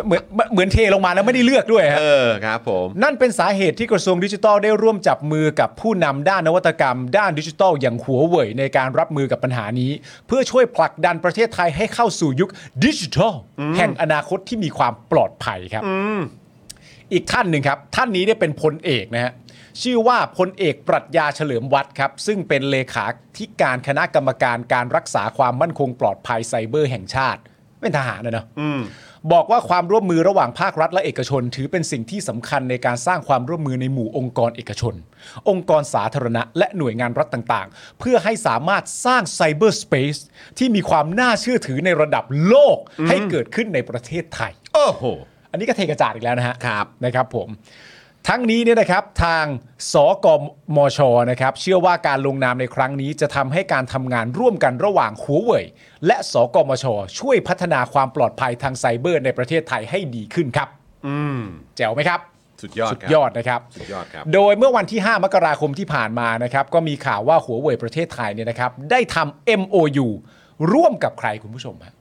เหมือนเหมือนเทลงมาแล้วไม่ได้เลือกด้วยฮะ เออครับผม นั่นเป็นสาเหตุที่กระทรวงดิจิทัลได้ร่วมจับมือกับผู้นำด้านนวัตกรรม ด้านดิจิทัลอย่างหัวเว่ยในการรับมือกับปัญหานี้ เพื่อช่วยผลักดันประเทศไทยให้เข้าสู่ยุคดิจิทัล แห่งอนาคตที่มีความปลอดภัยครับ อีกท่านหนึ่งครับ ท่านนี้ได้เป็นพลเอกนะฮะชื่อว่าพลเอกปรัชญาเฉลิมวัฒน์ครับ ซึ่งเป็นเลขาธิการคณะกรรมการการรักษาความมั่นคงปลอดภัยไซเบอร์แห่งชาติ เป็นทหารนะเนาะ บอกว่าความร่วมมือระหว่างภาครัฐและเอกชน ถือเป็นสิ่งที่สำคัญในการสร้างความร่วมมือในหมู่องค์กรเอกชน องค์กรสาธารณะ และหน่วยงานรัฐต่างๆ เพื่อให้สามารถสร้างไซเบอร์สเปซที่มีความน่าเชื่อถือในระดับโลกให้เกิดขึ้นในประเทศไทย โอ้โห อันนี้ก็เทกระจาดอีกแล้วนะฮะ ครับ นะครับผม ทั้งนี้เนี่ยนะครับทางสกมชนะครับเชื่อว่าการลงนามในครั้งนี้จะทำให้การทำงานร่วมกันระหว่างหัวเว่ยและสกมช ช่วยพัฒนาความปลอดภัยทางไซเบอร์ในประเทศไทยให้ดีขึ้นครับ อืม แจ๋วไหมครับ สุดยอด สุด ครับ ยอดนะครับ สุดยอดครับ โดยเมื่อวันที่ 5 มกราคมที่ผ่านมานะครับก็มีข่าวว่าหัวเว่ยประเทศไทยเนี่ยนะครับได้ทำ MOU ร่วมกับใครคุณผู้ชมฮะ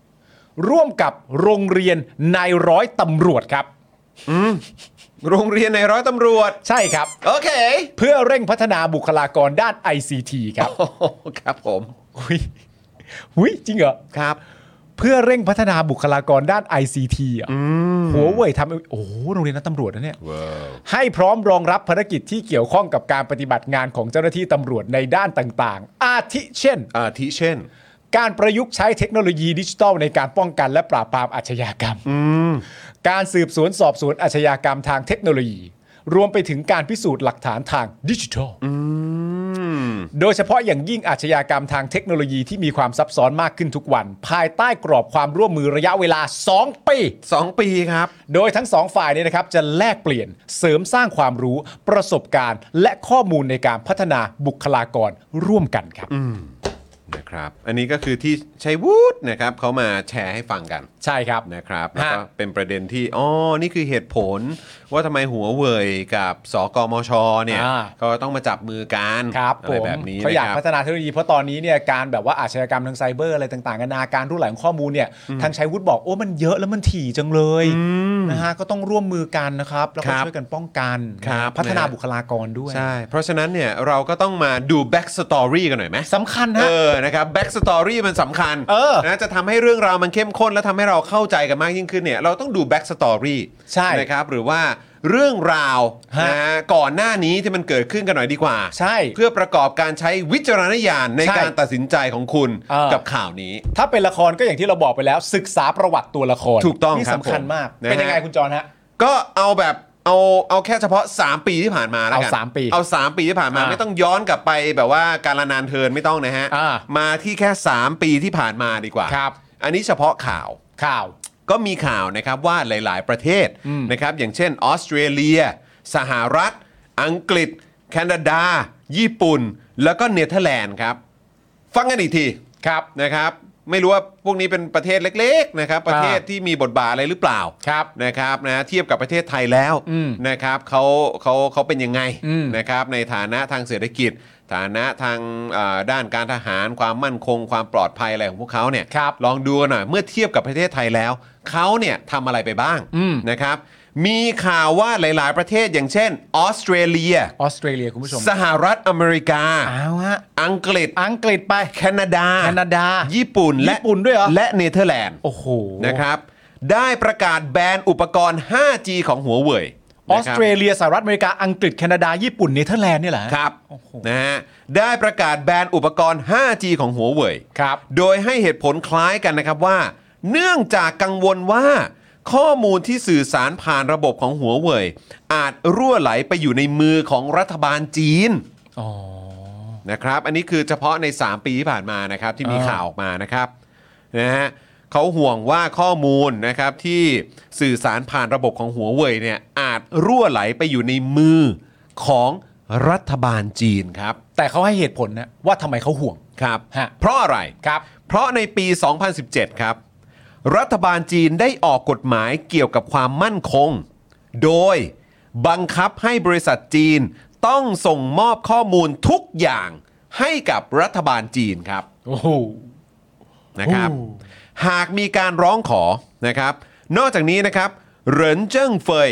ร่วมกับโรงเรียนนายร้อยตำรวจครับ โรงเรียนในร้อยตำรวจ ใช่ครับ โอเค เพื่อเร่งพัฒนาบุคลากรด้าน ICT ครับ โอ้โหครับผม อุ๊ยอุ๊ยจริงเหรอ ครับ เพื่อเร่งพัฒนาบุคลากรด้าน ICT อ่ะหัวเว่ยทำโอ้โหโรงเรียนนั้นตำรวจนะเนี่ย ให้พร้อมรองรับภารกิจที่เกี่ยวข้องกับการปฏิบัติงานของเจ้าหน้าที่ตำรวจในด้านต่าง ๆ อาทิเช่น อาทิเช่น การประยุกต์ใช้เทคโนโลยีดิจิทัลในการป้องกันและปราบปรามอาชญากรรม การสืบสวนสอบสวนอาชญากรรมทางเทคโนโลยี รวมไปถึงการพิสูจน์หลักฐานทางดิจิทัล โดยเฉพาะอย่างยิ่งอาชญากรรมทางเทคโนโลยีที่มีความซับซ้อนมากขึ้นทุกวัน ภายใต้กรอบความร่วมมือระยะเวลา 2 ปี สองปีครับ โดยทั้งสองฝ่ายเนี่ยนะครับจะแลกเปลี่ยนเสริมสร้างความรู้ ประสบการณ์ และข้อมูลในการพัฒนาบุคลากรร่วมกันครับ นะครับ อันนี้ก็คือที่ชัยวุฒินะครับเขามาแชร์ให้ฟังกัน ใช่ครับ นะครับ แล้วก็ ฮะ เป็นประเด็นที่ อ๋อ นี่คือเหตุผล ว่าทำไมหัวเว่ยกับสกมชเนี่ย อ่า เขาต้องมาจับมือกัน ครับ อะ ผ ไร ม แบบนี้ เขาอยาก นะค พั รับ ฒนาเทคโนโลยีเพราะตอนนี้เนี่ยการแบบว่าอาชญากรรมทางไซเบอร์อะไรต่างๆกันานาการรั่วไหลของข้อมูลเนี่ยทางชัยวุฒิบอกโอ้มันเยอะแล้วมันถี่จังเลยนะฮะก็ต้องร่วมมือกันนะครับแล้ว ค ก็ รับ ช่วยกันป้องกัน ครับ พัฒนาบุคลากรด้วย ใช่ เพราะฉะนั้นเนี่ยเราก็ต้องมาดู back story กันหน่อยไหม สำคัญ เอ ฮะ อ นะครับ back story มันสำคัญ เออ นะ จะทำให้เรื่องราวมันเข้มข้น และทำให้เราเข้าใจกันมากยิ่งขึ้นเนี่ย เราต้องดู back story ใช่ นะครับ หรือว่าเรื่องราว ฮะ นะฮะก่อนหน้านี้ที่มันเกิดขึ้นกันหน่อยดีกว่า ใช่ เพื่อประกอบการใช้วิจารณญาณใน ใช่ การตัดสินใจของคุณ เออ กับข่าวนี้ ถ้าเป็นละครก็อย่างที่เราบอกไปแล้ว ศึกษาประวัติตัวละคร ถูกต้อง นี่ ครับ สำคัญมาก ผมนะฮะ เป็นยังไงคุณจรฮะ ก็เอาแบบเอาเอาแค่เฉพาะ 3 ปีที่ผ่านมาแล้วกัน เอาสามปี เอา 3 ปีที่ผ่านมา อ่า ไม่ต้องย้อนกลับไปแบบว่าการละนานเทินไม่ต้องนะฮะ อ่า มาที่แค่ 3 ปีที่ผ่านมาดีกว่า ครับ อันนี้เฉพาะข่าว ข่าว ก็มีข่าวนะครับว่าหลาย ๆ ประเทศ อืม นะครับอย่างเช่นออสเตรเลีย สหรัฐ อังกฤษ แคนาดา ญี่ปุ่น แล้วก็เนเธอร์แลนด์ครับ ฟังกันอีกที ครับ นะครับ ไม่รู้ว่าพวกนี้เป็นประเทศเล็ก ๆ นะครับ ประเทศที่มีบทบาทอะไรหรือเปล่า ครับ นะครับนะเทียบกับประเทศไทยแล้ว อืม นะครับเขาเขาเขาเป็นยังไง อืม นะครับในฐานะทางเศรษฐกิจ ฐานะทางเอ่อด้านการทหารความมั่นคง ความปลอดภัยอะไรของพวกเขาเนี่ย ครับ ลองดูกันหน่อยเมื่อเทียบกับประเทศไทยแล้ว เขาเนี่ยทำอะไรไปบ้าง อืม นะครับ มีข่าวว่าหลาย ๆ ประเทศอย่างเช่น ออสเตรเลีย ออสเตรเลียคุณผู้ชม สหรัฐอเมริกา เอาฮะ อังกฤษ อังกฤษไป แคนาดา แคนาดาญี่ ญี่ปุ่น และ ปุ่นด้วยเหรอ และเนเธอร์แลนด์ โอ้โห นะครับ ได้ประกาศแบนอุปกรณ์ 5G ของหัวเว่ย ออ นะ ส ครับ เตรเลียสหรัฐอเมริกาอังกฤษแคนาดาญี่ปุ่นเนเธอร์แลนด์เนี่ยแหละ ครับ โอ้โห นะฮะได้ประกาศแบนอุปกรณ์ 5G ของหัวเว่ย ครับ โดยให้เหตุผลคล้ายกันนะครับว่า เนื่องจากกังวลว่า ข้อมูลที่สื่อสารผ่านระบบของหัวเว่ย อาจรั่วไหลไปอยู่ในมือของรัฐบาลจีน อ๋อ นะครับ อันนี้คือเฉพาะใน 3 ปีที่ผ่านมานะครับที่มี อ่า ข่าวออกมานะครับนะฮะเขาห่วงว่าข้อมูลนะครับที่สื่อสารผ่านระบบของหัวเว่ยเนี่ยอาจรั่วไหลไปอยู่ในมือของรัฐบาลจีนครับ แ แต่เขาให้เหตุผลนะว่าทำไมเขาห่วง ครับ ฮะ เพราะอะไร ครับ เพราะในปี 2017 ครับ รัฐบาลจีนได้ออกกฎหมายเกี่ยวกับความมั่นคง โดยบังคับให้บริษัทจีนต้องส่งมอบข้อมูลทุกอย่างให้กับรัฐบาลจีนครับ โอ้โห นะครับ โอ้ หากมีการร้องขอนะครับนอกจากนี้นะครับเหรินเจิ้งเฟย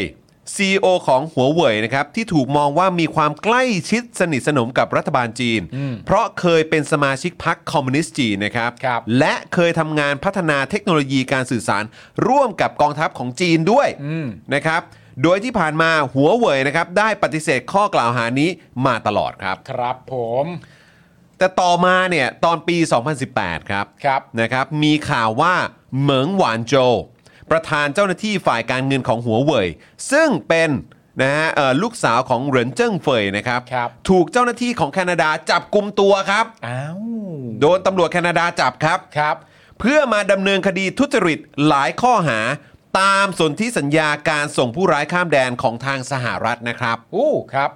CEO ของหัวเว่ยนะครับที่ถูกมองว่ามีความใกล้ชิดสนิทสนมกับรัฐบาลจีน เพราะเคยเป็นสมาชิกพรรคคอมมิวนิสต์จีนนะครับ ครับ และเคยทำงานพัฒนาเทคโนโลยีการสื่อสารร่วมกับกองทัพของจีนด้วยนะครับโดยที่ผ่านมาหัวเว่ยนะครับได้ปฏิเสธข้อกล่าวหานี้มาตลอดครับ ครับผม แต่ต่อมาเนี่ยตอนปี 2018 ครับ ครับ นะครับ มีข่าวว่าเหมิงหวานโจวประธานเจ้าหน้าที่ฝ่ายการเงินของหัวเว่ยซึ่งเป็นนะฮะเอ่อลูกสาวของเหรินเจิ้งเฟยนะครับ ครับ ถูกเจ้าหน้าที่ของแคนาดาจับกลุ่มตัวครับ อ้าว โดนตำรวจแคนาดาจับครับ ครับ เพื่อมาดำเนินคดีทุจริตหลายข้อหา ตามสนธิสัญญาการส่งผู้ร้ายข้ามแดนของทางสหรัฐนะครับ อู้ครับ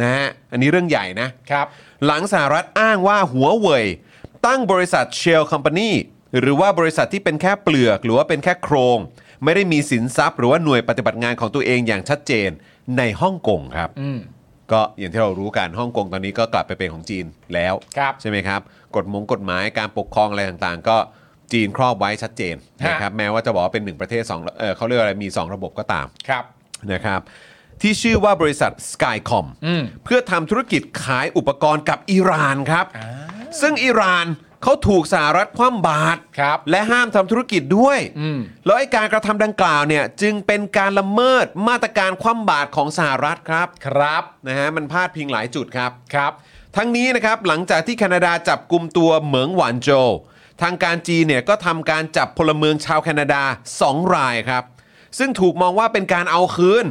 นะฮะอันนี้เรื่องใหญ่นะ ครับ หลังสหรัฐอ้างว่าหัวเว่ยตั้งบริษัทเชลคอมพานีหรือว่าบริษัทที่เป็นแค่เปลือก หรือว่าเป็นแค่โครง ไม่ได้มีสินทรัพย์ หรือว่าหน่วยปฏิบัติงานของตัวเองอย่างชัดเจนในฮ่องกงครับ อืม ก็อย่างที่เรารู้กันฮ่องกงตอนนี้ก็กลับไปเป็นของจีนแล้ว ครับ ใช่ไหมครับ กฎหมงกฎหมายการปกครองอะไรต่างๆ ก็จีนครอบไว้ชัดเจน ฮะ นะครับแม้ว่าจะบอกว่าเป็นหนึ่งประเทศสองเออเขาเรียกว่าอะไรมีสองระบบก็ตาม ครับ นะครับที่ชื่อว่าบริษัท Skycom อืม เพื่อทำธุรกิจขายอุปกรณ์กับอิหร่านครับ ซึ่งอิหร่านเขาถูกสหรัฐคว่ำบาตร ครับ และห้ามทำธุรกิจด้วย อืม แล้วไอ้การกระทำดังกล่าวเนี่ยจึงเป็นการละเมิดมาตรการคว่ำบาตรของสหรัฐครับ ครับ นะฮะมันพาดพิงหลายจุดครับ ครับ ทั้งนี้นะครับหลังจากที่แคนาดาจับกลุ่มตัวเหมิงหวานโจวทางการจีนเนี่ยก็ทำการจับพลเมืองชาวแคนาดา 2 รายครับ ซึ่งถูกมองว่าเป็นการเอาคืน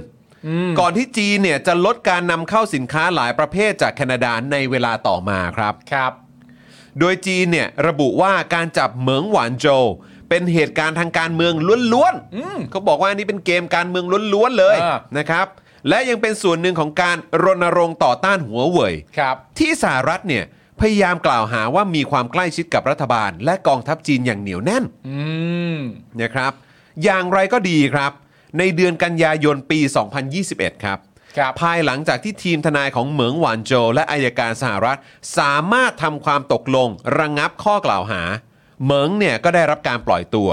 ก่อนที่จีนเนี่ยจะลดการนำเข้าสินค้าหลายประเภทจากแคนาดาในเวลาต่อมาครับ ครับ โดยจีนเนี่ยระบุว่าการจับเหมิงหวานโจวเป็นเหตุการณ์ทางการเมืองล้วนๆเขาบอกว่าอันนี้เป็นเกมการเมืองล้วนๆเลย อ่า นะครับ และยังเป็นส่วนหนึ่งของการรณรงค์ต่อต้านหัวเว่ย ครับ ที่สหรัฐเนี่ยพยายามกล่าวหาว่ามีความใกล้ชิดกับรัฐบาล และกองทัพจีนอย่างเหนียวแน่น อืม นะครับ อย่างไรก็ดีครับ ในเดือนกันยายนปี 2021 ครับ ครับ ภายหลังจากที่ทีมทนายของเหมิงหวานโจวและอายการสหรัฐ สามารถทำความตกลง ระงงับข้อกล่าวหา เหมิงเนี่ยก็ได้รับการปล่อยตัว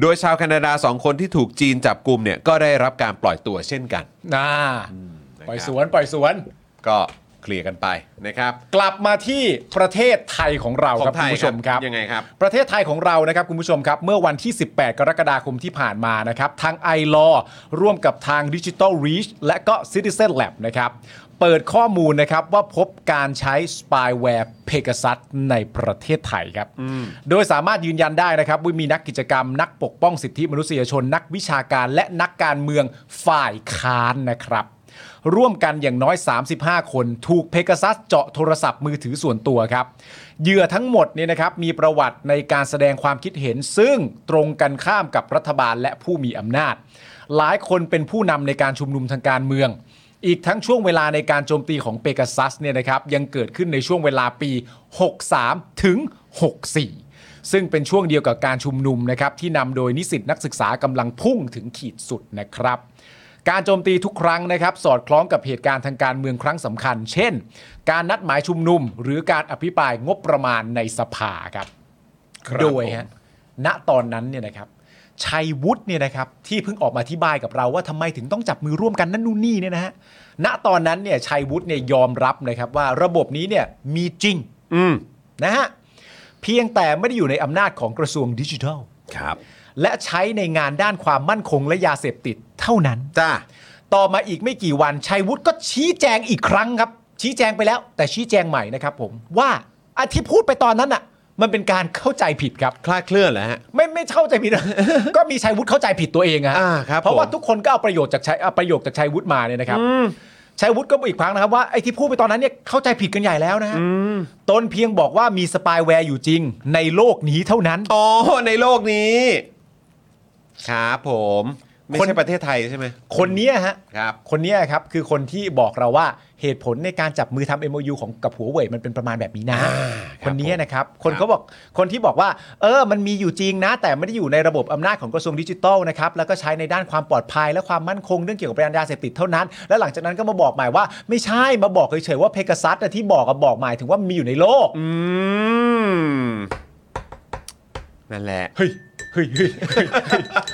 โดยชาวแคนาดาสองคนที่ถูกจีนจับกลุ่มเนี่ยก็ได้รับการปล่อยตัวเช่นกัน น่าปล่อยสวน ปล่อยสวน ก็เคลียร์กันไปนะครับ กลับมาที่ประเทศไทยของเรา ขอ ครับ งไท คุณยผู้ชมครับ ยังไงครับ ประเทศไทยของเรานะครับคุณผู้ชมครับเมื่อวันที่ 18 กรกฎาคมที่ผ่านมานะครับทาง i l a w ร่วมกับทาง Digital Reach และก็ Citizen Lab นะครับเปิดข้อมูลนะครับว่าพบการใช้ spyware Pegasus ในประเทศไทยครับ โดยสามารถยืนยันได้นะครับว่ามีนักกิจกรรม นักปกป้องสิทธิมนุษยชน นักวิชาการและนักการเมืองฝ่ายค้านนะครับ ร่วมกันอย่างน้อย 35 คนถูกเพก a ซัสเจาะโทรศัพท์มือถือส่วนตัวครับ เหยื่อทั้งหมดเนี่ยนะครับมีประวัติในการแสดงความคิดเห็น ซึ่งตรงกันข้ามกับรัฐบาลและผู้มีอำนาจ หลายคนเป็นผู้นำในการชุมนุมทางการเมือง อีกทั้งช่วงเวลาในการโจมตีของเปก a ซัสเนี่ยนะครับยังเกิดขึ้นในช่วงเวลาปี 63 ถึง 64 ซึ่งเป็นช่วงเดียวกับการชุมนุมนะครับที่นำโดยนิสิตนักศึกษากำลังพุ่งถึงขีดสุดนะครับ การโจมตีทุกครั้งนะครับ สอดคล้องกับเหตุการณ์ทางการเมืองครั้งสำคัญ เช่น การนัดหมายชุมนุม หรือการอภิปรายงบประมาณในสภาครับ ครับ โดย ผม ฮะณตอนนั้นเนี่ยนะครับ ชัยวุฒิเนี่ยนะครับที่เพิ่งออกมาอธิบายกับเราว่าทำไมถึงต้องจับมือร่วมกันนั่นนู่นนี่เนี่ยนะฮะณตอนนั้นเนี่ยชัยวุฒิเนี่ยยอมรับนะครับว่าระบบนี้เนี่ยมีจริง อืม นะฮะเพียงแต่ไม่ได้อยู่ในอำนาจของกระทรวงดิจิทัล ครับ และใช้ในงานด้านความมั่นคงและยาเสพติดเท่านั้น จ้า ต่อมาอีกไม่กี่วันชัยวุฒิก็ชี้แจงอีกครั้งครับ ชี้แจงไปแล้ว แต่ชี้แจงใหม่นะครับผมว่าอะที่พูดไปตอนนั้นอ่ะ มันเป็นการเข้าใจผิดครับ คลาดเคลื่อนแล้วฮะ ไม่ไม่เข้าใจผิด นะ ก็มีชัยวุฒิเข้าใจผิดตัวเองอะฮะ อ่าครับ เพราะว่า ผม ทุกคนก็เอาประโยชน์จากชัยเอาประโยคจากชัยวุฒิมาเนี่ยนะครับชัยวุฒิก็บอกอีกครั้งนะครับว่าไอ้ที่พูดไปตอนนั้นเนี่ยเข้าใจผิดกันใหญ่แล้วนะฮะตนเพียงบอกว่ามีสปายแวร์อยู่จริง ในโลกนี้เท่านั้น อ๋อ ในโลกนี้ ครับผม ไม่ คน ใช่ประเทศไทยใช่ไหม คนเนี้ยฮะ ครับ คนเนี้ยครับคือคนที่บอกเราว่าเหตุผลในการจับมือทำ MOU ของกับหัวเว่ยมันเป็นประมาณแบบนี้นะ คนเนี้ยนะครับ คนเขาบอกคนที่บอกว่า เออ มันมีอยู่จริงนะ แต่ไม่ได้อยู่ในระบบอำนาจของกระทรวงดิจิทัลนะครับ แล้วก็ใช้ในด้านความปลอดภัยและความมั่นคงเรื่องเกี่ยวกับยาเสพติดเท่านั้น แล้วหลังจากนั้นก็มาบอกหมายว่า ไม่ใช่มาบอกเฉยๆว่าเพกาซัสน่ะที่บอกอะบอกหมายถึงว่ามีอยู่ในโลก อืม นั่นแหละ เฮ้ยเฮ้ยเฮ้ย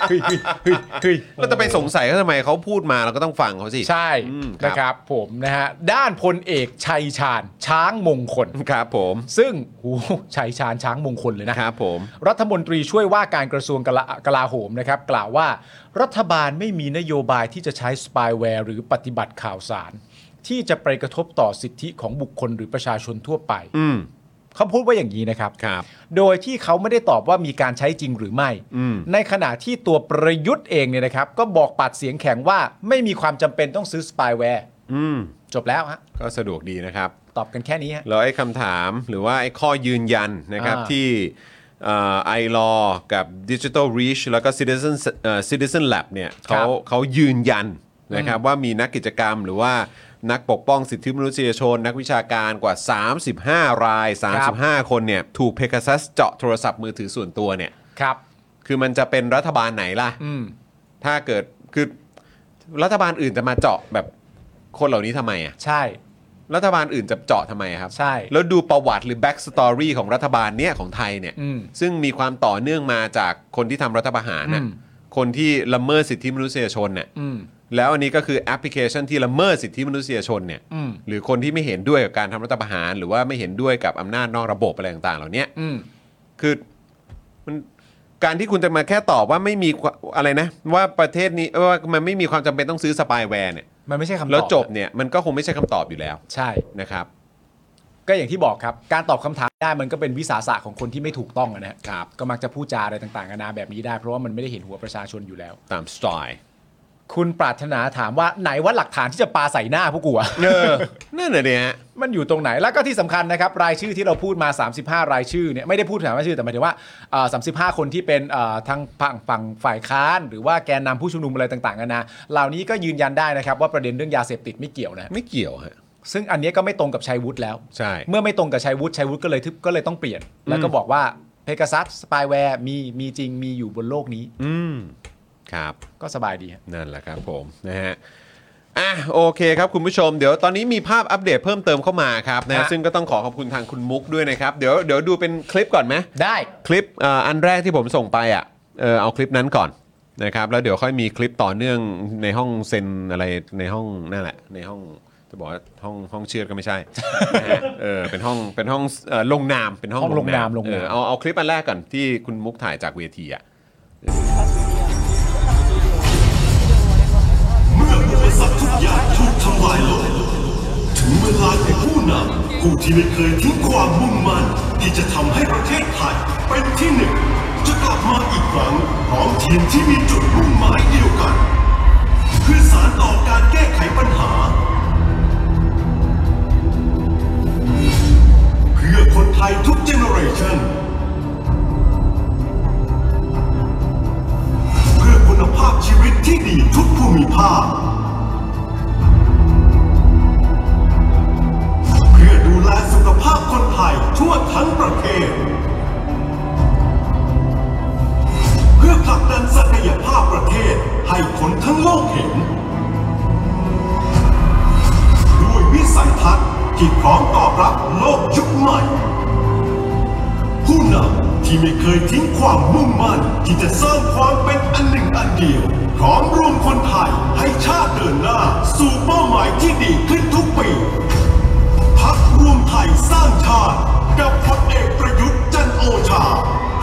เฮ้ยเฮ้ยเฮ้ยเฮ้ย เราจะไปสงสัยเขาทำไมเขาพูดมาเราก็ต้องฟังเขาสิ ใช่ อืมครับ นะครับผมนะฮะด้านพลเอกชัยชาญช้างมงคล ครับผม ซึ่งโอ้โหชัยชาญช้างมงคลเลยนะ ครับผม รัฐมนตรีช่วยว่าการกระทรวงกลากลาโหมนะครับ กล่าวว่ารัฐบาลไม่มีนโยบายที่จะใช้สปายแวร์หรือปฏิบัติข่าวสาร ที่จะไปกระทบต่อสิทธิของบุคคลหรือประชาชนทั่วไป อืม เขาพูดว่าอย่างนี้นะครับ ครับ โดยที่เขาไม่ได้ตอบว่ามีการใช้จริงหรือไม่ อืม ในขณะที่ตัวประยุทธ์เองเนี่ยนะครับ ก็บอกปัดเสียงแข็งว่าไม่มีความจำเป็นต้องซื้อสปายแวร์ อืม จบแล้วฮะ ก็สะดวกดีนะครับ ตอบกันแค่นี้ฮะ แล้วไอ้คำถามหรือว่าไอ้ข้อยืนยันนะครับ อ่า ที่ไอรอ ILAW กับ Digital Reach แล้วก็ Citizen เอ่อ Citizen Lab เนี่ย ครั เขา บ เขายืนยันนะครับว่ามีนักกิจกรรมหรือว่านักปกป้องสิทธิมนุษยชน นักวิชาการกว่า 35 ราย 35 คนเนี่ยถูกเพก a ซัสเจาะโทรศัพท์มือถือส่วนตัวเนี่ย ครับ คือมันจะเป็นรัฐบาลไหนล่ะ อืม ถ้าเกิดคือรัฐบาลอื่นจะมาเจาะแบบคนเหล่านี้ทำไมอ่ะ ใช่ รัฐบาลอื่นจะเจาะทำไมครับ ใช่ แล้วดูประวัติหรือแบ็กสตอรี่ของรัฐบาลเนี่ยของไทยเนี่ย อืม ซึ่งมีความต่อเนื่องมาจากคนที่ทำรัฐประหารน่ะ อืม คนที่ละเมิดสิทธิมนุษยชนเนี่ย อืม แล้วอันนี้ก็คือแอปพลิเคชันที่ละเมิดสิทธิมนุษยชนเนี่ย อืม หรือคนที่ไม่เห็นด้วยกับการทำรัฐประหาร หรือว่าไม่เห็นด้วยกับอำนาจนอกระบบอะไรต่างๆ เหล่าเนี้ย อืม คือมันการที่คุณจะมาแค่ตอบว่าไม่มีความอะไรนะ ว่าประเทศนี้เอ้ยว่ามันไม่มีความจำเป็นต้องซื้อสปายแวร์เนี่ย มันไม่ใช่คำตอบ แล้วจบเนี่ยมันก็คงไม่ใช่คำตอบอยู่แล้ว ใช่ นะครับ ก็อย่างที่บอกครับ การตอบคำถามได้มันก็เป็นวิสาสะของคนที่ไม่ถูกต้องอะนะฮะ ครับ ก็มักจะพูดจาอะไรต่างๆนานาแบบนี้ได้เพราะว่ามันไม่ได้เห็นหัวประชาชนอยู่แล้ว ตามสไตล์ คุณปรารถนาถามว่าไหนว่าหลักฐานที่จะปาใส่หน้าพวกกูอะ เออนั่นน่ะเนี่ย มันอยู่ตรงไหนแล้วก็ที่สำคัญนะครับ รายชื่อที่เราพูดมา 35 รายชื่อเนี่ยไม่ได้พูดถึงรายชื่อแต่หมายถึงว่าเอ่อ35 คนที่เป็นเอ่อทางฝั่งฝั่งฝ่ายค้าน หรือว่าแกนนำผู้ชุมนุมอะไรต่างๆกันานะเหล่านี้ก็ยืนยันได้นะครับว่าประเด็นเรื่องยาเสพติดไม่เกี่ยวนะ ไม่เกี่ยวฮะ ซึ่งอันเนี้ยก็ไม่ตรงกับชัยวุฒิแล้ว ใช่ เมื่อไม่ตรงกับชัยวุฒิชัยวุฒิก็เลยทึบก็เลยต้องเปลี่ยน แล้วก็บอกว่าเพก a ซัสสปายแวร์มีมีจริงมีอยู่บนโลกนี้ อืม ครับ ก็สบายดีฮะ นั่นแหละครับผมนะฮะอ่ะโอเคครับคุณผู้ชม เดี๋ยวตอนนี้มีภาพอัปเดตเพิ่มเติมเข้ามาครับนะ ฮะ ซึ่งก็ต้องขอขอบคุณทางคุณมุกด้วยนะครับ เดี๋ยวเดี๋ยวดูเป็นคลิปก่อนไหม ได้ คลิปเอ่ออันแรกที่ผมส่งไปอ่ะเออเอาคลิปนั้นก่อนนะครับ แล้วเดี๋ยวค่อยมีคลิปต่อเนื่องในห้องเซนอะไรในห้องนั่นแหละ ในห้องจะบอกว่าห้องห้องเชือดก็ไม่ใช่นะฮะเออเป็นห้องเป็นห้องเอ่อลงนามเป็นห้อง ห้องลงนามลเอนงาม อเอาเอาคลิปอันแรกก่อนที่คุณมุกถ่ายจากเวทีอ่ะ ถึงเวลาแห่งผู้นำผู้ที่ไม่เคยทิ้งความมุ่งมั่นที่จะทำให้ประเทศไทยเป็นที่หนึ่ง จะกลับมาอีกครั้งพร้อมทีมที่มีจุดมุ่งหมายเดียวกัน เพื่อสารต่อการแก้ไขปัญหา เพื่อคนไทยทุกเจเนอเรชันเพื่อคุณภาพชีวิตที่ดีทุกภูมิภาค เพื่อดูแลสุขภาพคนไทยทั่วทั้งประเทศ เพื่อผลักดันศักยภาพประเทศให้คนทั้งโลกเห็น ด้วยวิสัยทัศน์ที่พร้อมตอบรับโลกยุคใหม่ ผู้นำที่ไม่เคยทิ้งความมุ่งมั่นที่จะสร้างความเป็นอันหนึ่งอันเดียว พร้อมรวมคนไทยให้ชาติเดินหน้า สู่เป้าหมายที่ดีขึ้นทุกปี พักรวมไทยสร้างชาติ กับพลเอกประยุทธ์จันทร์โอชา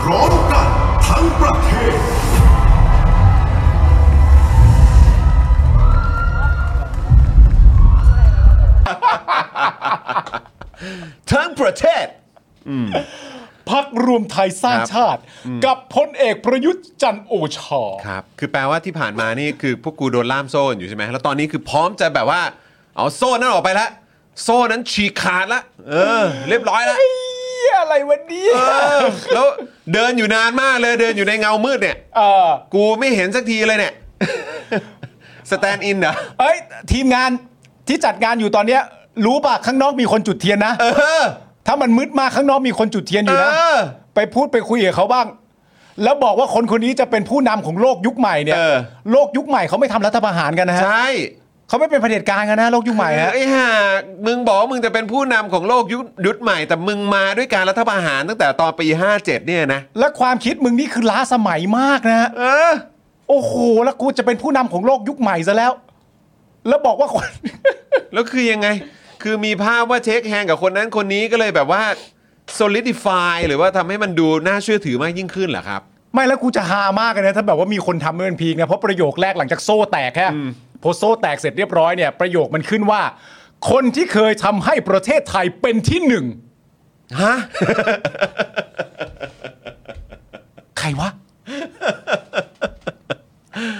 พร้อมกันทั้งประเทศ ทั้งประเทศ พักรวมไทยสร้างชาติ กับพลเอกประยุทธ์จันโอชา ครับ คือแปลว่าที่ผ่านมานี่คือพวกกูโดนล่ามโซ่อยู่ใช่ไหม แล้วตอนนี้คือพร้อมจะแบบว่า เอาโซ่นั้นออกไปละ โซ่นั้นฉีกขาดละ เออ เรียบร้อยละ อะไรวันนี้ เออ แล้วเดินอยู่นานมากเลย เดินอยู่ในเงามืดเนี่ย เออ กูไม่เห็นสักทีเลยเนี่ย สแตนด์อินเหรอ เอ้ย ทีมงานที่จัดงานอยู่ตอนเนี้ย รู้ป่ะข้างนอกมีคนจุดเทียนนะ เออ ถ้ามันมืดมากข้างนอกมีคนจุดเทียนอยู่นะ เออ ไปพูดไปคุยกับเขาบ้าง แล้วบอกว่าคนคนนี้จะเป็นผู้นำของโลกยุคใหม่เนี่ย เออ โลกยุคใหม่เขาไม่ทำรัฐประหารกันนะฮะ ใช่ เขาไม่เป็นเผด็จการกันนะโลกยุคใหม่ฮะ ไอ้ห่ามึงบอกว่ามึงจะเป็นผู้นำของโลกยุคยุคใหม่ แต่มึงมาด้วยการรัฐประหารตั้งแต่ตอนปี 57 เนี่ยนะ และความคิดมึงนี่คือล้าสมัยมากนะฮะ เออ โอ้โห แล้วกูจะเป็นผู้นำของโลกยุคใหม่ซะแล้ว แล้วบอกว่าคน แล้วคือยังไง คือมีภาพว่าเช็คแฮงกับคนนั้นคนนี้ก็เลยแบบว่า solidify หรือว่าทำให้มันดูน่าเชื่อถือมากยิ่งขึ้นเหรอครับ ไม่แล้วกูจะฮามากเลยนะถ้าแบบว่ามีคนทำเมื่อนพีกนะเพราะประโยคแรกหลังจากโซ่แตกแค่พอโซ่แตกเสร็จเรียบร้อยเนี่ยประโยคมันขึ้นว่า คนที่เคยทำให้ประเทศไทยเป็นที่หนึ่ง ฮะ ใครวะ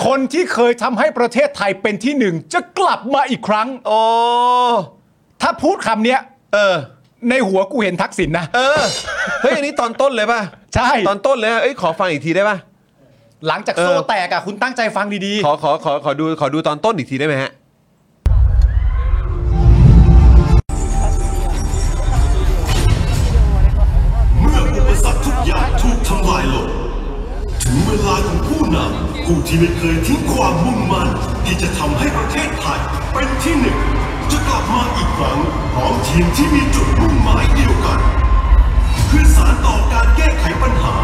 คนที่เคยทำให้ประเทศไทยเป็นที่หนึ่งจะกลับมาอีกครั้ง โอ้ ถ้าพูดคำเนี้ย เออ ในหัวกูเห็นทักษิณนะ เออ เฮ้ย อันนี้ตอนต้นเลยป่ะ ใช่ ตอนต้นเลยอะเอ้ย ขอฟังอีกทีได้ป่ะ หลังจากโซ่แตกอ่ะคุณตั้งใจฟังดี ขอ ขอ ขอ ขอดู ขอดูตอนต้นอีกทีได้ไหมฮะ เมื่ออุปสรรคทุกอย่างถูกทำลายลง ถึงเวลาของผู้นำผู้ที่ไม่เคยทิ้งความมุ่งมั่นที่จะทำให้ประเทศไทยเป็นที่หนึ่ง จะกลับมาอีกครั้งพร้อมทีมที่มีจุดมุ่งหมายเดียวกัน เพื่อสารต่อการแก้ไขปัญหา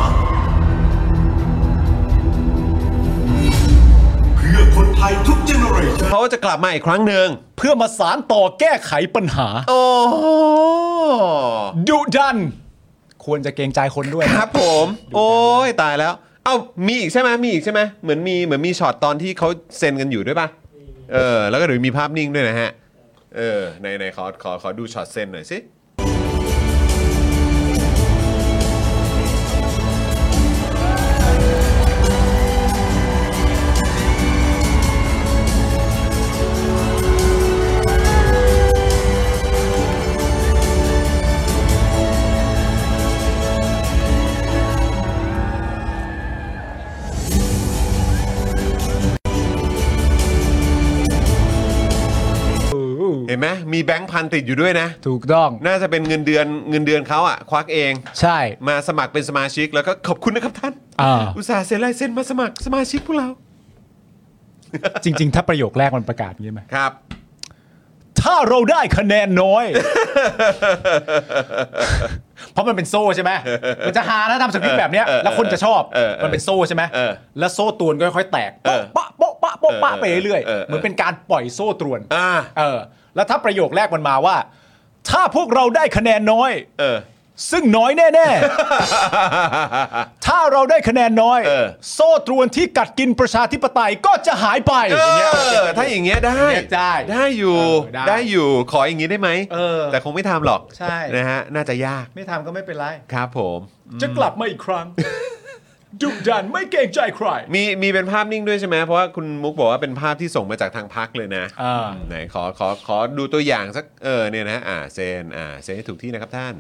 เพื่อคนไทยทุกเจเนอเรชัน เขาจะกลับมาอีกครั้งหนึ่ง ๆ เพื่อมาสารต่อแก้ไขปัญหา โอ้ ดุดัน ควรจะเกรงใจคนด้วย ครับผม โอ้ยตายแล้ว เอ้า มีอีกใช่ไหมมีอีกใช่ไหมเหมือนมีเหมือนมีช็อตตอนที่เขาเซ็นกันอยู่ด้วยป่ะ เออ แล้วก็เดี๋ยวมีภาพนิ่งด้วยนะฮะ เออในในขอขอขอดูช็อตเซ็นหน่อยสิ เห็นไหมมีแบงค์พันติดอยู่ด้วยนะ ถูกต้อง น่าจะเป็นเงินเดือนเงินเดือนเขาอะควักเอง ใช่ มาสมัครเป็นสมาชิกแล้วก็ขอบคุณนะครับท่าน อ่า อุตส่าห์เซ็นลายเซ็นมาสมัครสมาชิกพวกเรา จริง ๆ ถ้าประโยคแรกมันประกาศงี้ไหม ครับ ถ้าเราได้คะแนนน้อย เพราะมันเป็นโซ่ใช่ไหมมันจะหานะทำสคริปต์แบบเนี้ย เออเออ แล้วคนจะชอบ เออเออ มันเป็นโซ่ใช่ไหม เออ แล้วโซ่ตรวนก็ค่อยๆแตก เออ โป๊ะโป๊ะโป๊ะโป๊ะโป๊ะไปเรื่อย เออเออเออ ๆเหมือนเป็นการปล่อยโซ่ตรวน อ่า เออ แล้วถ้าประโยคแรกมันมาว่า ถ้าพวกเราได้คะแนนน้อย เออ ซึ่งน้อยแน่ๆ ถ้าเราได้คะแนนน้อย เออ โซ่ตรวนที่กัดกินประชาธิปไตยก็จะหายไป เอ อย่างเงี้ย อถ้าอย่างเงี้ยได้ ได้ ได้อยู่ เออได้ ได้อยู่ขออย่างงี้ได้ไหม เออ แต่คงไม่ทำหรอก ใช่ นะฮะน่าจะยาก ไม่ทำก็ไม่เป็นไร ครับผม จะกลับมาอีกครั้ง ดุดันไม่เกรงใจใคร มีมีเป็นภาพนิ่งด้วยใช่ไหมเพราะว่าคุณมุกบอกว่าเป็นภาพที่ส่งมาจากทางพักเลยนะ อ่า ไหนขอขอขอดูตัวอย่างสักเออเนี่ยนะอ่าเซนอ่าเซนให้ถูกที่นะครับท่าน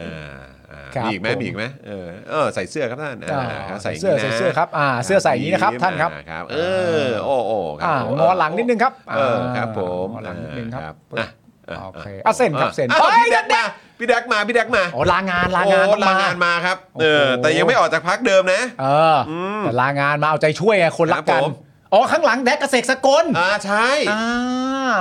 อ่าอ่า ครับ มีอีกไหม ผม มีอีกไหมเออเออใส่เสื้อครับท่านอ่า อ่า ครับใส่ย่าง เสื้อ นี้นะ ใส่เสื้อครับอ่าเสื้อใส่อย่างนี้นะครับท่านครับ อ่ครับ เออโอ้โอ้ครั อ่า บผม งอหลังนิดนึงครับ เออครับ ผม งอหลังนิดนึงครับ อ่ะะ โอเคอ่ะเซ็นครับเซ็น อ้าว ไป พี่แดกมาพี่แดกมาพี่แดกมา อ๋อลางานลางาน โอ้ ต้องมา ลางานมาครับเออ โอ้โห แต่ยังไม่ออกจากพักเดิมนะ เอออแต่ลางานมาเอาใจช่วยไงคนรักกัน ครับผม อ๋อข้างหลังแดกกบเสกสกล อ่าใช่ อ่า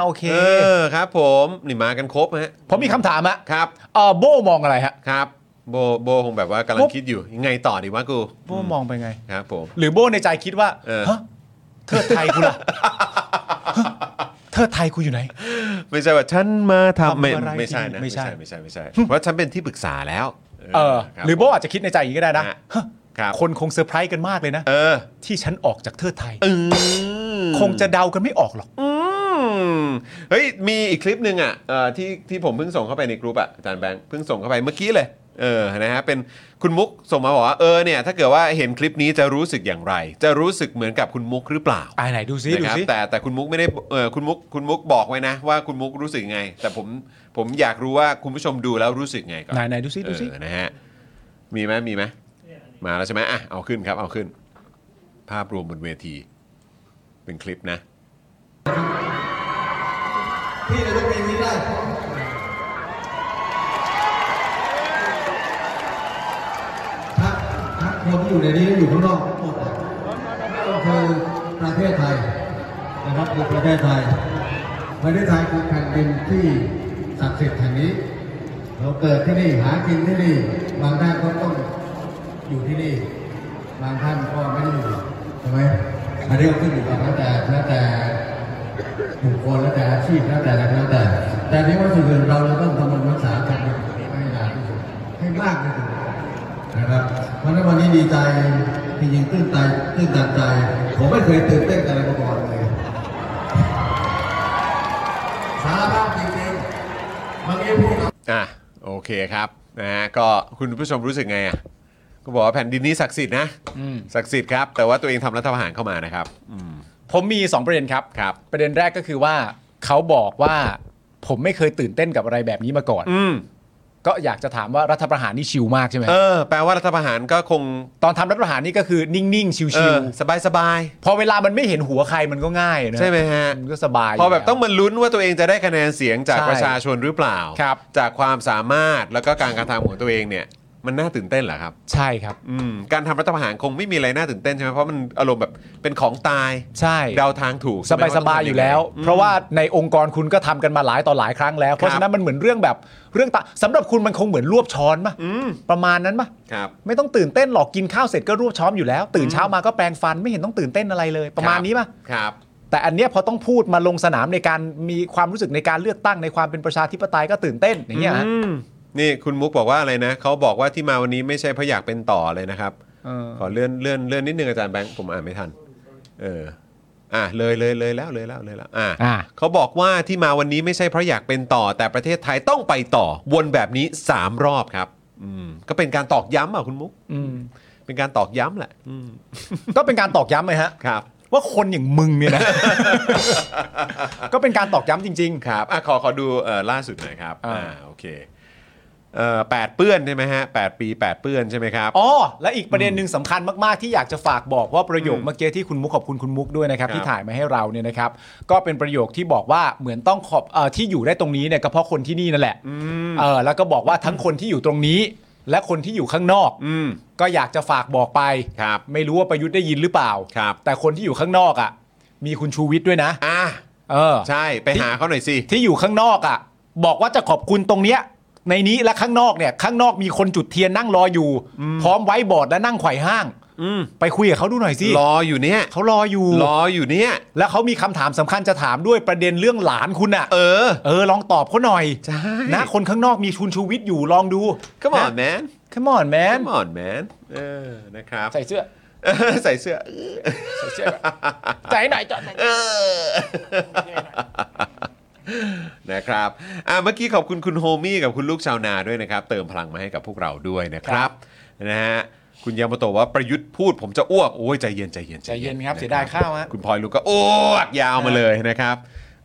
โอเค เออครับผม นี่มากันครบฮะ ผมมีคำถามอะ ครับ เออโบมองอะไรฮะ ครับ โบโบคงแบบว่ากำลั ปุ๊ ง บ คิดอยู่ยังไงต่อดีวะกู โบมองไปไง ครับผม หรือโบ้ในใจคิดว่า เออ ฮะเทิดไทยกูล่ะฮะเทิดไทยกูอยู่ไหน ไม่ใช่ว่าฉันมาทำไม่ ทำอะไร ไม่ใช่นะ ไม่ ไม่ ใช่ ใช่ไม่ใช่ไม่ใช่เพราะฉันเป็นที่ปรึกษาแล้ว เออ คบ หรือโบ้อาจจะคิดในใจอย่างนี้ก็ได้นะ ฮ ฮะ ครับ คนคงเซอร์ไพรส์กันมากเลยนะ เออ ที่ฉันออกจากเทิดไทย อืม คงจะเดากันไม่ออกหรอก อืมเฮ้ยมีอีกคลิปหนึ่งอ่ะเอ่อที่ที่ผมเพิ่งส่งเข้าไปในกรุ๊ปอ่ะอาจารย์แบงค์เพิ่งส่งเข้าไปเมื่อกี้เลยเออนะฮะเป็นคุณมุกส่งมาบอกว่าเออเนี่ยถ้าเกิดว่าเห็นคลิปนี้จะรู้สึกอย่างไร จะรู้สึกเหมือนกับคุณมุกหรือเปล่า อ่าไหนดูซิดู นะครับ ซิ แต่แต่คุณมุกไม่ได้เออคุณมุกคุณมุกบอกไว้นะ ว่าคุณมุกรู้สึกยังไง แต่ผมผมอยากรู้ว่าคุณผู้ชมดูแล้วรู้สึกไงก่อน ไหนไหนดูซิดูซิ เออนะฮะมีไหมมีไหมมาแล้วใช่ไหมอ่ะเอาขึ้นครับเอาขึ้น ภาพรวมบนเวที เป็นคลิปนะ พี่จะยกเพลงนี้ได้ถ้าถ้าคนที่อยู่ในนี้และอยู่ข้างนอกทั้งหมดเนี่ยก็คือประเทศไทยนะครับคือประเทศไทย ประเทศไทยคือแผ่นดินที่ศักดิ์สิทธิ์แห่งนี้ เราเกิดที่นี่หากินที่นี่ บางท่านก็ต้องอยู่ที่นี่ บางท่านก็ไม่ได้อยู่ใช่ไหมอันนี้ก็ขึ้นอยู่กับแล้วแต่แล้วแต่ บุคคลแล้วแต่อาชีพแล้วแต่แล้วแต่ แต่ในวันสุดท้ายเราเราต้องทำมันรักษาการเป็นแบบนี้ให้นานที่สุดให้มากที่สุดนะครับเพราะฉะนั้นวันนี้ดีใจจริงๆตื้นใจตื้นตันใจ ผมไม่เคยตื่นเต้นอะไรมาก่อนเลยสารภาพจริงๆบางทีพูด อ่ะโอเคครับนะฮะก็คุณผู้ชมรู้สึกไงอ่ะก็บอกว่าแผ่นดินนี้ศักดิ์สิทธิ์นะศักดิ์สิทธิ์ครับ แต่ว่าตัวเองทำรัฐประหารเข้ามานะครับ ผมมี 2 ประเด็นครับ ครับ ประเด็นแรกก็คือว่าเขาบอกว่าผมไม่เคยตื่นเต้นกับอะไรแบบนี้มาก่อน อืม ก็อยากจะถามว่ารัฐประหารนี่ชิลมากใช่ไหม เออ แปลว่ารัฐประหารก็คง ตอนทำรัฐประหารนี่ก็คือนิ่งๆ เอ ชิล อสบายสบาย ๆ พอเวลามันไม่เห็นหัวใครมันก็ง่าย ๆ นะ ใช่ไหมฮะ มันก็สบาย พอแบบต้องมาลุ้นว่าตัวเองจะได้คะแนนเสียงจาก ใช่ ประชาชนหรือเปล่า ครับ จากความสามารถแล้วก็การกระทำของตัวเองเนี่ย มันน่าตื่นเต้นเหรอครับ ใช่ครับ อืมการทำรัฐประหารคงไม่มีอะไรน่าตื่นเต้นใช่ไหมเพราะมันอารมณ์แบบเป็นของตาย ใช่ เดาทางถูก ส ใช่ไหม บายสบาย ต้งทำ อยู่แล้ว งไง เพราะว่าในองค์กรคุณก็ทำกันมาหลายต่อหลายครั้งแล้ว เพราะฉะนั้นมันเหมือนเรื่องแบบเรื่องตะสำหรับคุณมันคงเหมือนรวบช้อนปะประมาณนั้นปะ ครับ ไม่ต้องตื่นเต้นหรอกกินข้าวเสร็จก็รวบช้อนอยู่แล้ว ตื่นเช้ามาก็แปรงฟันไม่เห็นต้องตื่นเต้นอะไรเลย ประมาณนี้ปะ ครับ แต่อันเนี้ยพอต้องพูดมาลงสนามในการมีความรู้สึกในการเลือกตั้งในความเป็นประชาธิปไตยก็ตื่นเต้นอย่างเงี้ยฮะ อืมนี่คุณมุกบอกว่าอะไรนะเขาบอกว่าที่มาวันนี้ไม่ใช่เพราะอยากเป็นต่อเลยนะครับ เออ ขอเลื่อนเลื่อนเลื่อนนิดนึงอาจารย์แบงค์ผมอ่านไม่ทัน เออ อ่ะเลยเลยเลยแล้วเลยแล้วเลยแล้วอ่ะ อ่ะ เขาบอกว่าที่มาวันนี้ไม่ใช่เพราะอยากเป็นต่อ แต่ประเทศไทยต้องไปต่อ วนแบบนี้สามรอบครับ อืม ก็เป็นการตอกย้ำอ่ะคุณมุก อืม เป็นการตอกย้ำแหละ อืม ก็เป็นการตอกย้ำเลยฮะ ครับ ว่าคนอย่างมึงเนี่ยนะ ก็เป็นการตอกย้ำจริง ครับอ่ะขอขอดูเอ่อล่าสุดหน่อยครับ อ่า อ่าโอเคเอ่อแปดเปื้อนใช่ไหมฮะแปดปีแปดเปื้อนใช่ไหมครับ ๆอ๋อและอีกประเด็นหนึ่งสำคัญมากๆที่อยากจะฝากบอกว่าประโยคเมื่อกี้ที่คุณมุกขอบคุณคุณมุกด้วยนะครับ ครับ ที่ถ่ายมาให้เราเนี่ยนะครับ ก็เป็นประโยคที่บอกว่าเหมือนต้องขอบเอ่อที่อยู่ได้ตรงนี้เนี่ยก็เพราะคนที่นี่นั่นแหละเออแล้วก็บอกว่าทั้งคนที่อยู่ตรงนี้ และคนที่อยู่ข้างนอก อืม ก็อยากจะฝากบอกไป ครับ ไม่รู้ว่าประยุทธ์ได้ยินหรือเปล่า ครับ แต่คนที่อยู่ข้างนอกอ่ะ มีคุณชูวิทย์ด้วยนะ อ่ะ เออ ใช่ไปหาเขาหน่อยสิ ที่อยู่ข้างนอกอ่ะ บอกว่าจะขอบคุณตรงเนี้ย ในนี้และข้างนอกเนี่ย ข้างนอกมีคนจุดเทียนนั่งรออยู่ พร้อมไว้บอร์ดและนั่งไขว่ห้างไปคุยกับเขาดูหน่อยสิ รออยู่เนี่ย เขารออยู่ รออยู่เนี่ย แล้วเขามีคำถามสำคัญจะถามด้วยประเด็นเรื่องหลานคุณอ่ะ เออ เออลองตอบเขาหน่อย ใช่ นะคนข้างนอกมีชุนชูวิทย์อยู่ลองดู Come on นะ man Come on man Come on man เออนะครับ ใส่เสื้อ เออใส่เสื้อ ใส่เสื้อใจหน่อยจอด เออนะครับอ่ะเมื่อกี้ขอบคุณคุณโฮมี่กับคุณลูกชาวนาด้วยนะครับ เติมพลังมาให้กับพวกเราด้วยนะครับนะฮะคุณยามาโตะว่าประยุทธ์พูดผมจะอ้วกโอ้ยใจเย็นใจเย็น ใจเย็นครับเสียดายข้าวฮะ คุณพลอยลูกก็อ้วกยาวมาเลยนะครับ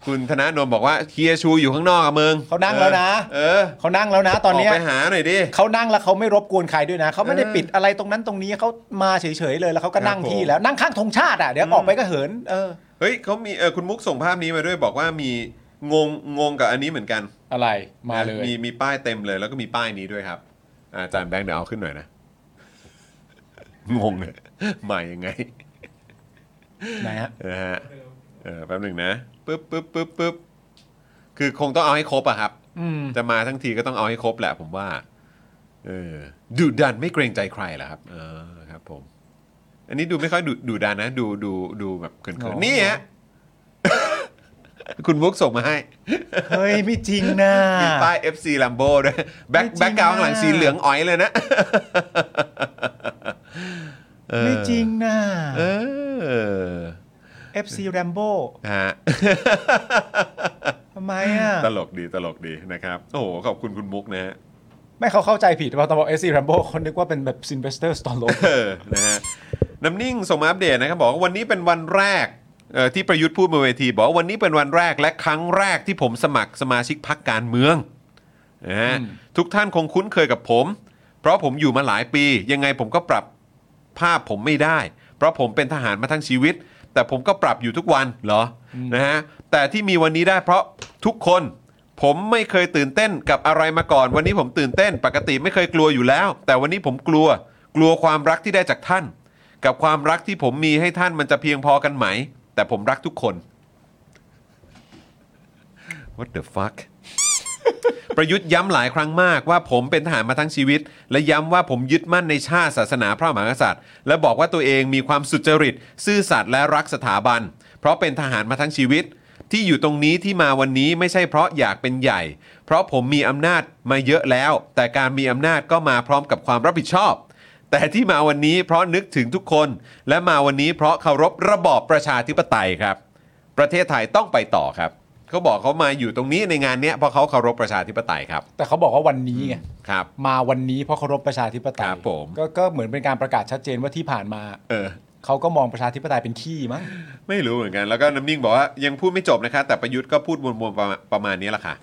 คุณธนาโนนบอกว่าเฮียชูอยู่ข้างนอกอะมึง เขานั่งแล้วนะ เออ เขานั่งแล้วนะตอนเนี้ย กไปหาหน่อยดิ เขานั่งแล้วเขาไม่รบกวนใครด้วยนะเขาไม่ได้ เออ ปิดอะไรตรงนั้นตรงนี้เขามาเฉยๆเลยแล้วเขาก็นั่ง ครับผม ที่แล้วนั่งข้างธงชาติอ่ะเดี๋ยวออกไปก็เหินเออ เฮ้ยเขามีเออคุณมุกส่งภาพนี้มาด้วยบอกว่ามีงงงงกับอันนี้เหมือนกัน อะไร มีมีป้ายเต็มเลยแล้วก็มีป้ายนี้ด้วยครับอ่ะอาจารย์แบงค์เดี๋ยวเอาขึ้นหน่อยนะ งงเลย มายังไง ไหนฮะ นะฮะเออแป๊บหนึ่งนะปึ๊บปึ๊บปึ๊บปึ๊บคือคงต้องเอาให้ครบอะครับ อืม จะมาทั้งทีก็ต้องเอาให้ครบแหละผมว่า เออดุดันไม่เกรงใจใครเหรอครับ เออครับผม อันนี้ดูไม่ค่อยดุดุดันนะ ดูดูดูแบบเขินๆนี่ฮะ คุณมุกส่งมาให้ เฮ้ยไม่จริงนะ มีป้าย FC Lambo ด้วยแบ็ค ไม่จริง แบ็คกราวด์ข้างหลัง อะ สีเหลืองอ้อยเลยนะเออ ไม่จริงนะ เออ FC Rambo ฮะ ทำไมอ่ะ ตลกดีตลกดีนะครับ โอ้โห ขอบคุณคุณมุกนะฮะ ไม่เขาเข้าใจผิดว่าตอนบอก FC Rambo คนนึกว่าเป็นแบบ Sylvester Stallone เออนะฮะน้ำนิ่งส่งมาอัปเดตนะครับ บอกว่าวันนี้เป็นวันแรกเอ่อที่ประยุทธ์พูดบนเวที บอกว่าวันนี้เป็นวันแรกและครั้งแรกที่ผมสมัครสมาชิกพักการเมืองนะฮะทุกท่านคงคุ้นเคยกับผม เพราะผมอยู่มาหลายปี ยังไงผมก็ปรับภาพผมไม่ได้ เพราะผมเป็นทหารมาทั้งชีวิต แต่ผมก็ปรับอยู่ทุกวันเหรออนะฮะแต่ที่มีวันนี้ได้เพราะทุกคน ผมไม่เคยตื่นเต้นกับอะไรมาก่อน วันนี้ผมตื่นเต้น ปกติไม่เคยกลัวอยู่แล้ว แต่วันนี้ผมกลัว กลัวความรักที่ได้จากท่าน กับความรักที่ผมมีให้ท่านมันจะเพียงพอกันไหม แต่ผมรักทุกคน What the fuck ประยุทธ์ย้ำหลายครั้งมากว่าผมเป็นทหารมาทั้งชีวิต และย้ำว่าผมยึดมั่นในชาติศาสนาพระมหากษัตริย์ และบอกว่าตัวเองมีความสุจริต ซื่อสัตย์และรักสถาบัน เพราะเป็นทหารมาทั้งชีวิต ที่อยู่ตรงนี้ที่มาวันนี้ไม่ใช่เพราะอยากเป็นใหญ่ เพราะผมมีอำนาจมาเยอะแล้ว แต่การมีอำนาจก็มาพร้อมกับความรับผิดชอบ แต่ที่มาวันนี้เพราะนึกถึงทุกคน และมาวันนี้เพราะเคารพระบอบประชาธิปไตยครับ ประเทศไทยต้องไปต่อครับเขาบอกเขามาอยู่ตรงนี้ในงานเนี้ยเพราะเขาเคารพประชาธิปไตยครับ แต่เขาบอกว่าวันนี้ไง ครับ มาวันนี้เพราะเคารพประชาธิปไตย ครับผม ก็ก็เหมือนเป็นการประกาศชัดเจนว่าที่ผ่านมา เออ เขาก็มองประชาธิปไตยเป็นขี้มั้ง ไม่รู้เหมือนกันแล้วก็น้ำนิ่งบอกว่ายังพูดไม่จบนะคะ แต่ประยุทธ์ก็พูดวนๆประมาณประมาณนี้แหละ ค่ะ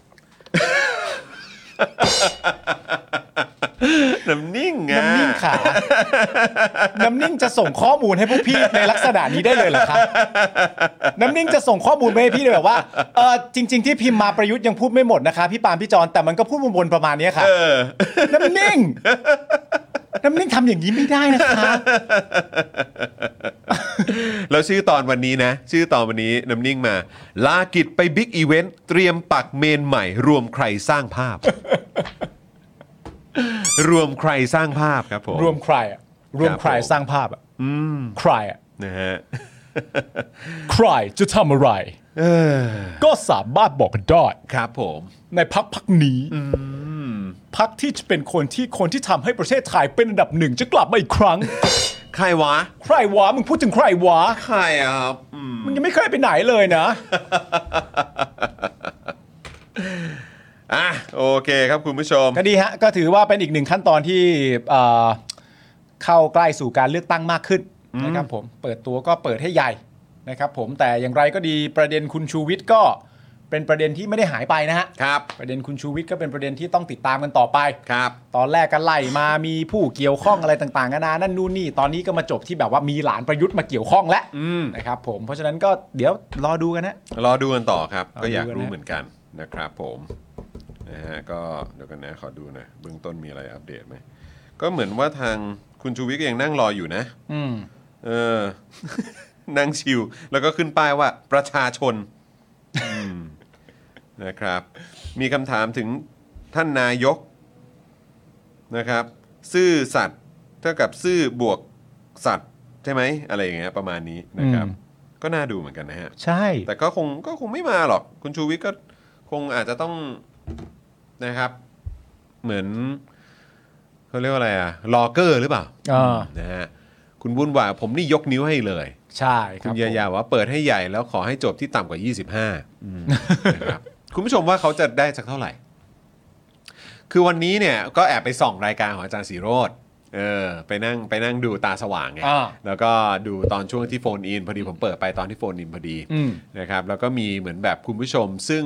น้ำนิ่งอะ น้ำนิ่งขา น้ำนิ่งจะส่งข้อมูลให้พวกพี่ในลักษณะนี้ได้เลยเหรอครับน้ำนิ่งจะส่งข้อมูลไปให้พี่เลยแบบว่าเออจริง ๆ ที่พิมพ์มาประยุทธ์ยังพูดไม่หมดนะคะพี่ปาล์มพี่จอนแต่มันก็พูดวนๆประมาณเนี้ยค่ะ เออ น้ำนิ่ง น้ำนิ่งทำอย่างนี้ไม่ได้นะคะ แล้วชื่อตอนวันนี้นะ ชื่อตอนวันนี้น้ำนิ่งมา ลากิจไปบิ๊กอีเวนต์เตรียมปักเมนใหม่ รวมใครสร้างภาพ รวมใครสร้างภาพครับผม รวมใครอะรวมใคร ครับผม สร้างภาพอะใครอะ นะฮะ ใครจะทำอะไร ก็สามารถบอกกันได้ ครับผม ในพักพักนี้พักที่จะเป็นคนที่คนที่ทำให้ประเทศไทยเป็นอันดับหนึ่งจะกลับมาอีกครั้ง ใครวะ ใครวะมึงพูดถึงใครวะ ใครอ่ะครับอืม มึงยังไม่เคยไปไหนเลยนะ อ่ะโอเคครับคุณผู้ชม ก็ดีฮะ ก็ถือว่าเป็นอีกหนึ่งขั้นตอนที่เอ่อเข้าใกล้สู่การเลือกตั้งมากขึ้นนะครับผมเปิดตัวก็เปิดให้ใหญ่นะครับผมแต่อย่างไรก็ดีประเด็นคุณชูวิทย์ก็เป็นประเด็นที่ไม่ได้หายไปนะฮะ ครับ ประเด็นคุณชูวิทย์ก็เป็นประเด็นที่ต้องติดตามกันต่อไป ครับ ตอนแรกก็ไล่มามีผู้เกี่ยวข้องอะไรต่างๆกันานานั่นนู่นนี่ตอนนี้ก็มาจบที่แบบว่ามีหลานประยุทธ์มาเกี่ยวข้องแล้วนะครับผมเพราะฉะนั้นก็เดี๋ยวรอดูกันนะ รอดูกันต่อครับ รอดู ก็อยากรู้ กันนะ เหมือนกันนะครับผมนะฮะก็เดี๋ยวกันนะขอดูหนะเบื้องต้นมีอะไรอัปเดตไหมก็เหมือนว่าทางคุณชูวิทย์ก็ยังนั่งรออยู่นะ อืม เออ นั่งชิว แล้วก็ขึ้นป้ายว่าประชาชนอืมนะครับ มีคำถามถึงท่านนายกนะครับ ซื่อสัตย์เท่ากับซื่อบวกสัตย์ใช่ไหมอะไรอย่างเงี้ยประมาณนี้นะครับ ก็น่าดูเหมือนกันนะฮะ ใช่ แต่ก็คงก็คงไม่มาหรอก คุณชูวิทย์ก็คงอาจจะต้องนะครับ เหมือนเขาเรียกว่าอะไรอะลอเกอร์หรือเปล่า อ่า นะฮะคุณวุ่นวายผมนี่ยกนิ้วให้เลย ใช่ค คุ รับ ณยายาบอกว่าเปิดให้ใหญ่แล้วขอให้จบที่ต่ำกว่า 25อืม นะครับคุณผู้ชมว่าเขาจะได้สักเท่าไหร่ คือวันนี้เนี่ยก็แอบไปส่องรายการของอาจารย์สีโรดเออไปนั่งไปนั่งดูตาสว่างไง อ่า แล้วก็ดูตอนช่วงที่โฟนอินพอดีผมเปิดไปตอนที่โฟนอินพอดี อืม นะครับแล้วก็มีเหมือนแบบคุณผู้ชมซึ่ง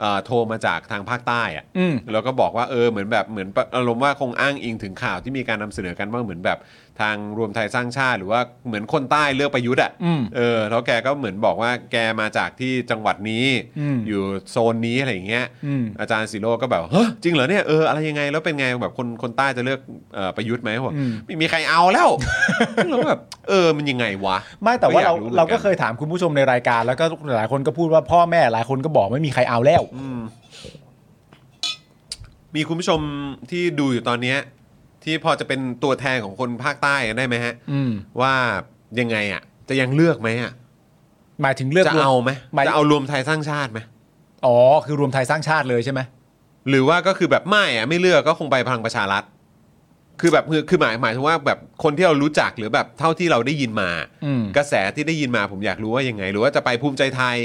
เอ่อโทรมาจากทางภาคใต้อะ อืม แล้วก็บอกว่าเออเหมือนแบบเหมือนอารมณ์ว่าคงอ้างอิงถึงข่าวที่มีการนำเสนอกันว่าเหมือนแบบทางรวมไทยสร้างชาติ หรือว่าเหมือนคนใต้เลือกประยุทธ์อ่ะ อืม เออแล้วแกก็เหมือนบอกว่าแกมาจากที่จังหวัดนี้ อืม อยู่โซนนี้อะไรอย่างเงี้ย อืม อาจารย์สิโรจน์ก็แบบเฮ้ยจริงเหรอเนี่ยเอออะไรยังไงแล้วเป็นไงแบบคนคนใต้จะเลือกเอ่อประยุทธ์ไหมเขาบอกไม่มีใครเอาแล้ว แล้วแบบเออมันยังไงวะ ไม่แต่ว่า อย เรา หมือนน เราก็เคยถามคุณผู้ชมในรายการ แล้วก็หลายคนก็พูดว่าพ่อแม่หลายคนก็บอกไม่มีใครเอาแล้ว มีคุณผู้ชมที่ดูอยู่ตอนเนี้ยที่พอจะเป็นตัวแทนของคนภาคใต้ได้ไหมฮะ อืม ว่ายังไงอ่ะ จะยังเลือกไหมอ่ะ หมายถึงเลือก จะเอาไหม หมาย จะเอารวมไทยสร้างชาติไหม อ๋อคือรวมไทยสร้างชาติเลยใช่ไหม หรือว่าก็คือแบบไม่อ่ะไม่เลือกก็คงไปพลังประชารัฐ คือแบบคือคือหมายหมายถึงว่าแบบคนที่เรารู้จักหรือแบบเท่าที่เราได้ยินมา อืม กระแสที่ได้ยินมาผมอยากรู้ว่ายังไง หรือว่าจะไปภูมิใจไทย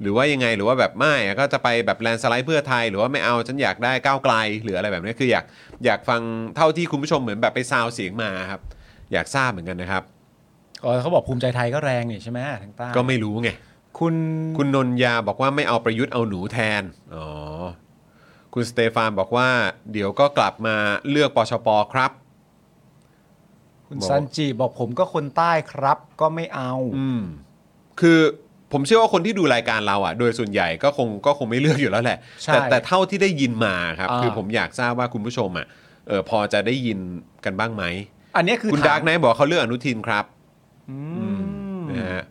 หรือว่ายังไงหรือว่าแบบไม่อะก็จะไปแบบแลนด์สไลด์เพื่อไทย หรือว่าไม่เอาฉันอยากได้ก้าวไกล หรืออะไรแบบนี้คืออยากอยากฟังเท่าที่คุณผู้ชมเหมือนแบบไปซาวเสียงมาครับ อยากทราบเหมือนกันนะครับ ก็เขาบอกภูมิใจไทยก็แรงนี่ใช่ไหมทางใต้ ก็ไม่รู้ไง คุณ คุณนนยาบอกว่าไม่เอาประยุทธ์เอาหนูแทน อ๋อ คุณสเตฟานบอกว่า เดี๋ยวก็กลับมาเลือกปชปครับ ค คุณ บอก ซันจิบอกผมก็คนใต้ครับก็ไม่เอา คือผมเชื่อว่าคนที่ดูรายการเราอ่ะ โดยส่วนใหญ่ก็คงก็คงไม่เลือกอยู่แล้วแหละ ใช่ แต่แต่เท่าที่ได้ยินมาครับ อ่า คือผมอยากทราบว่าคุณผู้ชมอ่ะเออพอจะได้ยินกันบ้างไหม อันเนี้ยคือ คุณ ถ ดาม ร์กไนท์บอกเขาเลือกอนุทินครับ อืม นะฮะ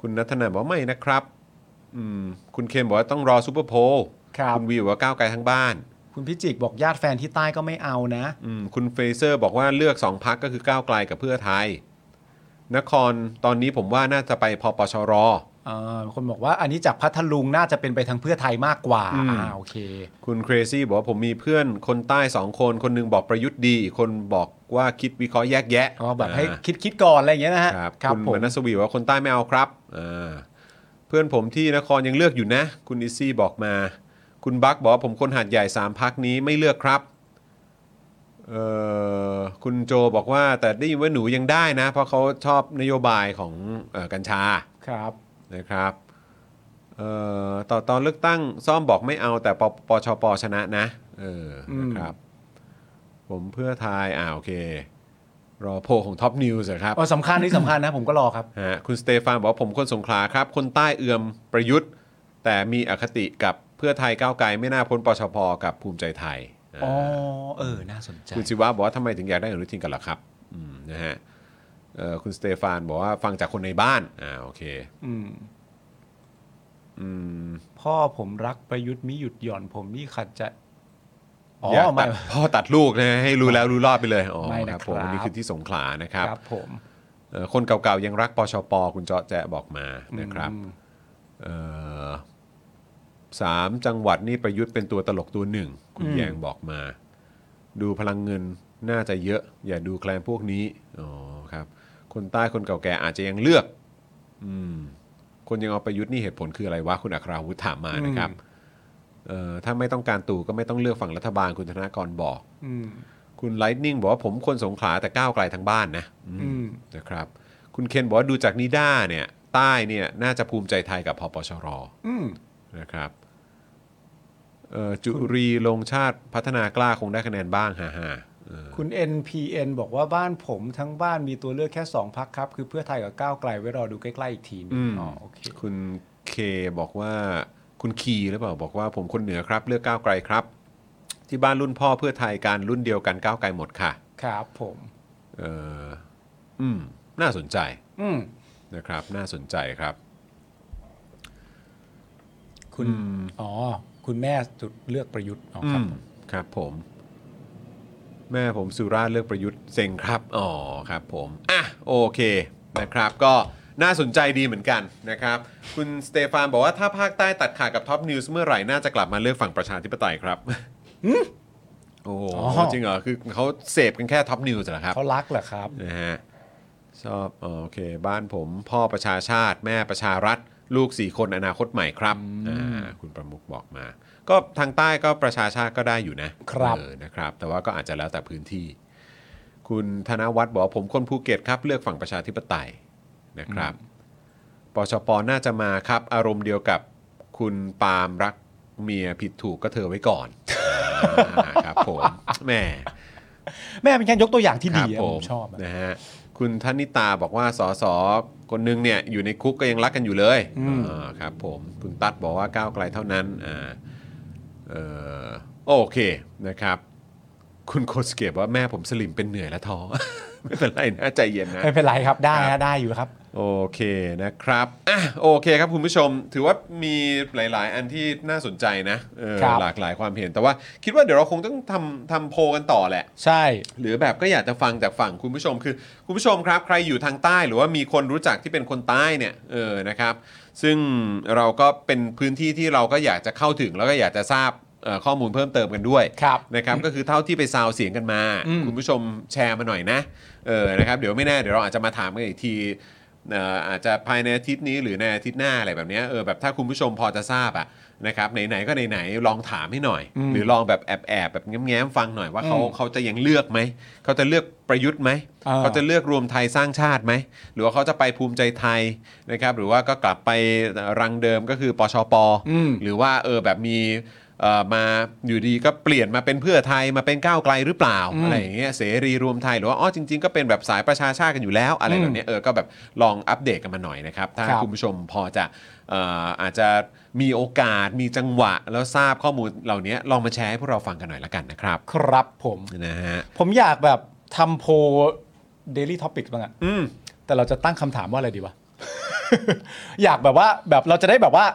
คุณนัทนาบอกว่าไม่นะครับอืมคุณเคนบอกว่าต้องรอซูเปอร์โพล ครับ คุณวีบอกว่าก้าวไกลทั้งบ้าน คุณพิจิกบอกญาติแฟนที่ใต้ก็ไม่เอานะ อืมคุณเฟเซอร์บอกว่าเลือกสองพักก็คือก้าวไกลกับเพื่อไทย นครตอนนี้ผมว่าน่าจะไปพปชร อ่าคนบอกว่าอันนี้จากพัทลุงน่าจะเป็นไปทางเพื่อไทยมากกว่า อืม อ่าโอเค คุณเครซี่บอกว่าผมมีเพื่อนคนใต้สองคน คนหนึงบอกประยุทธ์ดี อีกคนบอกว่าคิดวิเคราะห์แยกแยะ ก็แบบให้ อ่า คิดคิดก่อนอะไรอย่างเงี้ยนะฮะ ครับ ครับ คุณ ผม มนัสวีบอกว่าคนใต้ไม่เอาครับอ่าเพื่อนผมที่นครยังเลือกอยู่นะ คุณอิซี่บอกมา คุณบักบอกว่าผมคนหาดใหญ่สามพักนี้ไม่เลือกครับเอ่อคุณโจบอกว่าแต่ได้ยินว่าหนูยังได้นะ เพราะเขาชอบนโยบายของเออกัญชา ครับ นะครับเอ่อต่อตอนเลือกตั้งซ่อมบอกไม่เอาแต่ปปชปชนะนะเอออ ม นะครับ ผมเพื่อไทยอ่าโอเค รอโพลของท็อปนิวส์ครับ อ๋อสำคัญนี่สำคัญ นะ ผมก็รอครับ ฮะคุณสเตฟานบอกว่าผมคนสงขลาครับ คนใต้เอือมประยุทธ์ แต่มีอคติกับเพื่อไทยก้าวไกลไม่น่าพ้นปชพกับภูมิใจไทยา อ๋อ เออ น่าสนใจ คุณศิวะบอกว่าทำไมถึงอยากได้อนุทินกันล่ะครับอืมนะฮะเอ่อคุณสเตฟานบอกว่าฟังจากคนในบ้านอ่าโอเค อืม อืม พ่อผมรักประยุทธ์มิหยุดหย่อนผมนี่ขัดจะ อ๋อ อยาก ไม่ ตัดพ่อตัดลูกนะให้รู้แล้วรู้รอดไปเลยอ๋อ ไม่นะ ครับผคมรับ อันนี้คือที่สงขลานะครับ ครับผม เอ่อคนเก่าๆยังรักปชปคุณเจาะแจะบอกมานะครับ อืม เอ่อสามจังหวัดนี่ประยุทธ์เป็นตัวตลกตัวหนึ่ง คุณแยงบอกมา ดูพลังเงินน่าจะเยอะ อย่าดูแคลนพวกนี้อ๋อครับ คนใต้คนเก่าแก่อาจจะยังเลือกอืมคนยังเอาประยุทธ์นี่เหตุผลคืออะไรวะคุณอัครวุฒิถามมานะครับเอ่อถ้าไม่ต้องการตู่ก็ไม่ต้องเลือกฝั่งรัฐบาลคุณธนากรบอก อืม คุณไลท์นิ่งบอกว่าผมคนสงขลาแต่ก้าวไกลทั้งบ้านนะอืม อืม นะครับ คุณเคนบอกว่าดูจากนิด้าเนี่ย ใต้เนี่ยน่าจะภูมิใจไทยกับพปชร อืม นะครับเอ่อจุรีลงชาติพัฒนากล้าคงได้คะแนนบ้างฮ่าฮ่าๆเออ คุณ NPN บอกว่าบ้านผมทั้งบ้านมีตัวเลือกแค่ 2พักครับ คือเพื่อไทยกับก้าวไกลไว้รอดูใกล้ๆอีกทีหนึงอ๋อโอเค คุณเคบอกว่าคุณคีหรือเปล่าบอกว่าผมคนเหนือครับเลือกก้าวไกลครับ ที่บ้านรุ่นพ่อเพื่อไทยการรุ่นเดียวกันก้าวไกลหมดค่ะ ครับผม เอออืมน่าสนใจ อืม นะครับน่าสนใจครับ คุณ อ๋อ คุณแม่จุดเลือกประยุทธ์อ๋อคครั รั บบ ผมครับผม แม่ผมสุราษฎร์เลือกประยุทธ์เซ็งครับ อ๋อครับผม อ่ะโอเคนะครับ ก็น่าสนใจดีเหมือนกันนะครับ คุณสเตฟานบอกว่าถ้าภาคใต้ตัดขาดกับท็อปนิวส์เมื่อไหร่ น่าจะกลับมาเลือกฝั่งประชาธิปไตยครับโอ้โหจริงเหรอ คือเขาเสพกันแค่ท็อปนิวส์เหรอครับ เขารักเหรอครับ นะฮะชอบอ๋อโอเค บ้านผมพ่อประชาชาติ แม่ประชารัฐ ลูก 4 คนอนาคตใหม่ครับอ่าคุณประมุกบอกมา ก็ทางใต้ก็ประชาชาติก็ได้อยู่นะครับ เออนะครับ แต่ว่าก็อาจจะแล้วแต่พื้นที่ คุณธนวัฒน์บอกว่าผมคนภูเก็ตครับ เลือกฝั่งประชาธิปไตยนะครับปชปน่าจะมาครับ อารมณ์เดียวกับคุณปาล์มรักเมียผิดถูกก็เธอไว้ก่อนอ่าครับผมแหม่ แม่เป็นการยกตัวอย่างที่ดี ค อะ รับ ผมชอบอะ นะฮะคุณธนิตาบอกว่าสสคนหนึงเนี่ยอยู่ในคุกก็ยังรักกันอยู่เลย อืม อ่าครับผมคุณตัดบอกว่าก้าวไกลเท่านั้นอ่าเออโอเคนะครับ คุณโคสเกตว่าแม่ผมสลิมเป็นเหนื่อยและท้อ ไม่เป็นไรนะใจเย็นนะ ไม่เป็นไรครับได้ ครับ ฮะได้อยู่ครับ โอเคนะครับอ่ะโอเคครับคุณผู้ชม ถือว่ามีหลาย ๆ อันที่น่าสนใจนะเออ ครับ หลากหลายความเห็นแต่ว่าคิดว่าเดี๋ยวเราคงต้องทำทำโพลกันต่อแหละ ใช่ หรือแบบก็อยากจะฟังจากฝั่งคุณผู้ชมคือคุณผู้ชมครับใครอยู่ทางใต้หรือว่ามีคนรู้จักที่เป็นคนใต้เนี่ยเออนะครับซึ่งเราก็เป็นพื้นที่ที่เราก็อยากจะเข้าถึงแล้วก็อยากจะทราบเอ่อข้อมูลเพิ่มเติมกันด้วย ครับ นะครับก็คือเท่าที่ไปซาวเสียงกันมา อืม คุณผู้ชมแชร์มาหน่อยนะเออนะครับเดี๋ยวไม่แน่เดี๋ยวเราอาจจะมาถามกันอีกทีเอ่ออาจจะภายในอาทิตย์นี้หรือในอาทิตย์หน้าอะไรแบบเนี้ยเออแบบถ้าคุณผู้ชมพอจะทราบอะนะครับไหนๆก็ไหนๆลองถามให้หน่อย อืม หรือลองแบบแอบแอบๆแบบแง้มๆฟังหน่อยว่าเขา อืม เขาจะยังเลือกไหม เขาจะเลือกประยุทธ์ไหม อ่า เขาจะเลือกรวมไทยสร้างชาติไหม หรือว่าเขาจะไปภูมิใจไทยนะครับ หรือว่าก็กลับไปรังเดิมก็คือปชป อืม หรือว่าเออแบบมี เอ่อมาอยู่ดีก็เปลี่ยนมาเป็นเพื่อไทยมาเป็นก้าวไกลหรือเปล่าอะไรอย่างเงี้ยเสรีรวมไทยหรือว่าอ๋อจริง ๆ ก็เป็นแบบสายประชาชาติกันอยู่แล้ว อะไรแบบเนี้ยเออก็แบบลองอัปเดตกันมาหน่อยนะครับถ้า ครับ คุณผู้ชมพอจะเอ่ออาจจะมีโอกาสมีจังหวะ แล้วทราบข้อมูลเหล่านี้ลองมาแชร์ให้พวกเราฟังกันหน่อยละกันนะครับ ครับผม นะฮะ ผมอยากแบบทำโพล Daily Topic บ้างอะ อืม แต่เราจะตั้งคำถามว่าอะไร ดีวะ อยากแบบว่าแบบเราจะได้แบบว่า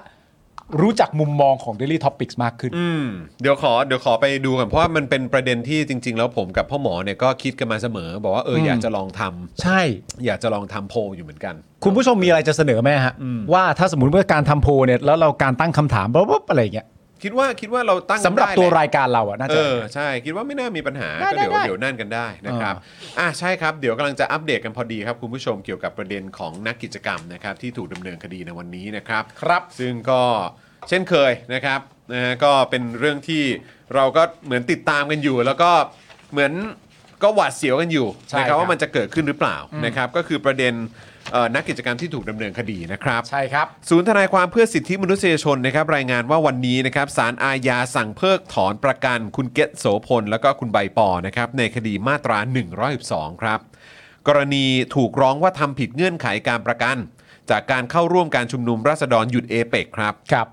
รู้จักมุมมองของ Daily Topics มากขึ้น อืมเดี๋ยวขอเดี๋ยวขอไปดูกันเพราะว่ามันเป็นประเด็นที่จริง ๆ แล้วผมกับพ่อหมอเนี่ยก็คิดกันมาเสมอ บอกว่าเอออยากจะลองทำ ใช่ อยากจะลองทำโพลอยู่เหมือนกัน คุณผู้ชมมีอะไรจะเสนอไหมฮะ ว่าถ้าสมมติว่าการทำโพลเนี่ย แล้วเราการตั้งคำถามปุ๊บๆอะไรอย่างเงี้ย คิดว่าคิดว่าเราตั้ง สำหรับ ได้ ตัว แหละ รายการเราอะน่า เอ จะ อใช่ คิดว่าไม่น่ามีปัญหา ได้ ก็ได้ได้เดี๋ยวเดี๋ยวนั่นกันได้นะครับ อ่ อ่ะใช่ครับเดี๋ยวกำลังจะอัปเดตกันพอดีครับคุณผู้ชมเกี่ยวกับประเด็นของนักกิจกรรมนะครับที่ถูกดำเนินคดีในวันนี้นะครับ ครับ ซึ่งก็เช่นเคยนะครับนะฮะก็เป็นเรื่องที่เราก็เหมือนติดตามกันอยู่ แล้วก็เหมือนก็หวาดเสียวกันอยู่ ใช่ นะค ครั รับบ ว่ามันจะเกิดขึ้นหรือเปล่านะครับก็คือประเด็นเอ่อนักกิจกรรมที่ถูกดำเนินคดีนะครับ ใช่ครับ ศูนย์ทนายความเพื่อสิทธิมนุษยชนนะครับรายงานว่าวันนี้นะครับสารอาญาสั่งเพิกถอนประกัน คุณเกตโสพล แล้วก็คุณใบปอนะครับในคดีมาตรา 112 ครับ กรณีถูกร้องว่าทำผิดเงื่อนไขการประกัน จากการเข้าร่วมการชุมนุมราษฎรหยุดเอเปกครับ ครับ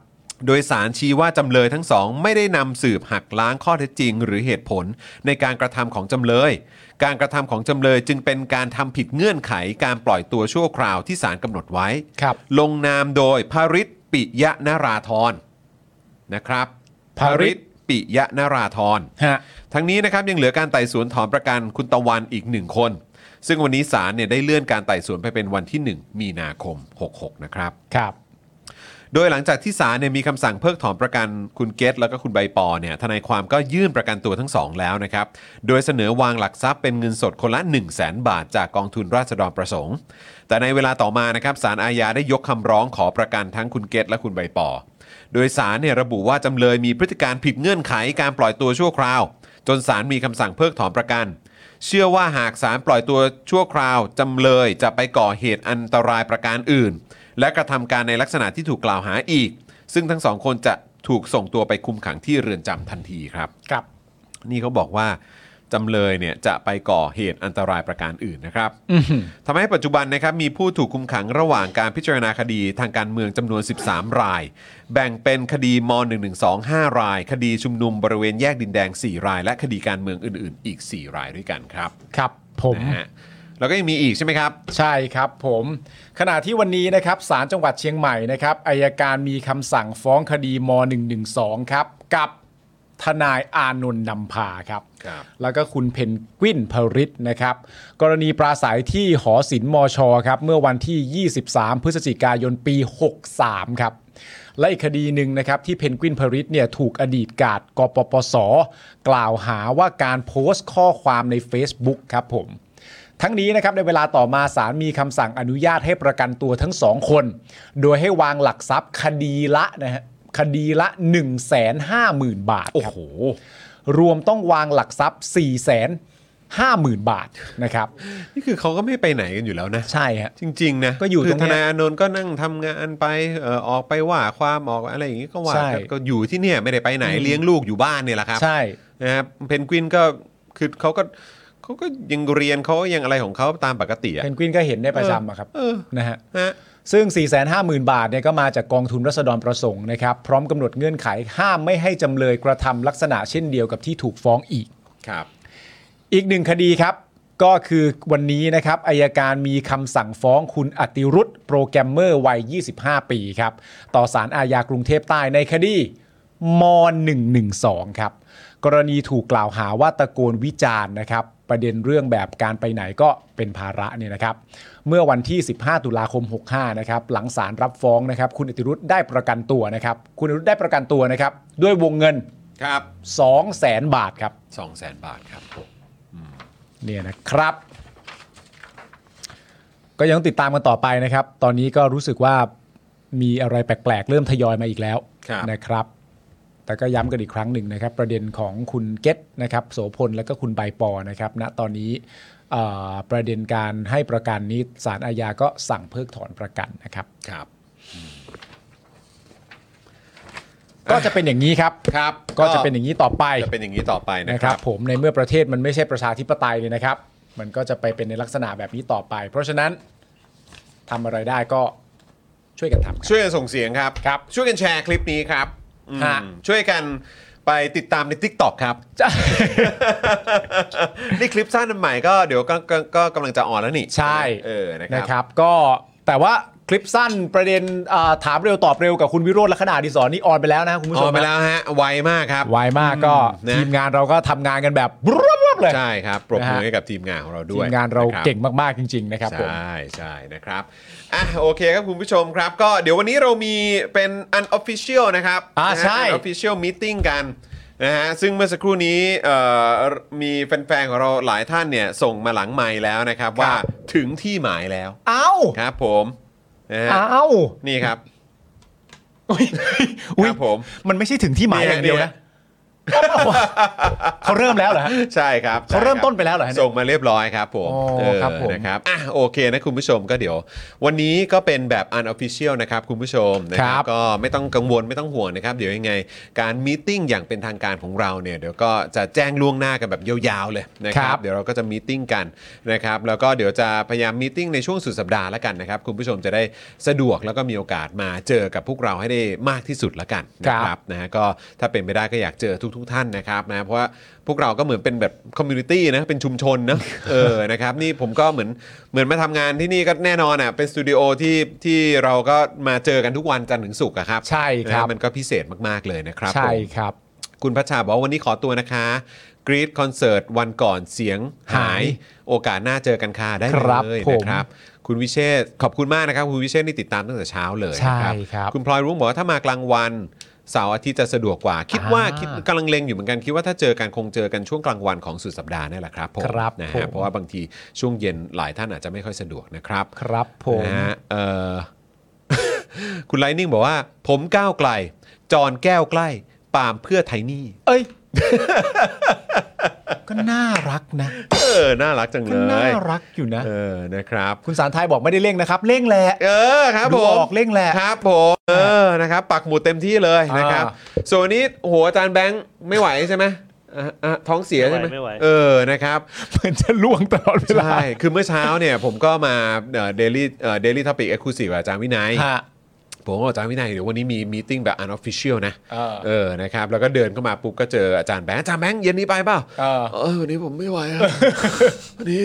โดยสารชี้ว่าจำเลยทั้งสองไม่ได้นำสืบหักล้างข้อเท็จจริง หรือเหตุผลในการกระทำของจำเลย การกระทำของจำเลยจึงเป็นการทำผิดเงื่อนไขการปล่อยตัวชั่วคราวที่ศาลกำหนดไว้ ครับ ลงนามโดยพริตปิยะนาราธรนะครับพริตปิยะนาราธร ฮะ ทั้งนี้นะครับยังเหลือการไต่สวนถอนประกันคุณตะวันอีกหนึ่งคน ซึ่งวันนี้ศาลเนี่ยได้เลื่อนการไต่สวนไปเป็นวันที่ 1 มีนาคม 66 นะครับ ครับ โดยหลังจากที่ศาลเนี่ยมีคำสั่งเพิกถอนประกันคุณเกตแล้วก็คุณใบปอเนี่ยทนายความก็ยื่นประกันตัวทั้งสองแล้วนะครับ โดยเสนอวางหลักทรัพย์เป็นเงินสดคนละ 1 0 0 0 0แบาทจากกองทุนราษฎรประสงค์ แต่ในเวลาต่อมานะครับศาลอาญาได้ยกคำร้องขอประกันทั้งคุณเกตและคุณใบปอ โดยศาลเนี่ยระบุว่าจำเลยมีพฤติการผิดเงื่อนไขการปล่อยตัวชั่วคราว จนศาลมีคำสั่งเพิกถอนประกัน เชื่อว่าหากศาลปล่อยตัวชั่วคราวจำเลยจะไปก่อเหตุอันตรายประการอื่น และกระทำการในลักษณะที่ถูกกล่าวหาอีก ซึ่งทั้งสองคนจะถูกส่งตัวไปคุมขังที่เรือนจำทันทีครับ ครับ นี่เขาบอกว่าจำเลยเนี่ยจะไปก่อเหตุอันตรายประการอื่นนะครับทำให้ปัจจุบันนะครับมีผู้ถูกคุมขังระหว่างการพิจารณาคดีทางการเมืองจำนวน 13 ราย แบ่งเป็นคดีม .112 5 ราย คดีชุมนุมบริเวณแยกดินแดง 4 ราย และคดีการเมืองอื่น ๆ อีก 4 รายด้วยกันครับ ครับผม นะฮะแล้วก็ยังมีอีกใช่ไหมครับ ใช่ครับผมขณะที่วันนี้นะครับศาลจังหวัดเชียงใหม่นะครับอายการมีคำสั่งฟ้องคดีม .112 ครับ กับทนายอานนท์นำพาครับ ครับ แล้วก็คุณเพนกวินพริตนะครับ กรณีปราศัยที่หอศิลป์มชครับ เมื่อวันที่ 23 พฤศจิกายนปี 63 ครับ และอีกคดีหนึ่งนะครับ ที่เพนกวินพริตเนี่ยถูกอดีตกาดกปปส กล่าวหาว่าการโพสต์ข้อความใน Facebook ครับผม ทั้งนี้นะครับในเวลาต่อมาศาลมีคำสั่งอนุญาตให้ประกันตัวทั้งสองคน โดยให้วางหลักทรัพย์คดีละนะฮะคดีละ 1 5 0 0 0 0 บาทโอ้โห รวมต้องวางหลักทรัพย์ 4 5 0 0 0 0 บาทนะครับ นี่คือเขาก็ไม่ไปไหนกันอยู่แล้วนะ ใช่ฮะ จริง ๆ นะ ก็อยู่ คื ตรงเนี้ ท ย นายอานนท์ก็นั่งทำงานไปเอ่อออกไปว่าความออกอะไรอย่างงี้ก็ว่า ใช่ กันก็อยู่ที่เนี่ยไม่ได้ไปไหน อืม เลี้ยงลูกอยู่บ้านเนี่ยแหละครับ ใช่ นะครับเพนกวินก็คือเขาก็เขาก็ยังเรียนเขายังอะไรของเขาตามปกติอะ เพนกวินก็เห็นได้ประจำอะครับ เออ นะฮะ ฮะ ซึ่ง 450,000 บาทเนี่ยก็มาจากกองทุนรัษฎรประสงค์นะครับ พร้อมกำหนดเงื่อนไขห้ามไม่ให้จำเลยกระทำลักษณะเช่นเดียวกับที่ถูกฟ้องอีก ครับ อีกหนึ่งคดีครับ ก็คือวันนี้นะครับอายการมีคำสั่งฟ้องคุณอติรุธโปรแกรมเมอร์วัย 25 ปีครับ ต่อศาลอาญากรุงเทพใต้ในคดีม .112 ครับ กรณีถูกกล่าวหาว่าตะโกนวิจารณ์นะครับ ประเด็นเรื่องแบบการไปไหนก็เป็นภาระเนี่ยนะครับ เมื่อวันที่ 15 ตุลาคม 65 นะครับ หลังศาลรับฟ้องนะครับ คุณอติรุธได้ประกันตัวนะครับ คุณอติรุธได้ประกันตัวนะครับ ด้วยวงเงิน ครับ 200,000 บาทครับ สองแสนบาทครับ เนี่ยนะครับ ก็ยังติดตามกันต่อไปนะครับ ตอนนี้ก็รู้สึกว่ามีอะไรแปลกๆ เริ่มทยอยมาอีกแล้วนะครับ แต่ก็ย้ำกันอีกครั้งหนึ่งนะครับ ประเด็นของคุณเกตนะครับโสพลและก็คุณใบปอนะครับณตอนนี้เอ่อประเด็นการให้ประกันนี้ศาลอาญาก็สั่งเพิกถอนประกันนะครับ ครับ ก็จะเป็นอย่างนี้ครับ ครับ ก็จะเป็นอย่างนี้ต่อไป จะเป็นอย่างนี้ต่อไปนะ นะ ค ค รั รับ บ ผมในเมื่อประเทศมันไม่ใช่ประชาธิปไตยเนี่ยนะครับ มันก็จะไปเป็นในลักษณะแบบนี้ต่อไป เพราะฉะนั้นทำอะไรได้ก็ช่วยกันทำครับ ช่วยกันส่งเสียงครับ ครับ ช่วยกันแชร์คลิปนี้ครับอืม ฮะ ช่วยกันไปติดตามใน TikTok ครับ จ้ะ นี่คลิปสั้นอันใหม่ก็เดี๋ยวก็ก็ก็กำลังจะออนแล้วนี่ ใช่ เออนะค นะค รั รับ ก็แต่ว่าคลิปสั้นประเด็นอ่าถามเร็วตอบเร็วกับคุณวิโรจน์ลักษณะดีสอนนี่ออนไปแล้วนะคุณผู้ อ ช อน ม ไปแล้วฮะ ไวมากครับ ไวมากก็ นะ ทีมงานเราก็ทำงานกันแบบรวบๆเลย ใช่ครับ ปรบมื นะ อ ฮะ ให้กับทีมงานของเราด้ ที วย มงานเรา ะคบ เก่งมาก ๆ จริง ๆ นะครับผม ใช่ใช่นะครับอ่ะโอเคครับคุณผู้ชมครับ ก็เดี๋ยววันนี้เรามีเป็น unofficial นะครับ อ่า นะฮะ ใช่ unofficial meeting กันนะฮะซึ่งเมื่อสักครู่นี้เอ่อมีแฟนๆของเราหลายท่านเนี่ยส่งมาหลังไมค์แล้วนะครับ ว่าถึงที่หมายแล้ว เอ้า ครับผมนะฮะ เอ้า นี่ครับ อุ๊ยอุ๊ย ครับผม มันไม่ใช่ถึงที่หมายอย่างเดียวนะเขาเริ่มแล้วเหรอฮะ ใช่ครับ เขาเริ่มต้นไปแล้วเหรอฮะเนี่ย ส่งมาเรียบร้อยครับผม โอ้ เออ ครับผม นะครับอ่ะโอเคนะคุณผู้ชมก็เดี๋ยว วันนี้ก็เป็นแบบ unofficial นะครับคุณผู้ชมนะค ค รั รั บบ ก็ไม่ต้องกังวลไม่ต้องห่วงนะครับ เดี๋ยวยังไงการมีติ้งอย่างเป็นทางการของเราเนี่ยเดี๋ยวก็จะแจ้งล่วงหน้ากันแบบยาวๆเลยนะค ค รั รับ บ เดี๋ยวเราก็จะมีติ้งกันนะครับแล้วก็เดี๋ยวจะพยายามมีติ้งในช่วงสุดสัปดาห์แล้วกันนะครับคุณผู้ชมจะได้สะดวกแล้วก็มีโอกาสมาเจอกับพวกเราให้ได้มากที่สุดแล้วกันนะค ครั รับ บ นะฮะก็ถ้าเป็นไปได้ก็อยากเจอทุก ๆ ท่านนะครับนะเพราะว่าพวกเราก็เหมือนเป็นแบบคอมมูนิตี้นะเป็นชุมชน นะ เออนะครับนี่ผมก็เหมือนเหมือนมาทำงานที่นี่ก็แน่นอนอ่ะเป็นสตูดิโอที่ที่เราก็มาเจอกันทุกวันจันทร์ถึงศุกร์อะครับ ใช่ครับ นะมันก็พิเศษมากๆเลยนะครับ ใช่ ผม ครับ คุณพัชชาบอกว่าวันนี้ขอตัวนะคะกรีดคอนเสิร์ตวันก่อนเสียงหา หาย ย โอกาสหน้าเจอกันค่ะได้ ครับ เลย ผ นะ ม ครับคุณวิเชษฐ์ขอบคุณมากนะครับคุณวิเชษฐ์นี่ติดตามตั้งแต่เช้าเลย ใช่ นะครับ คุณ คุณพลอยรุ้งบอกว่าถ้ามากลางวันเสาร์อาทิตย์จะสะดวกกว่า คิดว่า อ่า คิดกำลังเลงอยู่เหมือนกันคิดว่าถ้าเจอกันคงเจอกันช่วงกลางวันของสุดสัปดาห์นี่แหละครับผม ครับ นะ ผ ฮะ ม เพราะว่าบางทีช่วงเย็นหลายท่านอาจจะไม่ค่อยสะดวกนะครับ ครับผม นะฮะเอ่อ คุณไลนิ่งบอกว่า ผมก้าวไกล จอนแก้วใกล้ ปาล์มเพื่อไทยนี่ เอ้ย ก็น่ารักนะ เออน่ารักจังเล ก็น่าย รักอยู่นะ เออนะครับ คุณสารไทยบอกไม่ได้เร่งนะครับ เร่งแหละ เออครับ ดู ผ อ ม อกเร่งแหละ ครับผมเออนะครับ ปักหมุดเต็มที่เลยนะครับ อ่ ส่วนวันนี้โหอาจารย์แบงค์ไม่ไหวใช่ไหมอ่ะอ่ะท้องเสียใช่ไหม ไม่ไหวไม่ไหว เออนะครับ เหมือนจะล่วงตลอดเวลา ใช่คือเมื่อเช้าเนี่ยผมก็มาเดลี่เดลี่ท็อปิกเอ็กซ์คลูซีฟอาจารย์วินัย ฮะ ผมก็บอกอาจารย์วินัยเดี๋ยววันนี้มีมีติ้งแบบ unofficial นะ เออ เออนะครับแล้วก็เดินเข้ามาปุ๊บก็เจออาจารย์แบงค์อาจารย์แบงค์เย็นนี้ไปเปล่า เออ เออวันนี้ผมไม่ไหว อะ วันนี้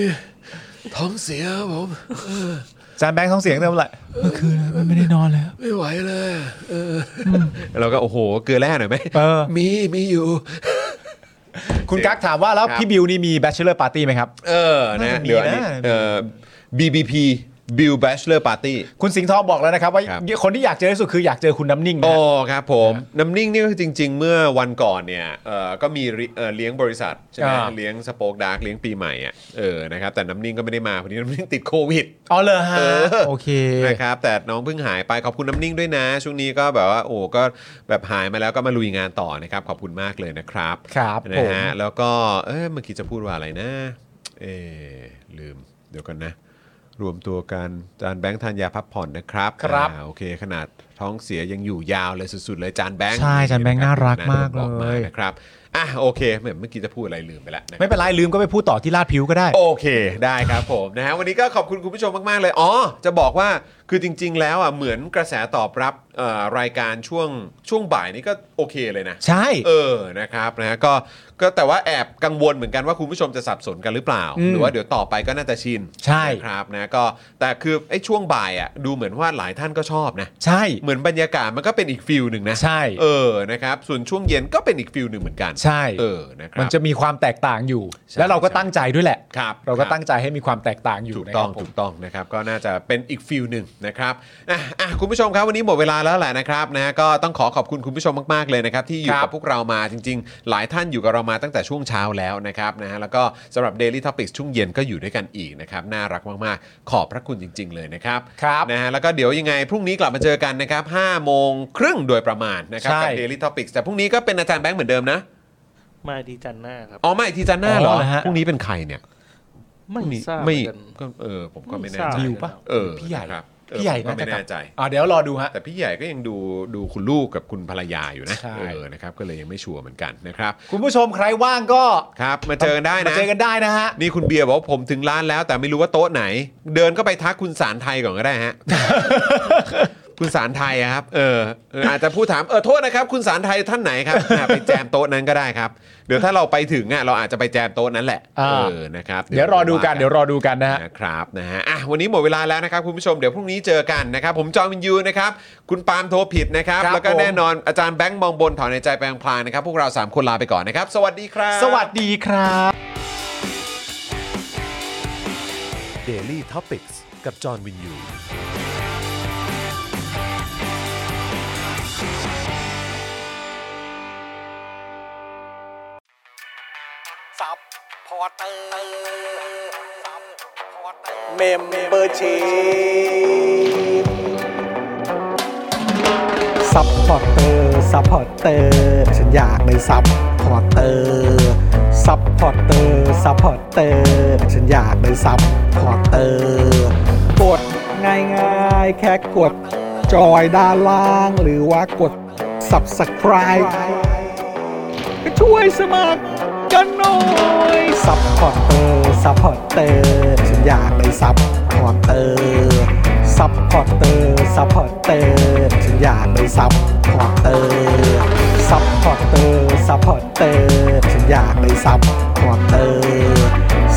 ท้องเสียครับผม จานแบงค์ท้องเสียงเท่าไหร่เมื่อคืนไม่ได้นอนเลย ไม่ไหวเลยเอออเราก็โอ้โห เกลือแร่หน่อยไหม เออ มีมีอยู่ คุณกั๊กถามว่าแล้ว ครับ พี่บิวนี่มี bachelor party ไหมครับ เออนะ น่าจะมี เดี๋ยวอันนี้ นะ เออ BBP Bill Bachelor Party คุณสิงห์ทองบอกแล้วนะครับ ว่า ครับ คนที่อยากเจอที่สุดคืออยากเจอคุณน้ำนิ่งนะ โอ้ ฮะ ครับผม น้ำนิ่งนี่ก็คือจริง ๆ เมื่อวันก่อนเนี่ยเออก็มีริเอ่อเลี้ยงบริษัทใช่ไหม อ่า เลี้ยงสป o อ e ดาร์กเลี้ยงปีใหม่อ่ะเออนะครับแต่น้ำนิ่งก็ไม่ได้มาวันนี้น้ำนิ่งติดโควิด อ๋อเลยฮะ เออ โอเค นะครับแต่น้องเพิ่งหายไปขอบคุณน้ำนิ่งด้วยนะ ช่วงนี้ก็แบบว่าโอ้ก็แบบหายมาแล้วก็มาลุยงานต่อนะครับ ขอบคุณมากเลยนะครับ ครับ นะฮะ ผม แล้วก็เอ้ยเมื่อกี้จะพูดว่าอะไรนะ เอะลืมเดี๋ยวกันนะ รวมตัวกันจานแบงค์ทานยาพักผ่อนนะครับ ครับ อ่าโอเค ขนาดท้องเสียยังอยู่ยาวเลยสุดๆเลยจานแบงค์ ใช่จานแบงค์น่ารักมากเลย ออนะครับอ่ะโอเคเหมือนเมื่อกี้จะพูดอะไรลืมไปแล้วนะครับ ไม่เป็นไรลืมก็ไปพูดต่อที่ลาดผิวก็ได้ โอเคได้ครับผมนะฮะวันนี้ก็ขอบคุณคุณผู้ชมมาก ๆ เลย อ๋อ จะบอกว่าคือจริง ๆ แล้วอ่ะเหมือนกระแสตอบรับเอ่อรายการช่วงช่วงบ่ายนี้ก็โอเคเลยนะ ใช่ เออนะครับนะฮะก็ก็แต่ว่าแอบกังวลเหมือนกันว่าคุณผู้ชมจะสับสนกันหรือเปล่า อืม หรือว่าเดี๋ยวต่อไปก็น่าจะชิน ใช่ นะครับนะก็แต่คือไอ้ช่วงบ่ายอ่ะดูเหมือนว่าหลายท่านก็ชอบนะ ใช่ เหมือนบรรยากาศมันก็เป็นอีกฟิลหนึ่งนะ ใช่ เออนะครับส่วนช่วงเย็นก็เป็นอีกฟิลหนึ่งเหมือนกัน ใช่ เออนะครับ มันจะมีความแตกต่างอยู่ ใช่ แล้วเราก็ ใช่ ตั้งใจด้วยแหละ ครับ เราก็ ครับ ตั้งใจให้มีความแตกต่างอยู่ ถูก นะ ต้ ค อ รั ง บผม ถูกต้องนะครับก็น่าจะเป็นอีกฟิลหนึ่งนะครับนะอ่ะคุณผู้ชมครับวันนี้หมดเวลาแล้วแหละนะครับนะก็ต้องขอขอบคุณคุณผู้ชมมากๆเลยนะครับที่อยู่ ครั กับบ พวกเรามาจริง ๆ หลายท่านอยู่กับเรามาตั้งแต่ช่วงเช้าแล้วนะครับนะฮะแล้วก็สำหรับ Daily Topics ช่วงเย็นก็อยู่ด้วยกันอีกนะครับน่ารักมากๆ ขอบพระคุณจริง ๆ เลยนะครับ ครับ นะฮะแล้วก็เดี๋ยวยังไงพรุ่งนี้กลับมาเจอกันนะครับ5โมงครึ่งโดยประมาณนะครับ ใช่ กับ Daily Topics แต่พรุ่งนี้ก็เป็นอาจารย์แบงค์เหมือนเดิมนะ มาดีจันทร์หน้าครับ อ๋อไม่ทีจันทร์หน้าเหรอ อ๋อเหรอฮะ พรุ่งนี้เป็นใครเนี่ย ไม่ทราบเห ไม่ อนกัน ก็เออผมก็ไม่แน่ ไม่ทราบ ใจ ดิวปะ เออ พี่ใหญ่ นะครับ เออ พี่ใหญ่ ผมก็ น่า ไม่ จะกลับ แน่ใจ อ่าเดี๋ยวรอดูฮะ แต่พี่ใหญ่ก็ยังดูดูคุณลูกกับคุณภรรยาอยู่นะ ใช่ เออนะครับก็เลยยังไม่ชัวร์เหมือนกันนะครับ คุณผู้ชมใครว่างก็ ครับมาเจอกันได้ มา นะ เจอกันได้นะฮะ นี่คุณเบียร์บอกว่าผมถึงร้านแล้ว แต่ไม่รู้ว่าโต๊ะไหน เดินก็ไปทักคุณสารไทยก่อนก็ได้ ฮะ คุณสารไทยอะครับเออเอออาจจะพูดถามเออโทษนะครับ คุณสารไทยท่านไหนครับอ่ะไปแจมโต๊ะนั้นก็ได้ครับ เดี๋ยวถ้าเราไปถึงอ่ะเราอาจจะไปแจมโต๊ะนั้นแหละ อ่า เออนะครับ เดี๋ยวรอดูกันเดี๋ยวรอดูกันนะฮะ นะครับนะฮะอ่ะวันนี้หมดเวลาแล้วนะครับคุณผู้ชมเดี๋ยวพรุ่งนี้เจอกันนะครับ ผมจอห์นวินยูนะครับ คุณปาล์มโทรผิดนะครับ ครับ แล้วก็ ผม แน่นอนอาจารย์แบงค์มองบนถอนในใจแปลงพลางนะครับ พวกเรา 3 คนลาไปก่อนนะครับ สวัสดีครับ สวัสดีครับ Daily Topics กับจอห์นวินยู ซัพพอร์เตอร์ซัพพอร์เตอร์ เมมเบอร์ชีซัพพอร์เตอร์ซัพพอร์เตอร์ฉันอยากเป็นซัพพอร์เตอร์ซัพพอร์เตอร์ซัพพอร์เตอร์ฉันอยากเป็นซัพพอร์เตอร์กดง่ายๆ แค่กด จอยด้านล่าง หรือว่ากด subscribe ก็ช่วยสมัครกันหน่อยซัพพอร์เตอร์ซัพพอร์เตอร์ฉันอยากเป็นซัพพอร์เตอร์ซัพพอร์เตอร์ซัพพอร์เตอร์ฉันอยากเป็นซัพพอร์เตอร์ซัพพอร์เตอร์ซัพพอร์เตอร์ฉันอยากเป็นซัพพอร์เตอร์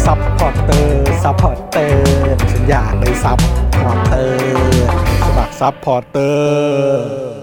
ซัพพอร์เตอร์ซัพพอร์เตอร์ฉันอยากเป็นซัพพอร์เตอร์สมัครซัพพอร์เตอร์